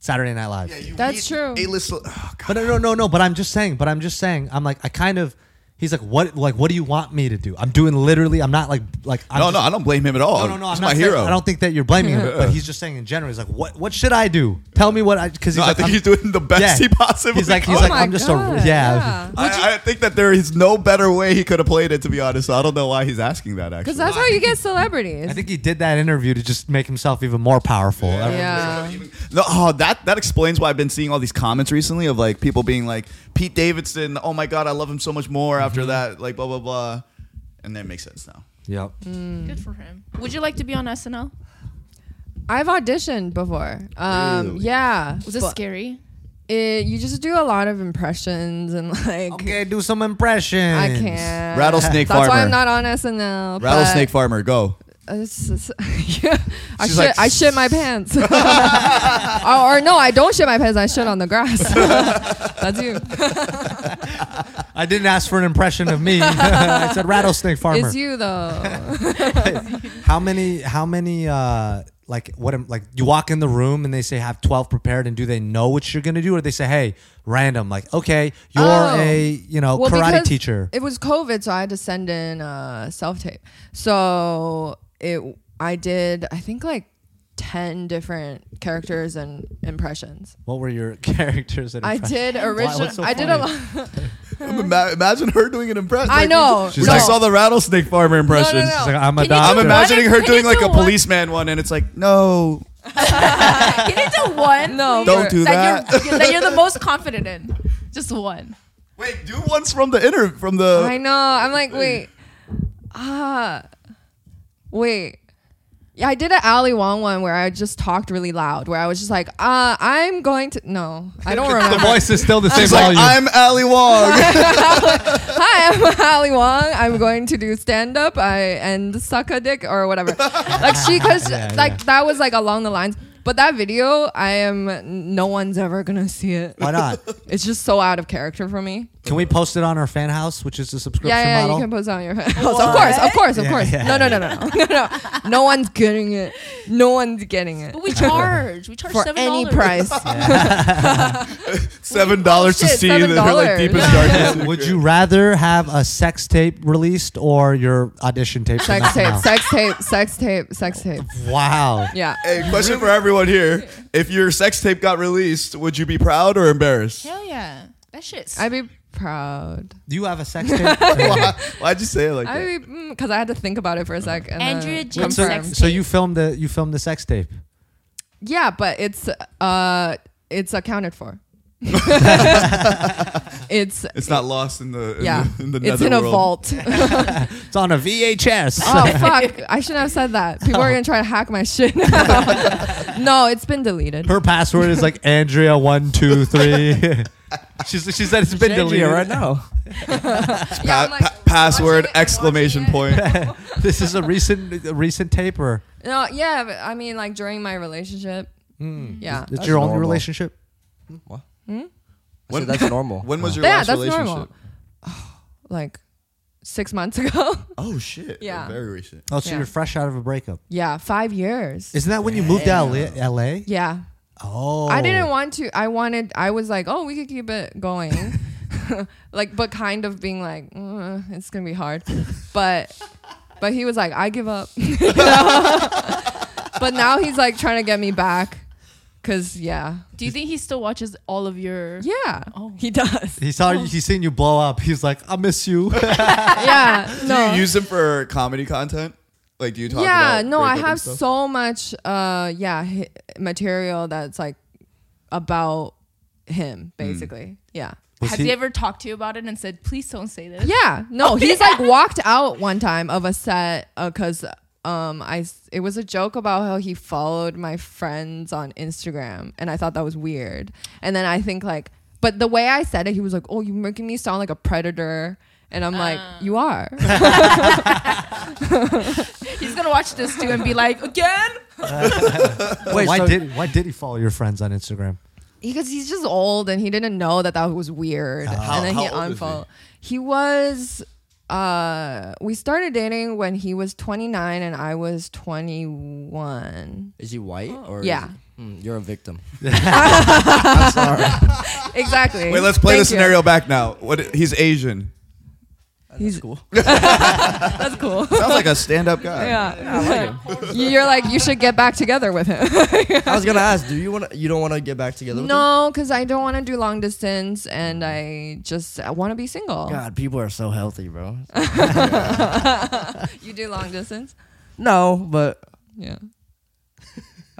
Speaker 7: Saturday Night Live.
Speaker 2: That's true.
Speaker 1: A list. Oh, God.
Speaker 7: But no, no, no, no. But I'm just saying. But I'm just saying. I'm like, I kind of. He's like, what? Like, what do you want me to do? I'm doing literally. I'm not like, like. I'm
Speaker 1: Oh, No,
Speaker 7: just-
Speaker 1: no, I don't blame him at all.
Speaker 7: No, no, no.
Speaker 1: He's
Speaker 7: I'm
Speaker 1: my
Speaker 7: not
Speaker 1: hero.
Speaker 7: Saying, I don't think that you're blaming him,
Speaker 1: (laughs)
Speaker 7: but he's just saying in general. He's like, what? What should I do? Tell me what I. Because
Speaker 1: No, I think he's doing the best he possibly
Speaker 7: He's like, he's
Speaker 1: can.
Speaker 7: like,
Speaker 2: Oh
Speaker 7: I'm
Speaker 2: my
Speaker 7: just a.
Speaker 2: God,
Speaker 7: Yeah.
Speaker 1: I, I think that there is no better way he could have played it, to be honest. So I don't know why he's asking that, actually.
Speaker 2: Because that's how you get celebrities.
Speaker 7: I think he did that interview to just make himself even more powerful.
Speaker 2: yeah.
Speaker 1: No, oh, that that explains why I've been seeing all these comments recently of like people being like Pete Davidson. Oh my God, I love him so much more after
Speaker 7: Mm-hmm.
Speaker 1: that. Like blah blah blah, and that makes sense now.
Speaker 7: Yep.
Speaker 2: Mm.
Speaker 8: Good for him. Would you like to be on SNL?
Speaker 2: I've auditioned before. Um, Yeah.
Speaker 8: Was it
Speaker 2: But
Speaker 8: scary?
Speaker 2: it- you just do a lot of impressions and like
Speaker 7: Okay, do some impressions.
Speaker 2: I can't.
Speaker 1: Rattlesnake
Speaker 2: That's
Speaker 1: Farmer.
Speaker 2: why I'm not on SNL. but
Speaker 1: Rattlesnake Farmer, go.
Speaker 2: it's- it's- (laughs) yeah. I
Speaker 1: She's
Speaker 2: shit.
Speaker 1: like,
Speaker 2: I shit my pants. (laughs) or, or no, I don't shit my pants. I shit on the grass. (laughs) That's you.
Speaker 7: I didn't ask for an impression
Speaker 2: (laughs)
Speaker 7: of me. I said rattlesnake farmer.
Speaker 2: It's you
Speaker 7: (laughs)
Speaker 2: though.
Speaker 7: how many how many uh like what am- like you walk in the room and they say have 12 prepared and do they know what you're gonna do or they say hey random like okay you're
Speaker 2: Oh.
Speaker 7: a you know
Speaker 2: Well,
Speaker 7: karate
Speaker 2: because
Speaker 7: teacher
Speaker 2: It was COVID, so I had to send in uh, self tape. So it, I did, I think like ten different characters and impressions.
Speaker 7: what were your characters and
Speaker 2: I
Speaker 7: impressions?
Speaker 2: did
Speaker 7: Why-
Speaker 2: original.
Speaker 7: what's so
Speaker 2: I did a
Speaker 7: funny?
Speaker 2: lot.
Speaker 7: (laughs)
Speaker 1: Ima- imagine her doing an impression.
Speaker 2: Mm-hmm. I know.
Speaker 1: She's
Speaker 2: No.
Speaker 1: like, I saw the Rattlesnake Farmer impression.
Speaker 2: No, no, no.
Speaker 7: She's like, i'm a
Speaker 8: Can you do
Speaker 1: I'm
Speaker 7: doctor
Speaker 1: imagining her
Speaker 8: Can you
Speaker 1: doing like
Speaker 8: do
Speaker 1: a
Speaker 8: one?
Speaker 1: policeman one, and it's like, no,
Speaker 8: Can you do one?
Speaker 2: (laughs) No,
Speaker 8: please,
Speaker 1: don't do that.
Speaker 8: That you're, (laughs) that you're the most confident in. Just one.
Speaker 1: Wait, do ones from the inter from the.
Speaker 2: I know. I'm like, wait, ah, wait. Yeah, I did an Ali Wong one where I just talked really loud, where I was just like, uh, I'm going to. No, I
Speaker 7: (laughs)
Speaker 2: don't remember.
Speaker 7: the voice is still the same
Speaker 1: She's like,
Speaker 7: volume
Speaker 1: I'm Ali Wong.
Speaker 2: (laughs)
Speaker 1: (laughs)
Speaker 2: Hi, I'm (laughs) Ali Wong. I'm going to do stand up. I and suck a dick or whatever. like she,
Speaker 7: (laughs)
Speaker 2: cause like that was like along the lines. But that video, I am no one's ever gonna see it.
Speaker 7: why not
Speaker 2: It's just so out of character for me.
Speaker 7: can we post it on our fan house which is the subscription
Speaker 2: Yeah, yeah,
Speaker 7: model (laughs)
Speaker 2: you can post it on your house. Of course, of course, of
Speaker 7: Yeah,
Speaker 2: course.
Speaker 7: yeah.
Speaker 2: No, no, no, no, no, (laughs) no, no. No one's getting it. No one's getting it
Speaker 8: But we charge. We charge
Speaker 2: for
Speaker 8: seven
Speaker 2: any
Speaker 5: (laughs)
Speaker 2: price.
Speaker 1: Seven dollars to
Speaker 2: Oh, shit,
Speaker 1: see that her like
Speaker 2: $7.
Speaker 1: deepest darkness.
Speaker 7: would you rather have a sex tape released or your audition tape from
Speaker 2: Sex tape,
Speaker 7: SNL?
Speaker 2: sex tape, sex tape, sex tape.
Speaker 7: wow
Speaker 2: Yeah.
Speaker 1: Hey, question for everyone here: If your sex tape got released, would you be proud or embarrassed?
Speaker 8: Hell yeah. That shit's.
Speaker 2: I'd be proud.
Speaker 7: do you have a sex
Speaker 2: (laughs)
Speaker 7: tape
Speaker 1: (laughs) Why, why'd you say it like
Speaker 2: I
Speaker 1: that?
Speaker 2: because mm, I had to think about it for a sec. And
Speaker 8: Andrea
Speaker 2: then
Speaker 8: J.
Speaker 7: so,
Speaker 2: confirm.
Speaker 8: Sex
Speaker 7: so
Speaker 8: tape.
Speaker 7: you filmed the you filmed the sex tape
Speaker 2: Yeah, but it's uh, it's accounted
Speaker 1: (laughs)
Speaker 2: for. it's
Speaker 1: It's not lost in the in
Speaker 2: yeah,
Speaker 1: the, in the
Speaker 2: it's in a
Speaker 1: netherworld.
Speaker 2: vault.
Speaker 1: (laughs)
Speaker 7: it's on a vhs
Speaker 2: oh fuck! I shouldn't have said that. People are gonna try to hack my shit. (laughs) now. no, it's been deleted.
Speaker 7: (laughs) Her password is like Andrea one two three. (laughs) she's she said it's been
Speaker 4: Changing it
Speaker 7: deleted.
Speaker 4: right now.
Speaker 2: Yeah,
Speaker 1: Pa-
Speaker 2: I'm like,
Speaker 1: pa- password
Speaker 2: watching it and
Speaker 1: exclamation
Speaker 2: watching (laughs)
Speaker 1: point.
Speaker 7: (laughs) This is a recent a recent tape or
Speaker 2: No, yeah, but I mean like during my relationship. Yeah,
Speaker 7: it's your only
Speaker 4: normal.
Speaker 7: relationship.
Speaker 4: What? So that's normal.
Speaker 1: When was your
Speaker 2: Yeah,
Speaker 1: last
Speaker 2: that's
Speaker 1: relationship?
Speaker 2: normal. (sighs) like six months (laughs) ago.
Speaker 1: Oh shit.
Speaker 2: Yeah.
Speaker 1: Very recent.
Speaker 7: Oh, so
Speaker 2: Yeah.
Speaker 7: you're fresh out of a breakup.
Speaker 2: yeah, five years.
Speaker 7: Isn't that when you moved to LA? LA?
Speaker 2: yeah.
Speaker 7: Oh.
Speaker 2: I didn't want to. I wanted. I was like, oh, we could keep it
Speaker 1: (laughs)
Speaker 2: going, like, but kind of being like, "Uh, it's gonna be hard. But, but he was like, I give up. (laughs) You know? but now he's like trying to get me back, cause yeah,
Speaker 5: Do you think he still watches all of your?
Speaker 2: yeah,
Speaker 5: Oh.
Speaker 2: he
Speaker 7: (laughs)
Speaker 2: does.
Speaker 7: He saw you, he's seen you blow up. He's like, I miss (laughs) you.
Speaker 2: yeah, no.
Speaker 1: Do you use him for comedy content? Like, do you talk?
Speaker 2: yeah,
Speaker 1: about
Speaker 2: no, I
Speaker 1: breakup and
Speaker 2: have
Speaker 1: stuff?
Speaker 2: so much, uh, yeah, hi- material that's like about
Speaker 1: Hmm.
Speaker 2: him, basically. Yeah.
Speaker 7: Was
Speaker 5: Has he, ever talked to you about it and said, "Please don't say this"?
Speaker 2: Yeah. No, he's like walked out one time of a set because um I s- it was a joke about how he followed my friends on Instagram and I thought that was weird. And then I think like but the way I said it he was like, "Oh, you're making me sound like a predator." And I'm like, "You are."
Speaker 5: He's gonna watch this too and be
Speaker 2: (laughs)
Speaker 5: like, "Again."
Speaker 4: Wait,
Speaker 7: why
Speaker 4: so-
Speaker 7: did why did he follow your friends on Instagram?
Speaker 2: because he's just old and he didn't know that that was weird.
Speaker 1: How-
Speaker 2: and then
Speaker 1: how
Speaker 2: he
Speaker 1: old is he?
Speaker 2: unfollowed. He? was uh we started dating when he was 29 and I was 21.
Speaker 4: Is he white or? is
Speaker 2: Oh, Yeah.
Speaker 4: he- Mm, you're a victim.
Speaker 2: Exactly.
Speaker 1: Wait, let's play the
Speaker 2: Thank you.
Speaker 1: scenario back now. What? He's
Speaker 2: (laughs)
Speaker 1: Asian.
Speaker 2: He's (laughs) cool. That's cool.
Speaker 1: Sounds like a stand-up guy.
Speaker 2: Yeah. (laughs) You're like, you should get back together with him.
Speaker 4: I was gonna ask, do you want to? You don't want to get back together? With
Speaker 2: (laughs) (laughs)
Speaker 4: him?
Speaker 2: no, because I don't want to do long distance and I just I want to be single.
Speaker 4: God, people are so healthy,
Speaker 2: (laughs)
Speaker 4: bro.
Speaker 2: You do long distance?
Speaker 4: no, but
Speaker 2: Yeah.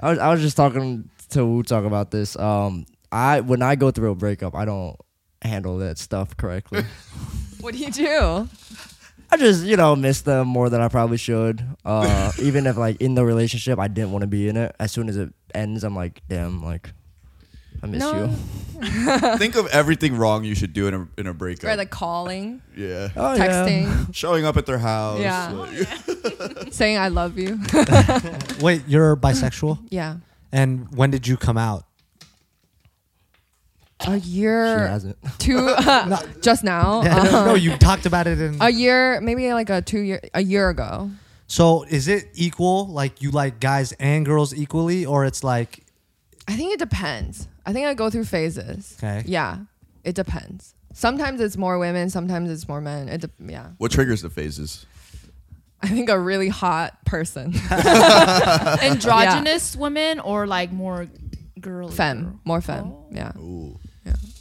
Speaker 4: I was, I was just talking to Wu talk about this. Um, I when I go through a breakup, I don't handle that stuff correctly.
Speaker 2: What do you do?
Speaker 4: I just you know miss them more than I probably should. Uh, even if like in the relationship, I didn't want to be in it. As soon as it ends, I'm like, damn, like I miss
Speaker 2: No.
Speaker 4: you.
Speaker 1: Think of everything wrong you should do in a in a breakup.
Speaker 2: Right, like calling,
Speaker 1: yeah.
Speaker 4: Oh, yeah.
Speaker 2: texting, (laughs)
Speaker 1: Showing up at their house.
Speaker 2: Yeah. Oh,
Speaker 1: like-
Speaker 2: saying I love (laughs) you.
Speaker 7: Wait, you're bisexual?
Speaker 2: yeah.
Speaker 7: And when did you come out?
Speaker 2: A
Speaker 4: She
Speaker 2: year,
Speaker 4: hasn't.
Speaker 2: (laughs) two, uh, just (laughs) now.
Speaker 5: Uh-huh.
Speaker 2: Uh,
Speaker 7: no,
Speaker 5: (laughs)
Speaker 7: you talked about it in
Speaker 2: a year, maybe like a two year, a year ago.
Speaker 7: So is it equal? Like you like guys and girls equally, or it's like
Speaker 2: I think it depends. I think I go through phases.
Speaker 7: Okay.
Speaker 2: Yeah, it depends. Sometimes it's more women, sometimes it's more men. It de- yeah.
Speaker 1: (laughs) What triggers the phases?
Speaker 2: (laughs) I think a really hot
Speaker 1: (laughs)
Speaker 2: person,
Speaker 8: Androgynous women or like more girly?
Speaker 2: femme, more femme.
Speaker 1: Oh.
Speaker 2: Yeah.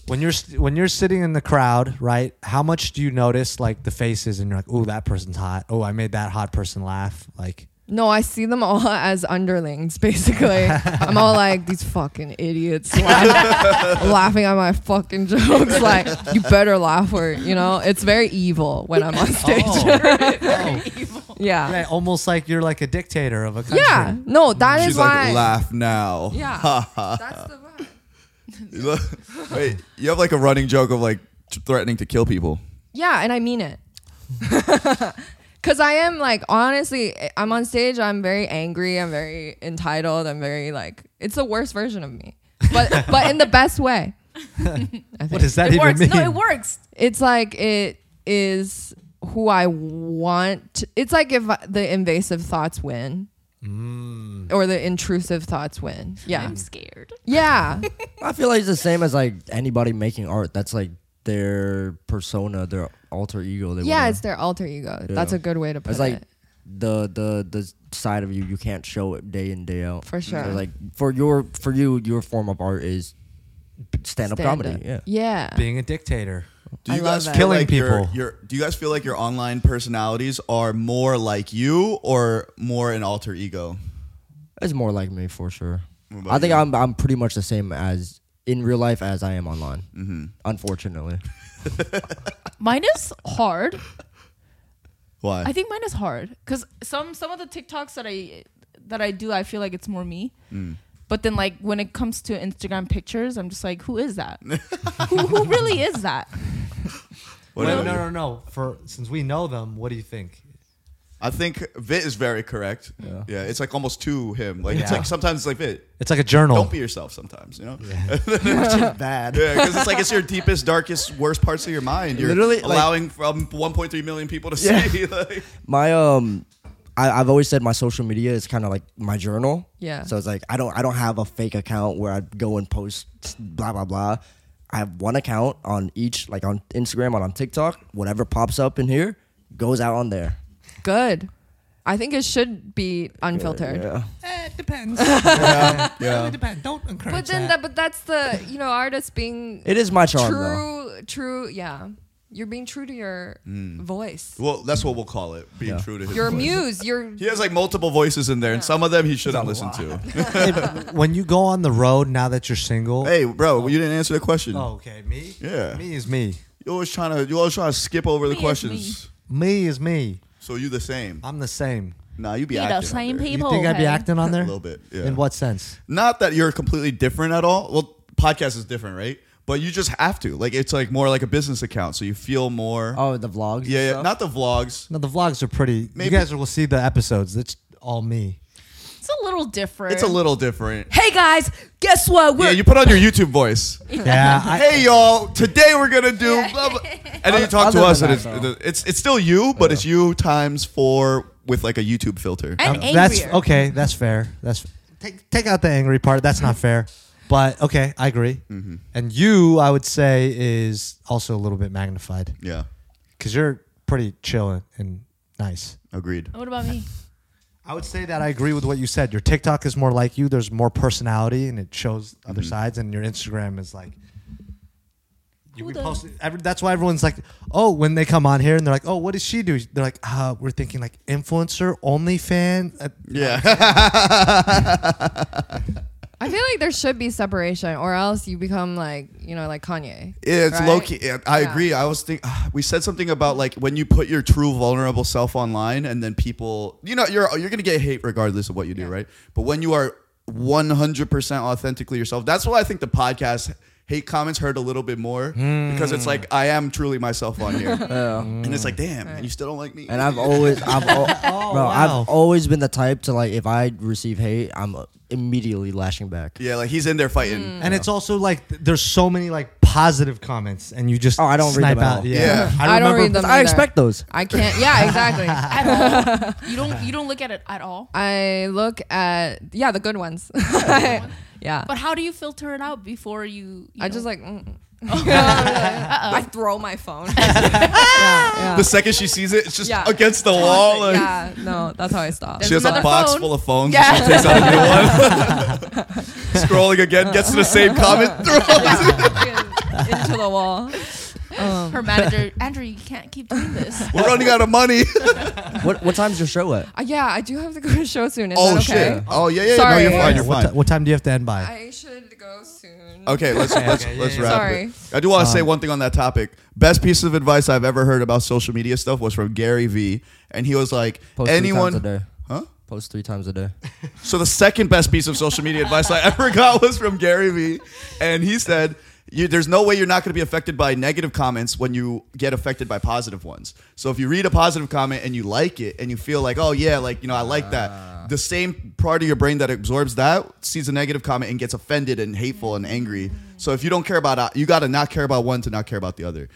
Speaker 7: when you're st- when you're sitting in the crowd, right? How much do you notice like the faces, and you're like, oh, that person's hot. Oh, I made that hot person laugh. Like,
Speaker 2: No, I see them all (laughs) as underlings. Basically, I'm all like these fucking idiots (laughs) laugh- laughing at my fucking jokes. (laughs) Like you better laugh or you know it's very evil when I'm on stage.
Speaker 1: Oh.
Speaker 2: (laughs) yeah.
Speaker 7: yeah, almost like you're like a dictator of a country.
Speaker 2: Yeah. No, that is
Speaker 1: She's
Speaker 2: why.
Speaker 1: like, laugh now.
Speaker 2: Yeah. That's the
Speaker 1: (laughs)
Speaker 2: vibe.
Speaker 1: Wait, you have like a running joke of like t- threatening to kill people.
Speaker 2: Yeah, and I mean it. (laughs) Cause I am like honestly, I'm on stage. I'm very angry. I'm very entitled. I'm very like it's the worst version of me, but but in the best way.
Speaker 7: What does that
Speaker 5: It
Speaker 7: even
Speaker 5: works.
Speaker 7: mean?
Speaker 5: No, it works.
Speaker 2: It's like it is who I want. It's like if the invasive thoughts win, or the intrusive thoughts win. Yeah,
Speaker 5: I'm scared.
Speaker 4: (laughs)
Speaker 2: yeah,
Speaker 4: I feel like it's the same as like anybody making art. That's like their persona, their alter ego. They
Speaker 2: yeah.
Speaker 4: wanna-
Speaker 2: It's their alter ego. That's
Speaker 4: Yeah.
Speaker 2: a good way to put
Speaker 4: It's like
Speaker 2: it.
Speaker 4: the the the side of you you can't show it day in day out.
Speaker 2: For
Speaker 4: So,
Speaker 2: sure.
Speaker 4: like for your for you your form of art is stand up
Speaker 2: Stand-up.
Speaker 4: comedy. Yeah.
Speaker 2: yeah.
Speaker 7: Being a dictator.
Speaker 1: Do
Speaker 2: I
Speaker 1: you
Speaker 2: love
Speaker 1: guys
Speaker 2: that.
Speaker 1: feel
Speaker 7: Killing
Speaker 1: like your-
Speaker 7: people.
Speaker 1: Your, do you guys feel like your online personalities are more like you or more an alter ego?
Speaker 4: It's more like me for sure.
Speaker 1: What about
Speaker 4: I think
Speaker 1: you?
Speaker 4: I'm I'm pretty much the same as in real life as I am online. Mm-hmm.
Speaker 1: (laughs)
Speaker 2: (laughs)
Speaker 4: Unfortunately,
Speaker 5: Mine is hard.
Speaker 1: Why?
Speaker 5: I think mine is hard because some some of the TikToks that I that I do, I feel like it's more me. But then, like when it comes to Instagram pictures, I'm just like, who is that? who, who really is that?
Speaker 1: What
Speaker 7: no,
Speaker 1: about
Speaker 7: no,
Speaker 1: you?
Speaker 7: no, no. For since we know them, what do you think?
Speaker 1: I think Vit is very correct. Yeah, it's like almost to him. Like it's
Speaker 7: Yeah. Oh.
Speaker 1: like sometimes it's like Vit,
Speaker 7: It's like a journal.
Speaker 1: don't be yourself sometimes. You know. Yeah, (laughs)
Speaker 4: Bad.
Speaker 1: because it's like it's your deepest, darkest, worst parts of your mind. You're
Speaker 4: Literally,
Speaker 1: literally
Speaker 4: like-
Speaker 1: allowing um, from 1.3 million people to
Speaker 4: Yeah.
Speaker 1: see. (laughs) Like,
Speaker 4: My um, I, I've always said my social media is kind of like my journal.
Speaker 2: Yeah.
Speaker 4: So it's like I don't I don't have a fake account where I go and post blah blah blah. I have one account on each, like on Instagram, on on TikTok. Whatever pops up in here goes out on there.
Speaker 2: Good. I think it should be unfiltered.
Speaker 4: Yeah.
Speaker 11: Eh, it depends. yeah.
Speaker 1: yeah.
Speaker 11: depends. Don't encourage
Speaker 2: But then,
Speaker 11: that.
Speaker 2: that, but that's the you know artist being
Speaker 4: It is my charm though.
Speaker 2: true, true. Yeah, you're being true to your voice,
Speaker 1: Well, that's what we'll call it. Being true to his.
Speaker 2: your
Speaker 1: voice.
Speaker 2: muse, your
Speaker 1: He has like multiple voices in there, and some of them he shouldn't listen
Speaker 4: (laughs)
Speaker 1: to.
Speaker 7: when you go on the road now that you're single.
Speaker 1: hey, bro, you didn't answer the question.
Speaker 7: Oh, okay, me.
Speaker 1: Yeah.
Speaker 7: me is me.
Speaker 1: You always trying to you always trying to skip over the
Speaker 8: Me is
Speaker 1: questions.
Speaker 7: Me is me.
Speaker 1: So you the same?
Speaker 7: I'm the same.
Speaker 1: Nah, you be
Speaker 8: Be
Speaker 1: acting
Speaker 8: the
Speaker 1: on
Speaker 8: same
Speaker 1: there.
Speaker 8: people.
Speaker 7: you think I'd be
Speaker 8: okay?
Speaker 1: (laughs)
Speaker 7: acting on there?
Speaker 1: a little bit. Yeah.
Speaker 7: In what sense?
Speaker 1: Not that you're completely different at all. Well, podcast is different, right? But you just have to. Like it's like more like a business account, so you feel more.
Speaker 4: Oh, the vlogs. and
Speaker 1: yeah, yeah.
Speaker 4: stuff?
Speaker 1: Not the vlogs.
Speaker 7: No, the vlogs are pretty.
Speaker 1: Maybe.
Speaker 7: You guys will see the episodes. That's
Speaker 8: (laughs)
Speaker 7: all me.
Speaker 8: It's a little different.
Speaker 1: It's a little different.
Speaker 8: Hey guys, guess what? We're
Speaker 1: Yeah, you put on your YouTube voice.
Speaker 7: Yeah, I,
Speaker 1: hey y'all, today we're gonna do blah blah. And then you talk
Speaker 4: Other
Speaker 1: to us,
Speaker 4: than
Speaker 1: and
Speaker 4: that,
Speaker 1: it's, it's it's still you, but it's you times four with like a YouTube filter.
Speaker 8: and
Speaker 7: Um,
Speaker 8: angrier.
Speaker 7: That's okay. That's fair. That's take take out the angry part. That's not fair. But okay, I agree.
Speaker 1: Mm-hmm.
Speaker 7: And you, I would say, is also a little bit magnified
Speaker 1: Yeah,
Speaker 7: because you're pretty chill and, and nice.
Speaker 1: agreed.
Speaker 5: Oh.
Speaker 8: what about me?
Speaker 7: I would say that I agree with what you said. Your TikTok is more like you. There's more personality, and it shows other
Speaker 1: Mm-hmm.
Speaker 7: sides. And your Instagram is like.
Speaker 8: Who
Speaker 7: You we
Speaker 8: the- (laughs)
Speaker 7: post every, that's why everyone's like, oh, when they come on here and they're like, oh, what does she do? They're like, uh, we're thinking like influencer, OnlyFans. Uh,
Speaker 1: Yeah, (laughs)
Speaker 2: I feel like there should be separation, or else you become like you know, like Kanye.
Speaker 1: it's
Speaker 2: right?
Speaker 1: low key. I
Speaker 2: Yeah.
Speaker 1: agree. I was think (sighs) we said something about like when you put your true vulnerable self online, and then people, you know, you're you're gonna get hate regardless of what you do, right? But when you are 100 percent authentically yourself, that's why I think the podcast hate comments hurt a little bit more because
Speaker 4: Hmm.
Speaker 1: it's like I am truly myself on
Speaker 4: (laughs)
Speaker 1: here, and it's like damn, and you still don't like me.
Speaker 4: And I've always, I've,
Speaker 2: (laughs)
Speaker 4: al- (laughs)
Speaker 2: Oh,
Speaker 4: bro,
Speaker 7: Oh, wow.
Speaker 4: I've always been the type to like, if I receive hate, I'm uh, immediately lashing back.
Speaker 1: Yeah, like he's in there fighting.
Speaker 2: Hmm.
Speaker 7: And it's also like th- there's so many like positive comments, and you just
Speaker 4: Oh, I don't read
Speaker 7: snipe
Speaker 4: them at
Speaker 7: out.
Speaker 4: all.
Speaker 1: Yeah.
Speaker 2: I don't read them.
Speaker 4: I
Speaker 2: either.
Speaker 4: expect those.
Speaker 2: I can't. Yeah, exactly.
Speaker 8: At
Speaker 2: (laughs)
Speaker 8: all. You don't you don't look at it at all.
Speaker 2: I look at yeah the good ones. (laughs) yeah,
Speaker 8: But how do you filter it out before you? you
Speaker 2: I
Speaker 8: know?
Speaker 2: just like. mm. (laughs) I throw my phone. yeah,
Speaker 1: The second she sees it, it's just
Speaker 2: Yeah.
Speaker 1: against the wall. Like,
Speaker 2: yeah, no, that's how I stop.
Speaker 1: She has a
Speaker 8: Another
Speaker 2: (laughs)
Speaker 1: box
Speaker 8: phone.
Speaker 1: full of phones. and She takes out a new one. (laughs) Scrolling again, gets to the same comment. throws it.
Speaker 2: into the wall. um.
Speaker 8: her
Speaker 2: (laughs)
Speaker 8: manager, Andrew. You can't keep doing this.
Speaker 1: We're running out of money.
Speaker 4: What what time's your show at?
Speaker 2: Uh, yeah, I do have to go to a show soon. Is
Speaker 1: (laughs) oh
Speaker 2: that okay?
Speaker 1: shit! Oh yeah, yeah. yeah. No,
Speaker 2: Sorry.
Speaker 1: you're fine. You're
Speaker 7: What,
Speaker 1: fine.
Speaker 7: ti- what time do you have to end by?
Speaker 2: I should go soon.
Speaker 1: Okay, let's let's
Speaker 7: okay, yeah,
Speaker 1: let's
Speaker 7: yeah.
Speaker 1: wrap.
Speaker 2: Sorry.
Speaker 1: It. I do want to say one thing on that topic. Best piece of advice I've ever heard about social media stuff was from Gary V, and he was like,
Speaker 4: Post
Speaker 1: anyone.
Speaker 4: three times a day.
Speaker 1: Huh?
Speaker 4: Post three times a day.
Speaker 1: So the second best piece of social media advice I ever got was from Gary Vee, and he said, you, "There's no way you're not going to be affected by negative comments when you get affected by positive ones. So if you read a positive comment and you like it, and you feel like, oh yeah, like you know, I like that, the same part of your brain that absorbs that sees a negative comment and gets offended and hateful and angry. So if you don't care about, uh, you got to not care about one to not care about the other.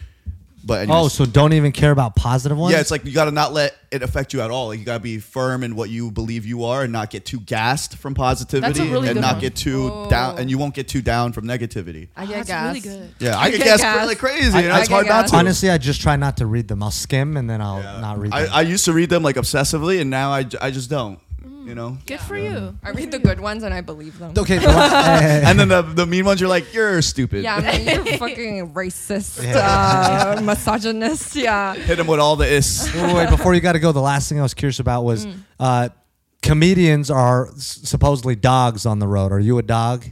Speaker 1: But anyways,
Speaker 7: oh, so don't even care about positive ones.
Speaker 1: yeah, it's like you got to not let it affect you at all. Like you got to be firm in what you believe you are, and not get too gassed from positivity,
Speaker 8: really
Speaker 1: and
Speaker 8: good
Speaker 1: not
Speaker 8: one.
Speaker 1: get too down, and you won't get too down from negativity.
Speaker 2: I get
Speaker 8: That's
Speaker 2: gas.
Speaker 8: really good.
Speaker 1: Yeah, I, get
Speaker 2: get
Speaker 1: gassed
Speaker 2: gassed.
Speaker 1: really crazy.
Speaker 7: I-
Speaker 1: you know,
Speaker 7: I
Speaker 1: it's
Speaker 2: get
Speaker 1: hard not
Speaker 2: gassed.
Speaker 1: to.
Speaker 7: honestly, I just try not to read them. I'll skim and then I'll not read them.
Speaker 1: I, I used to read them like obsessively, and now I, j- I just don't. You
Speaker 2: Mm.
Speaker 1: know.
Speaker 8: Good for you.
Speaker 2: I read the good ones and I believe them.
Speaker 7: okay,
Speaker 1: (laughs)
Speaker 7: the one- eh, eh, eh.
Speaker 1: And then the, the mean ones, you're like, you're stupid.
Speaker 2: Yeah, I
Speaker 8: (laughs)
Speaker 2: mean, you're fucking racist, uh, misogynist. Yeah.
Speaker 1: (laughs) Hit him with all the is.
Speaker 7: Wait, wait, wait, before you got to go, the last thing I was curious about was
Speaker 2: Mm.
Speaker 7: uh, comedians are s- supposedly dogs on the road. Are you a dog?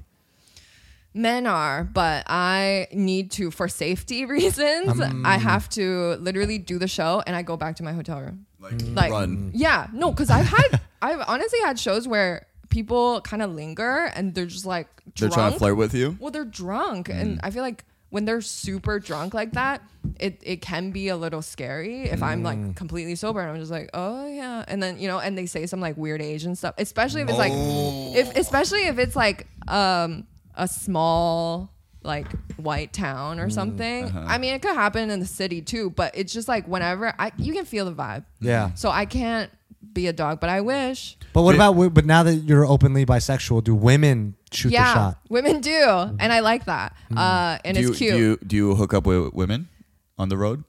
Speaker 2: Men are, but I need to, for safety (laughs) reasons,
Speaker 1: Um.
Speaker 2: I have to literally do the show and I go back to my hotel room.
Speaker 1: Like,
Speaker 2: Like,
Speaker 1: run.
Speaker 2: yeah, no, because I've had, (laughs) I've honestly had shows where people kind of linger and they're just like drunk.
Speaker 1: They're trying to flirt with you.
Speaker 2: Well, they're drunk, and I feel like when they're super drunk like that, it, it can be a little scary if I'm like completely sober and I'm just like, oh yeah. And then, you know, and they say some like weird Asian stuff, especially if it's like, if, especially if it's like um, a small like white town or something. I mean, it could happen in the city too, but it's just like whenever I, you can feel the vibe.
Speaker 7: Yeah.
Speaker 2: So I can't be a dog, but I wish.
Speaker 7: But what about? But now that you're openly bisexual, do women shoot
Speaker 2: yeah,
Speaker 7: the shot?
Speaker 2: women do, and I like that. Uh, and
Speaker 1: do you,
Speaker 2: it's cute.
Speaker 1: Do you, do you hook up with women on the road?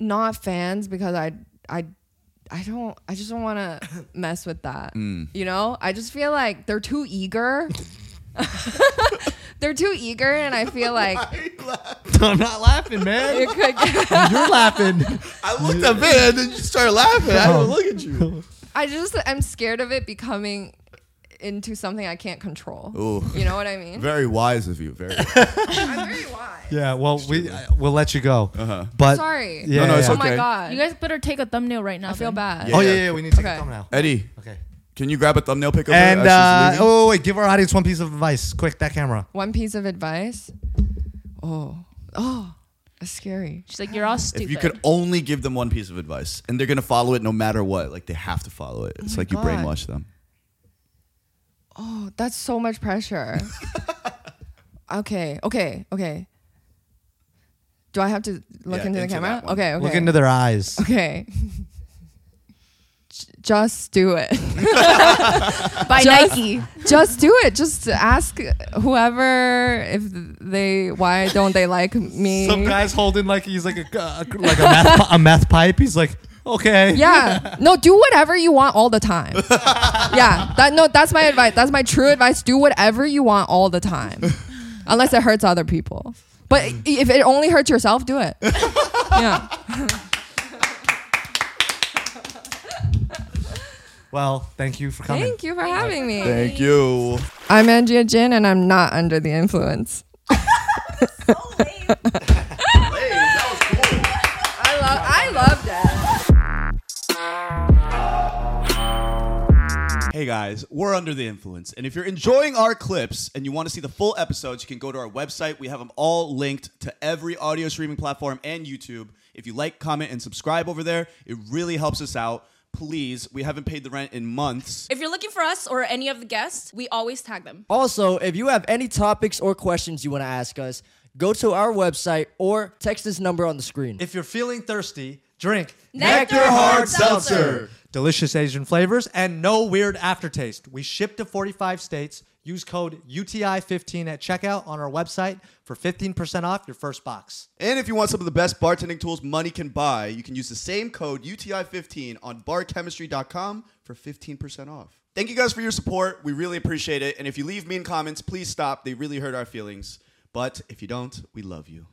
Speaker 2: Not fans because I I I don't I just don't
Speaker 1: (coughs)
Speaker 2: want to mess with that.
Speaker 1: Mm.
Speaker 2: You know, I just feel like they're too
Speaker 1: (laughs)
Speaker 2: eager. they're too eager, and
Speaker 1: (laughs)
Speaker 2: I feel like
Speaker 7: (laughs) I'm not laughing, man.
Speaker 2: it could. Get, (laughs)
Speaker 7: (laughs) you're laughing.
Speaker 1: I looked at it and then you started laughing. I didn't look at you.
Speaker 2: I just I'm scared of it becoming into something I can't control.
Speaker 1: Ooh.
Speaker 2: You know what I mean?
Speaker 1: Very wise (laughs) of you. Very.
Speaker 2: I'm very wise.
Speaker 7: Yeah. Well, we I, we'll let you go. Uh-huh. But
Speaker 2: Sorry.
Speaker 7: Yeah,
Speaker 1: No, no,
Speaker 7: yeah,
Speaker 1: it's
Speaker 7: yeah.
Speaker 2: Oh my
Speaker 1: okay.
Speaker 2: god.
Speaker 8: You guys better take a thumbnail right now.
Speaker 2: I feel
Speaker 8: then.
Speaker 2: bad.
Speaker 1: Yeah.
Speaker 7: Oh yeah, yeah. We need to
Speaker 2: Okay.
Speaker 7: take a thumbnail.
Speaker 1: Eddie,
Speaker 7: Okay.
Speaker 1: can you grab a thumbnail pickup?
Speaker 7: And
Speaker 1: as she's
Speaker 7: uh,
Speaker 1: leaving?
Speaker 7: oh wait, give our audience one piece of advice. Quick, that camera.
Speaker 2: One piece of advice. Oh, oh, that's scary.
Speaker 8: She's like, you're all stupid.
Speaker 1: if you could only give them one piece of advice, and they're gonna follow it no matter what. Like they have to follow it. It's like you
Speaker 2: God.
Speaker 1: brainwash them.
Speaker 2: Oh, that's so
Speaker 1: (laughs)
Speaker 2: much pressure. okay, okay, okay. Do I have to look
Speaker 1: Yeah,
Speaker 2: into the
Speaker 1: into
Speaker 2: camera?
Speaker 1: that one.
Speaker 2: Okay, okay.
Speaker 7: Look into their eyes.
Speaker 2: (laughs) Okay. J- Just do it. (laughs)
Speaker 8: buy
Speaker 2: Just- (laughs)
Speaker 8: Nike.
Speaker 2: Just do it. Just ask whoever if they why don't they like me.
Speaker 7: Some guy's holding like he's like a uh, like (laughs) a meth, pi- a meth pipe. He's like, okay.
Speaker 2: (laughs) Yeah. No, do whatever you want all the time. yeah. That no, that's my advice. That's my true advice. Do whatever you want all the time. Unless it hurts other people. But i- if it only hurts yourself, do (laughs) it. yeah.
Speaker 7: Well, thank you for coming.
Speaker 2: Thank you for having me.
Speaker 1: Thank you.
Speaker 2: I'm Angie Jin and I'm not under the (laughs) influence. (laughs) I love I love that.
Speaker 12: Hey guys, we're under the influence. And if you're enjoying our clips and you want to see the full episodes, you can go to our website. We have them all linked to every audio streaming platform and YouTube. If you like, comment, and subscribe over there, it really helps us out. Please, we haven't paid the rent in months.
Speaker 5: If you're looking for us or any of the guests, we always tag them.
Speaker 4: Also, if you have any topics or questions you want to ask us, go to our website or text this number on the screen.
Speaker 7: If you're feeling thirsty, drink
Speaker 5: Nectar Hard Seltzer.
Speaker 7: delicious Asian flavors and no weird aftertaste. We ship to 45 states. Use code UTI15 at checkout on our website for 15% off your first box.
Speaker 12: And if you want some of the best bartending tools money can buy, you can use the same code UTI15 on barchemistry.com for 15% off. Thank you guys for your support. We really appreciate it. And if you leave mean comments, please stop. They really hurt our feelings. But if you don't, we love you.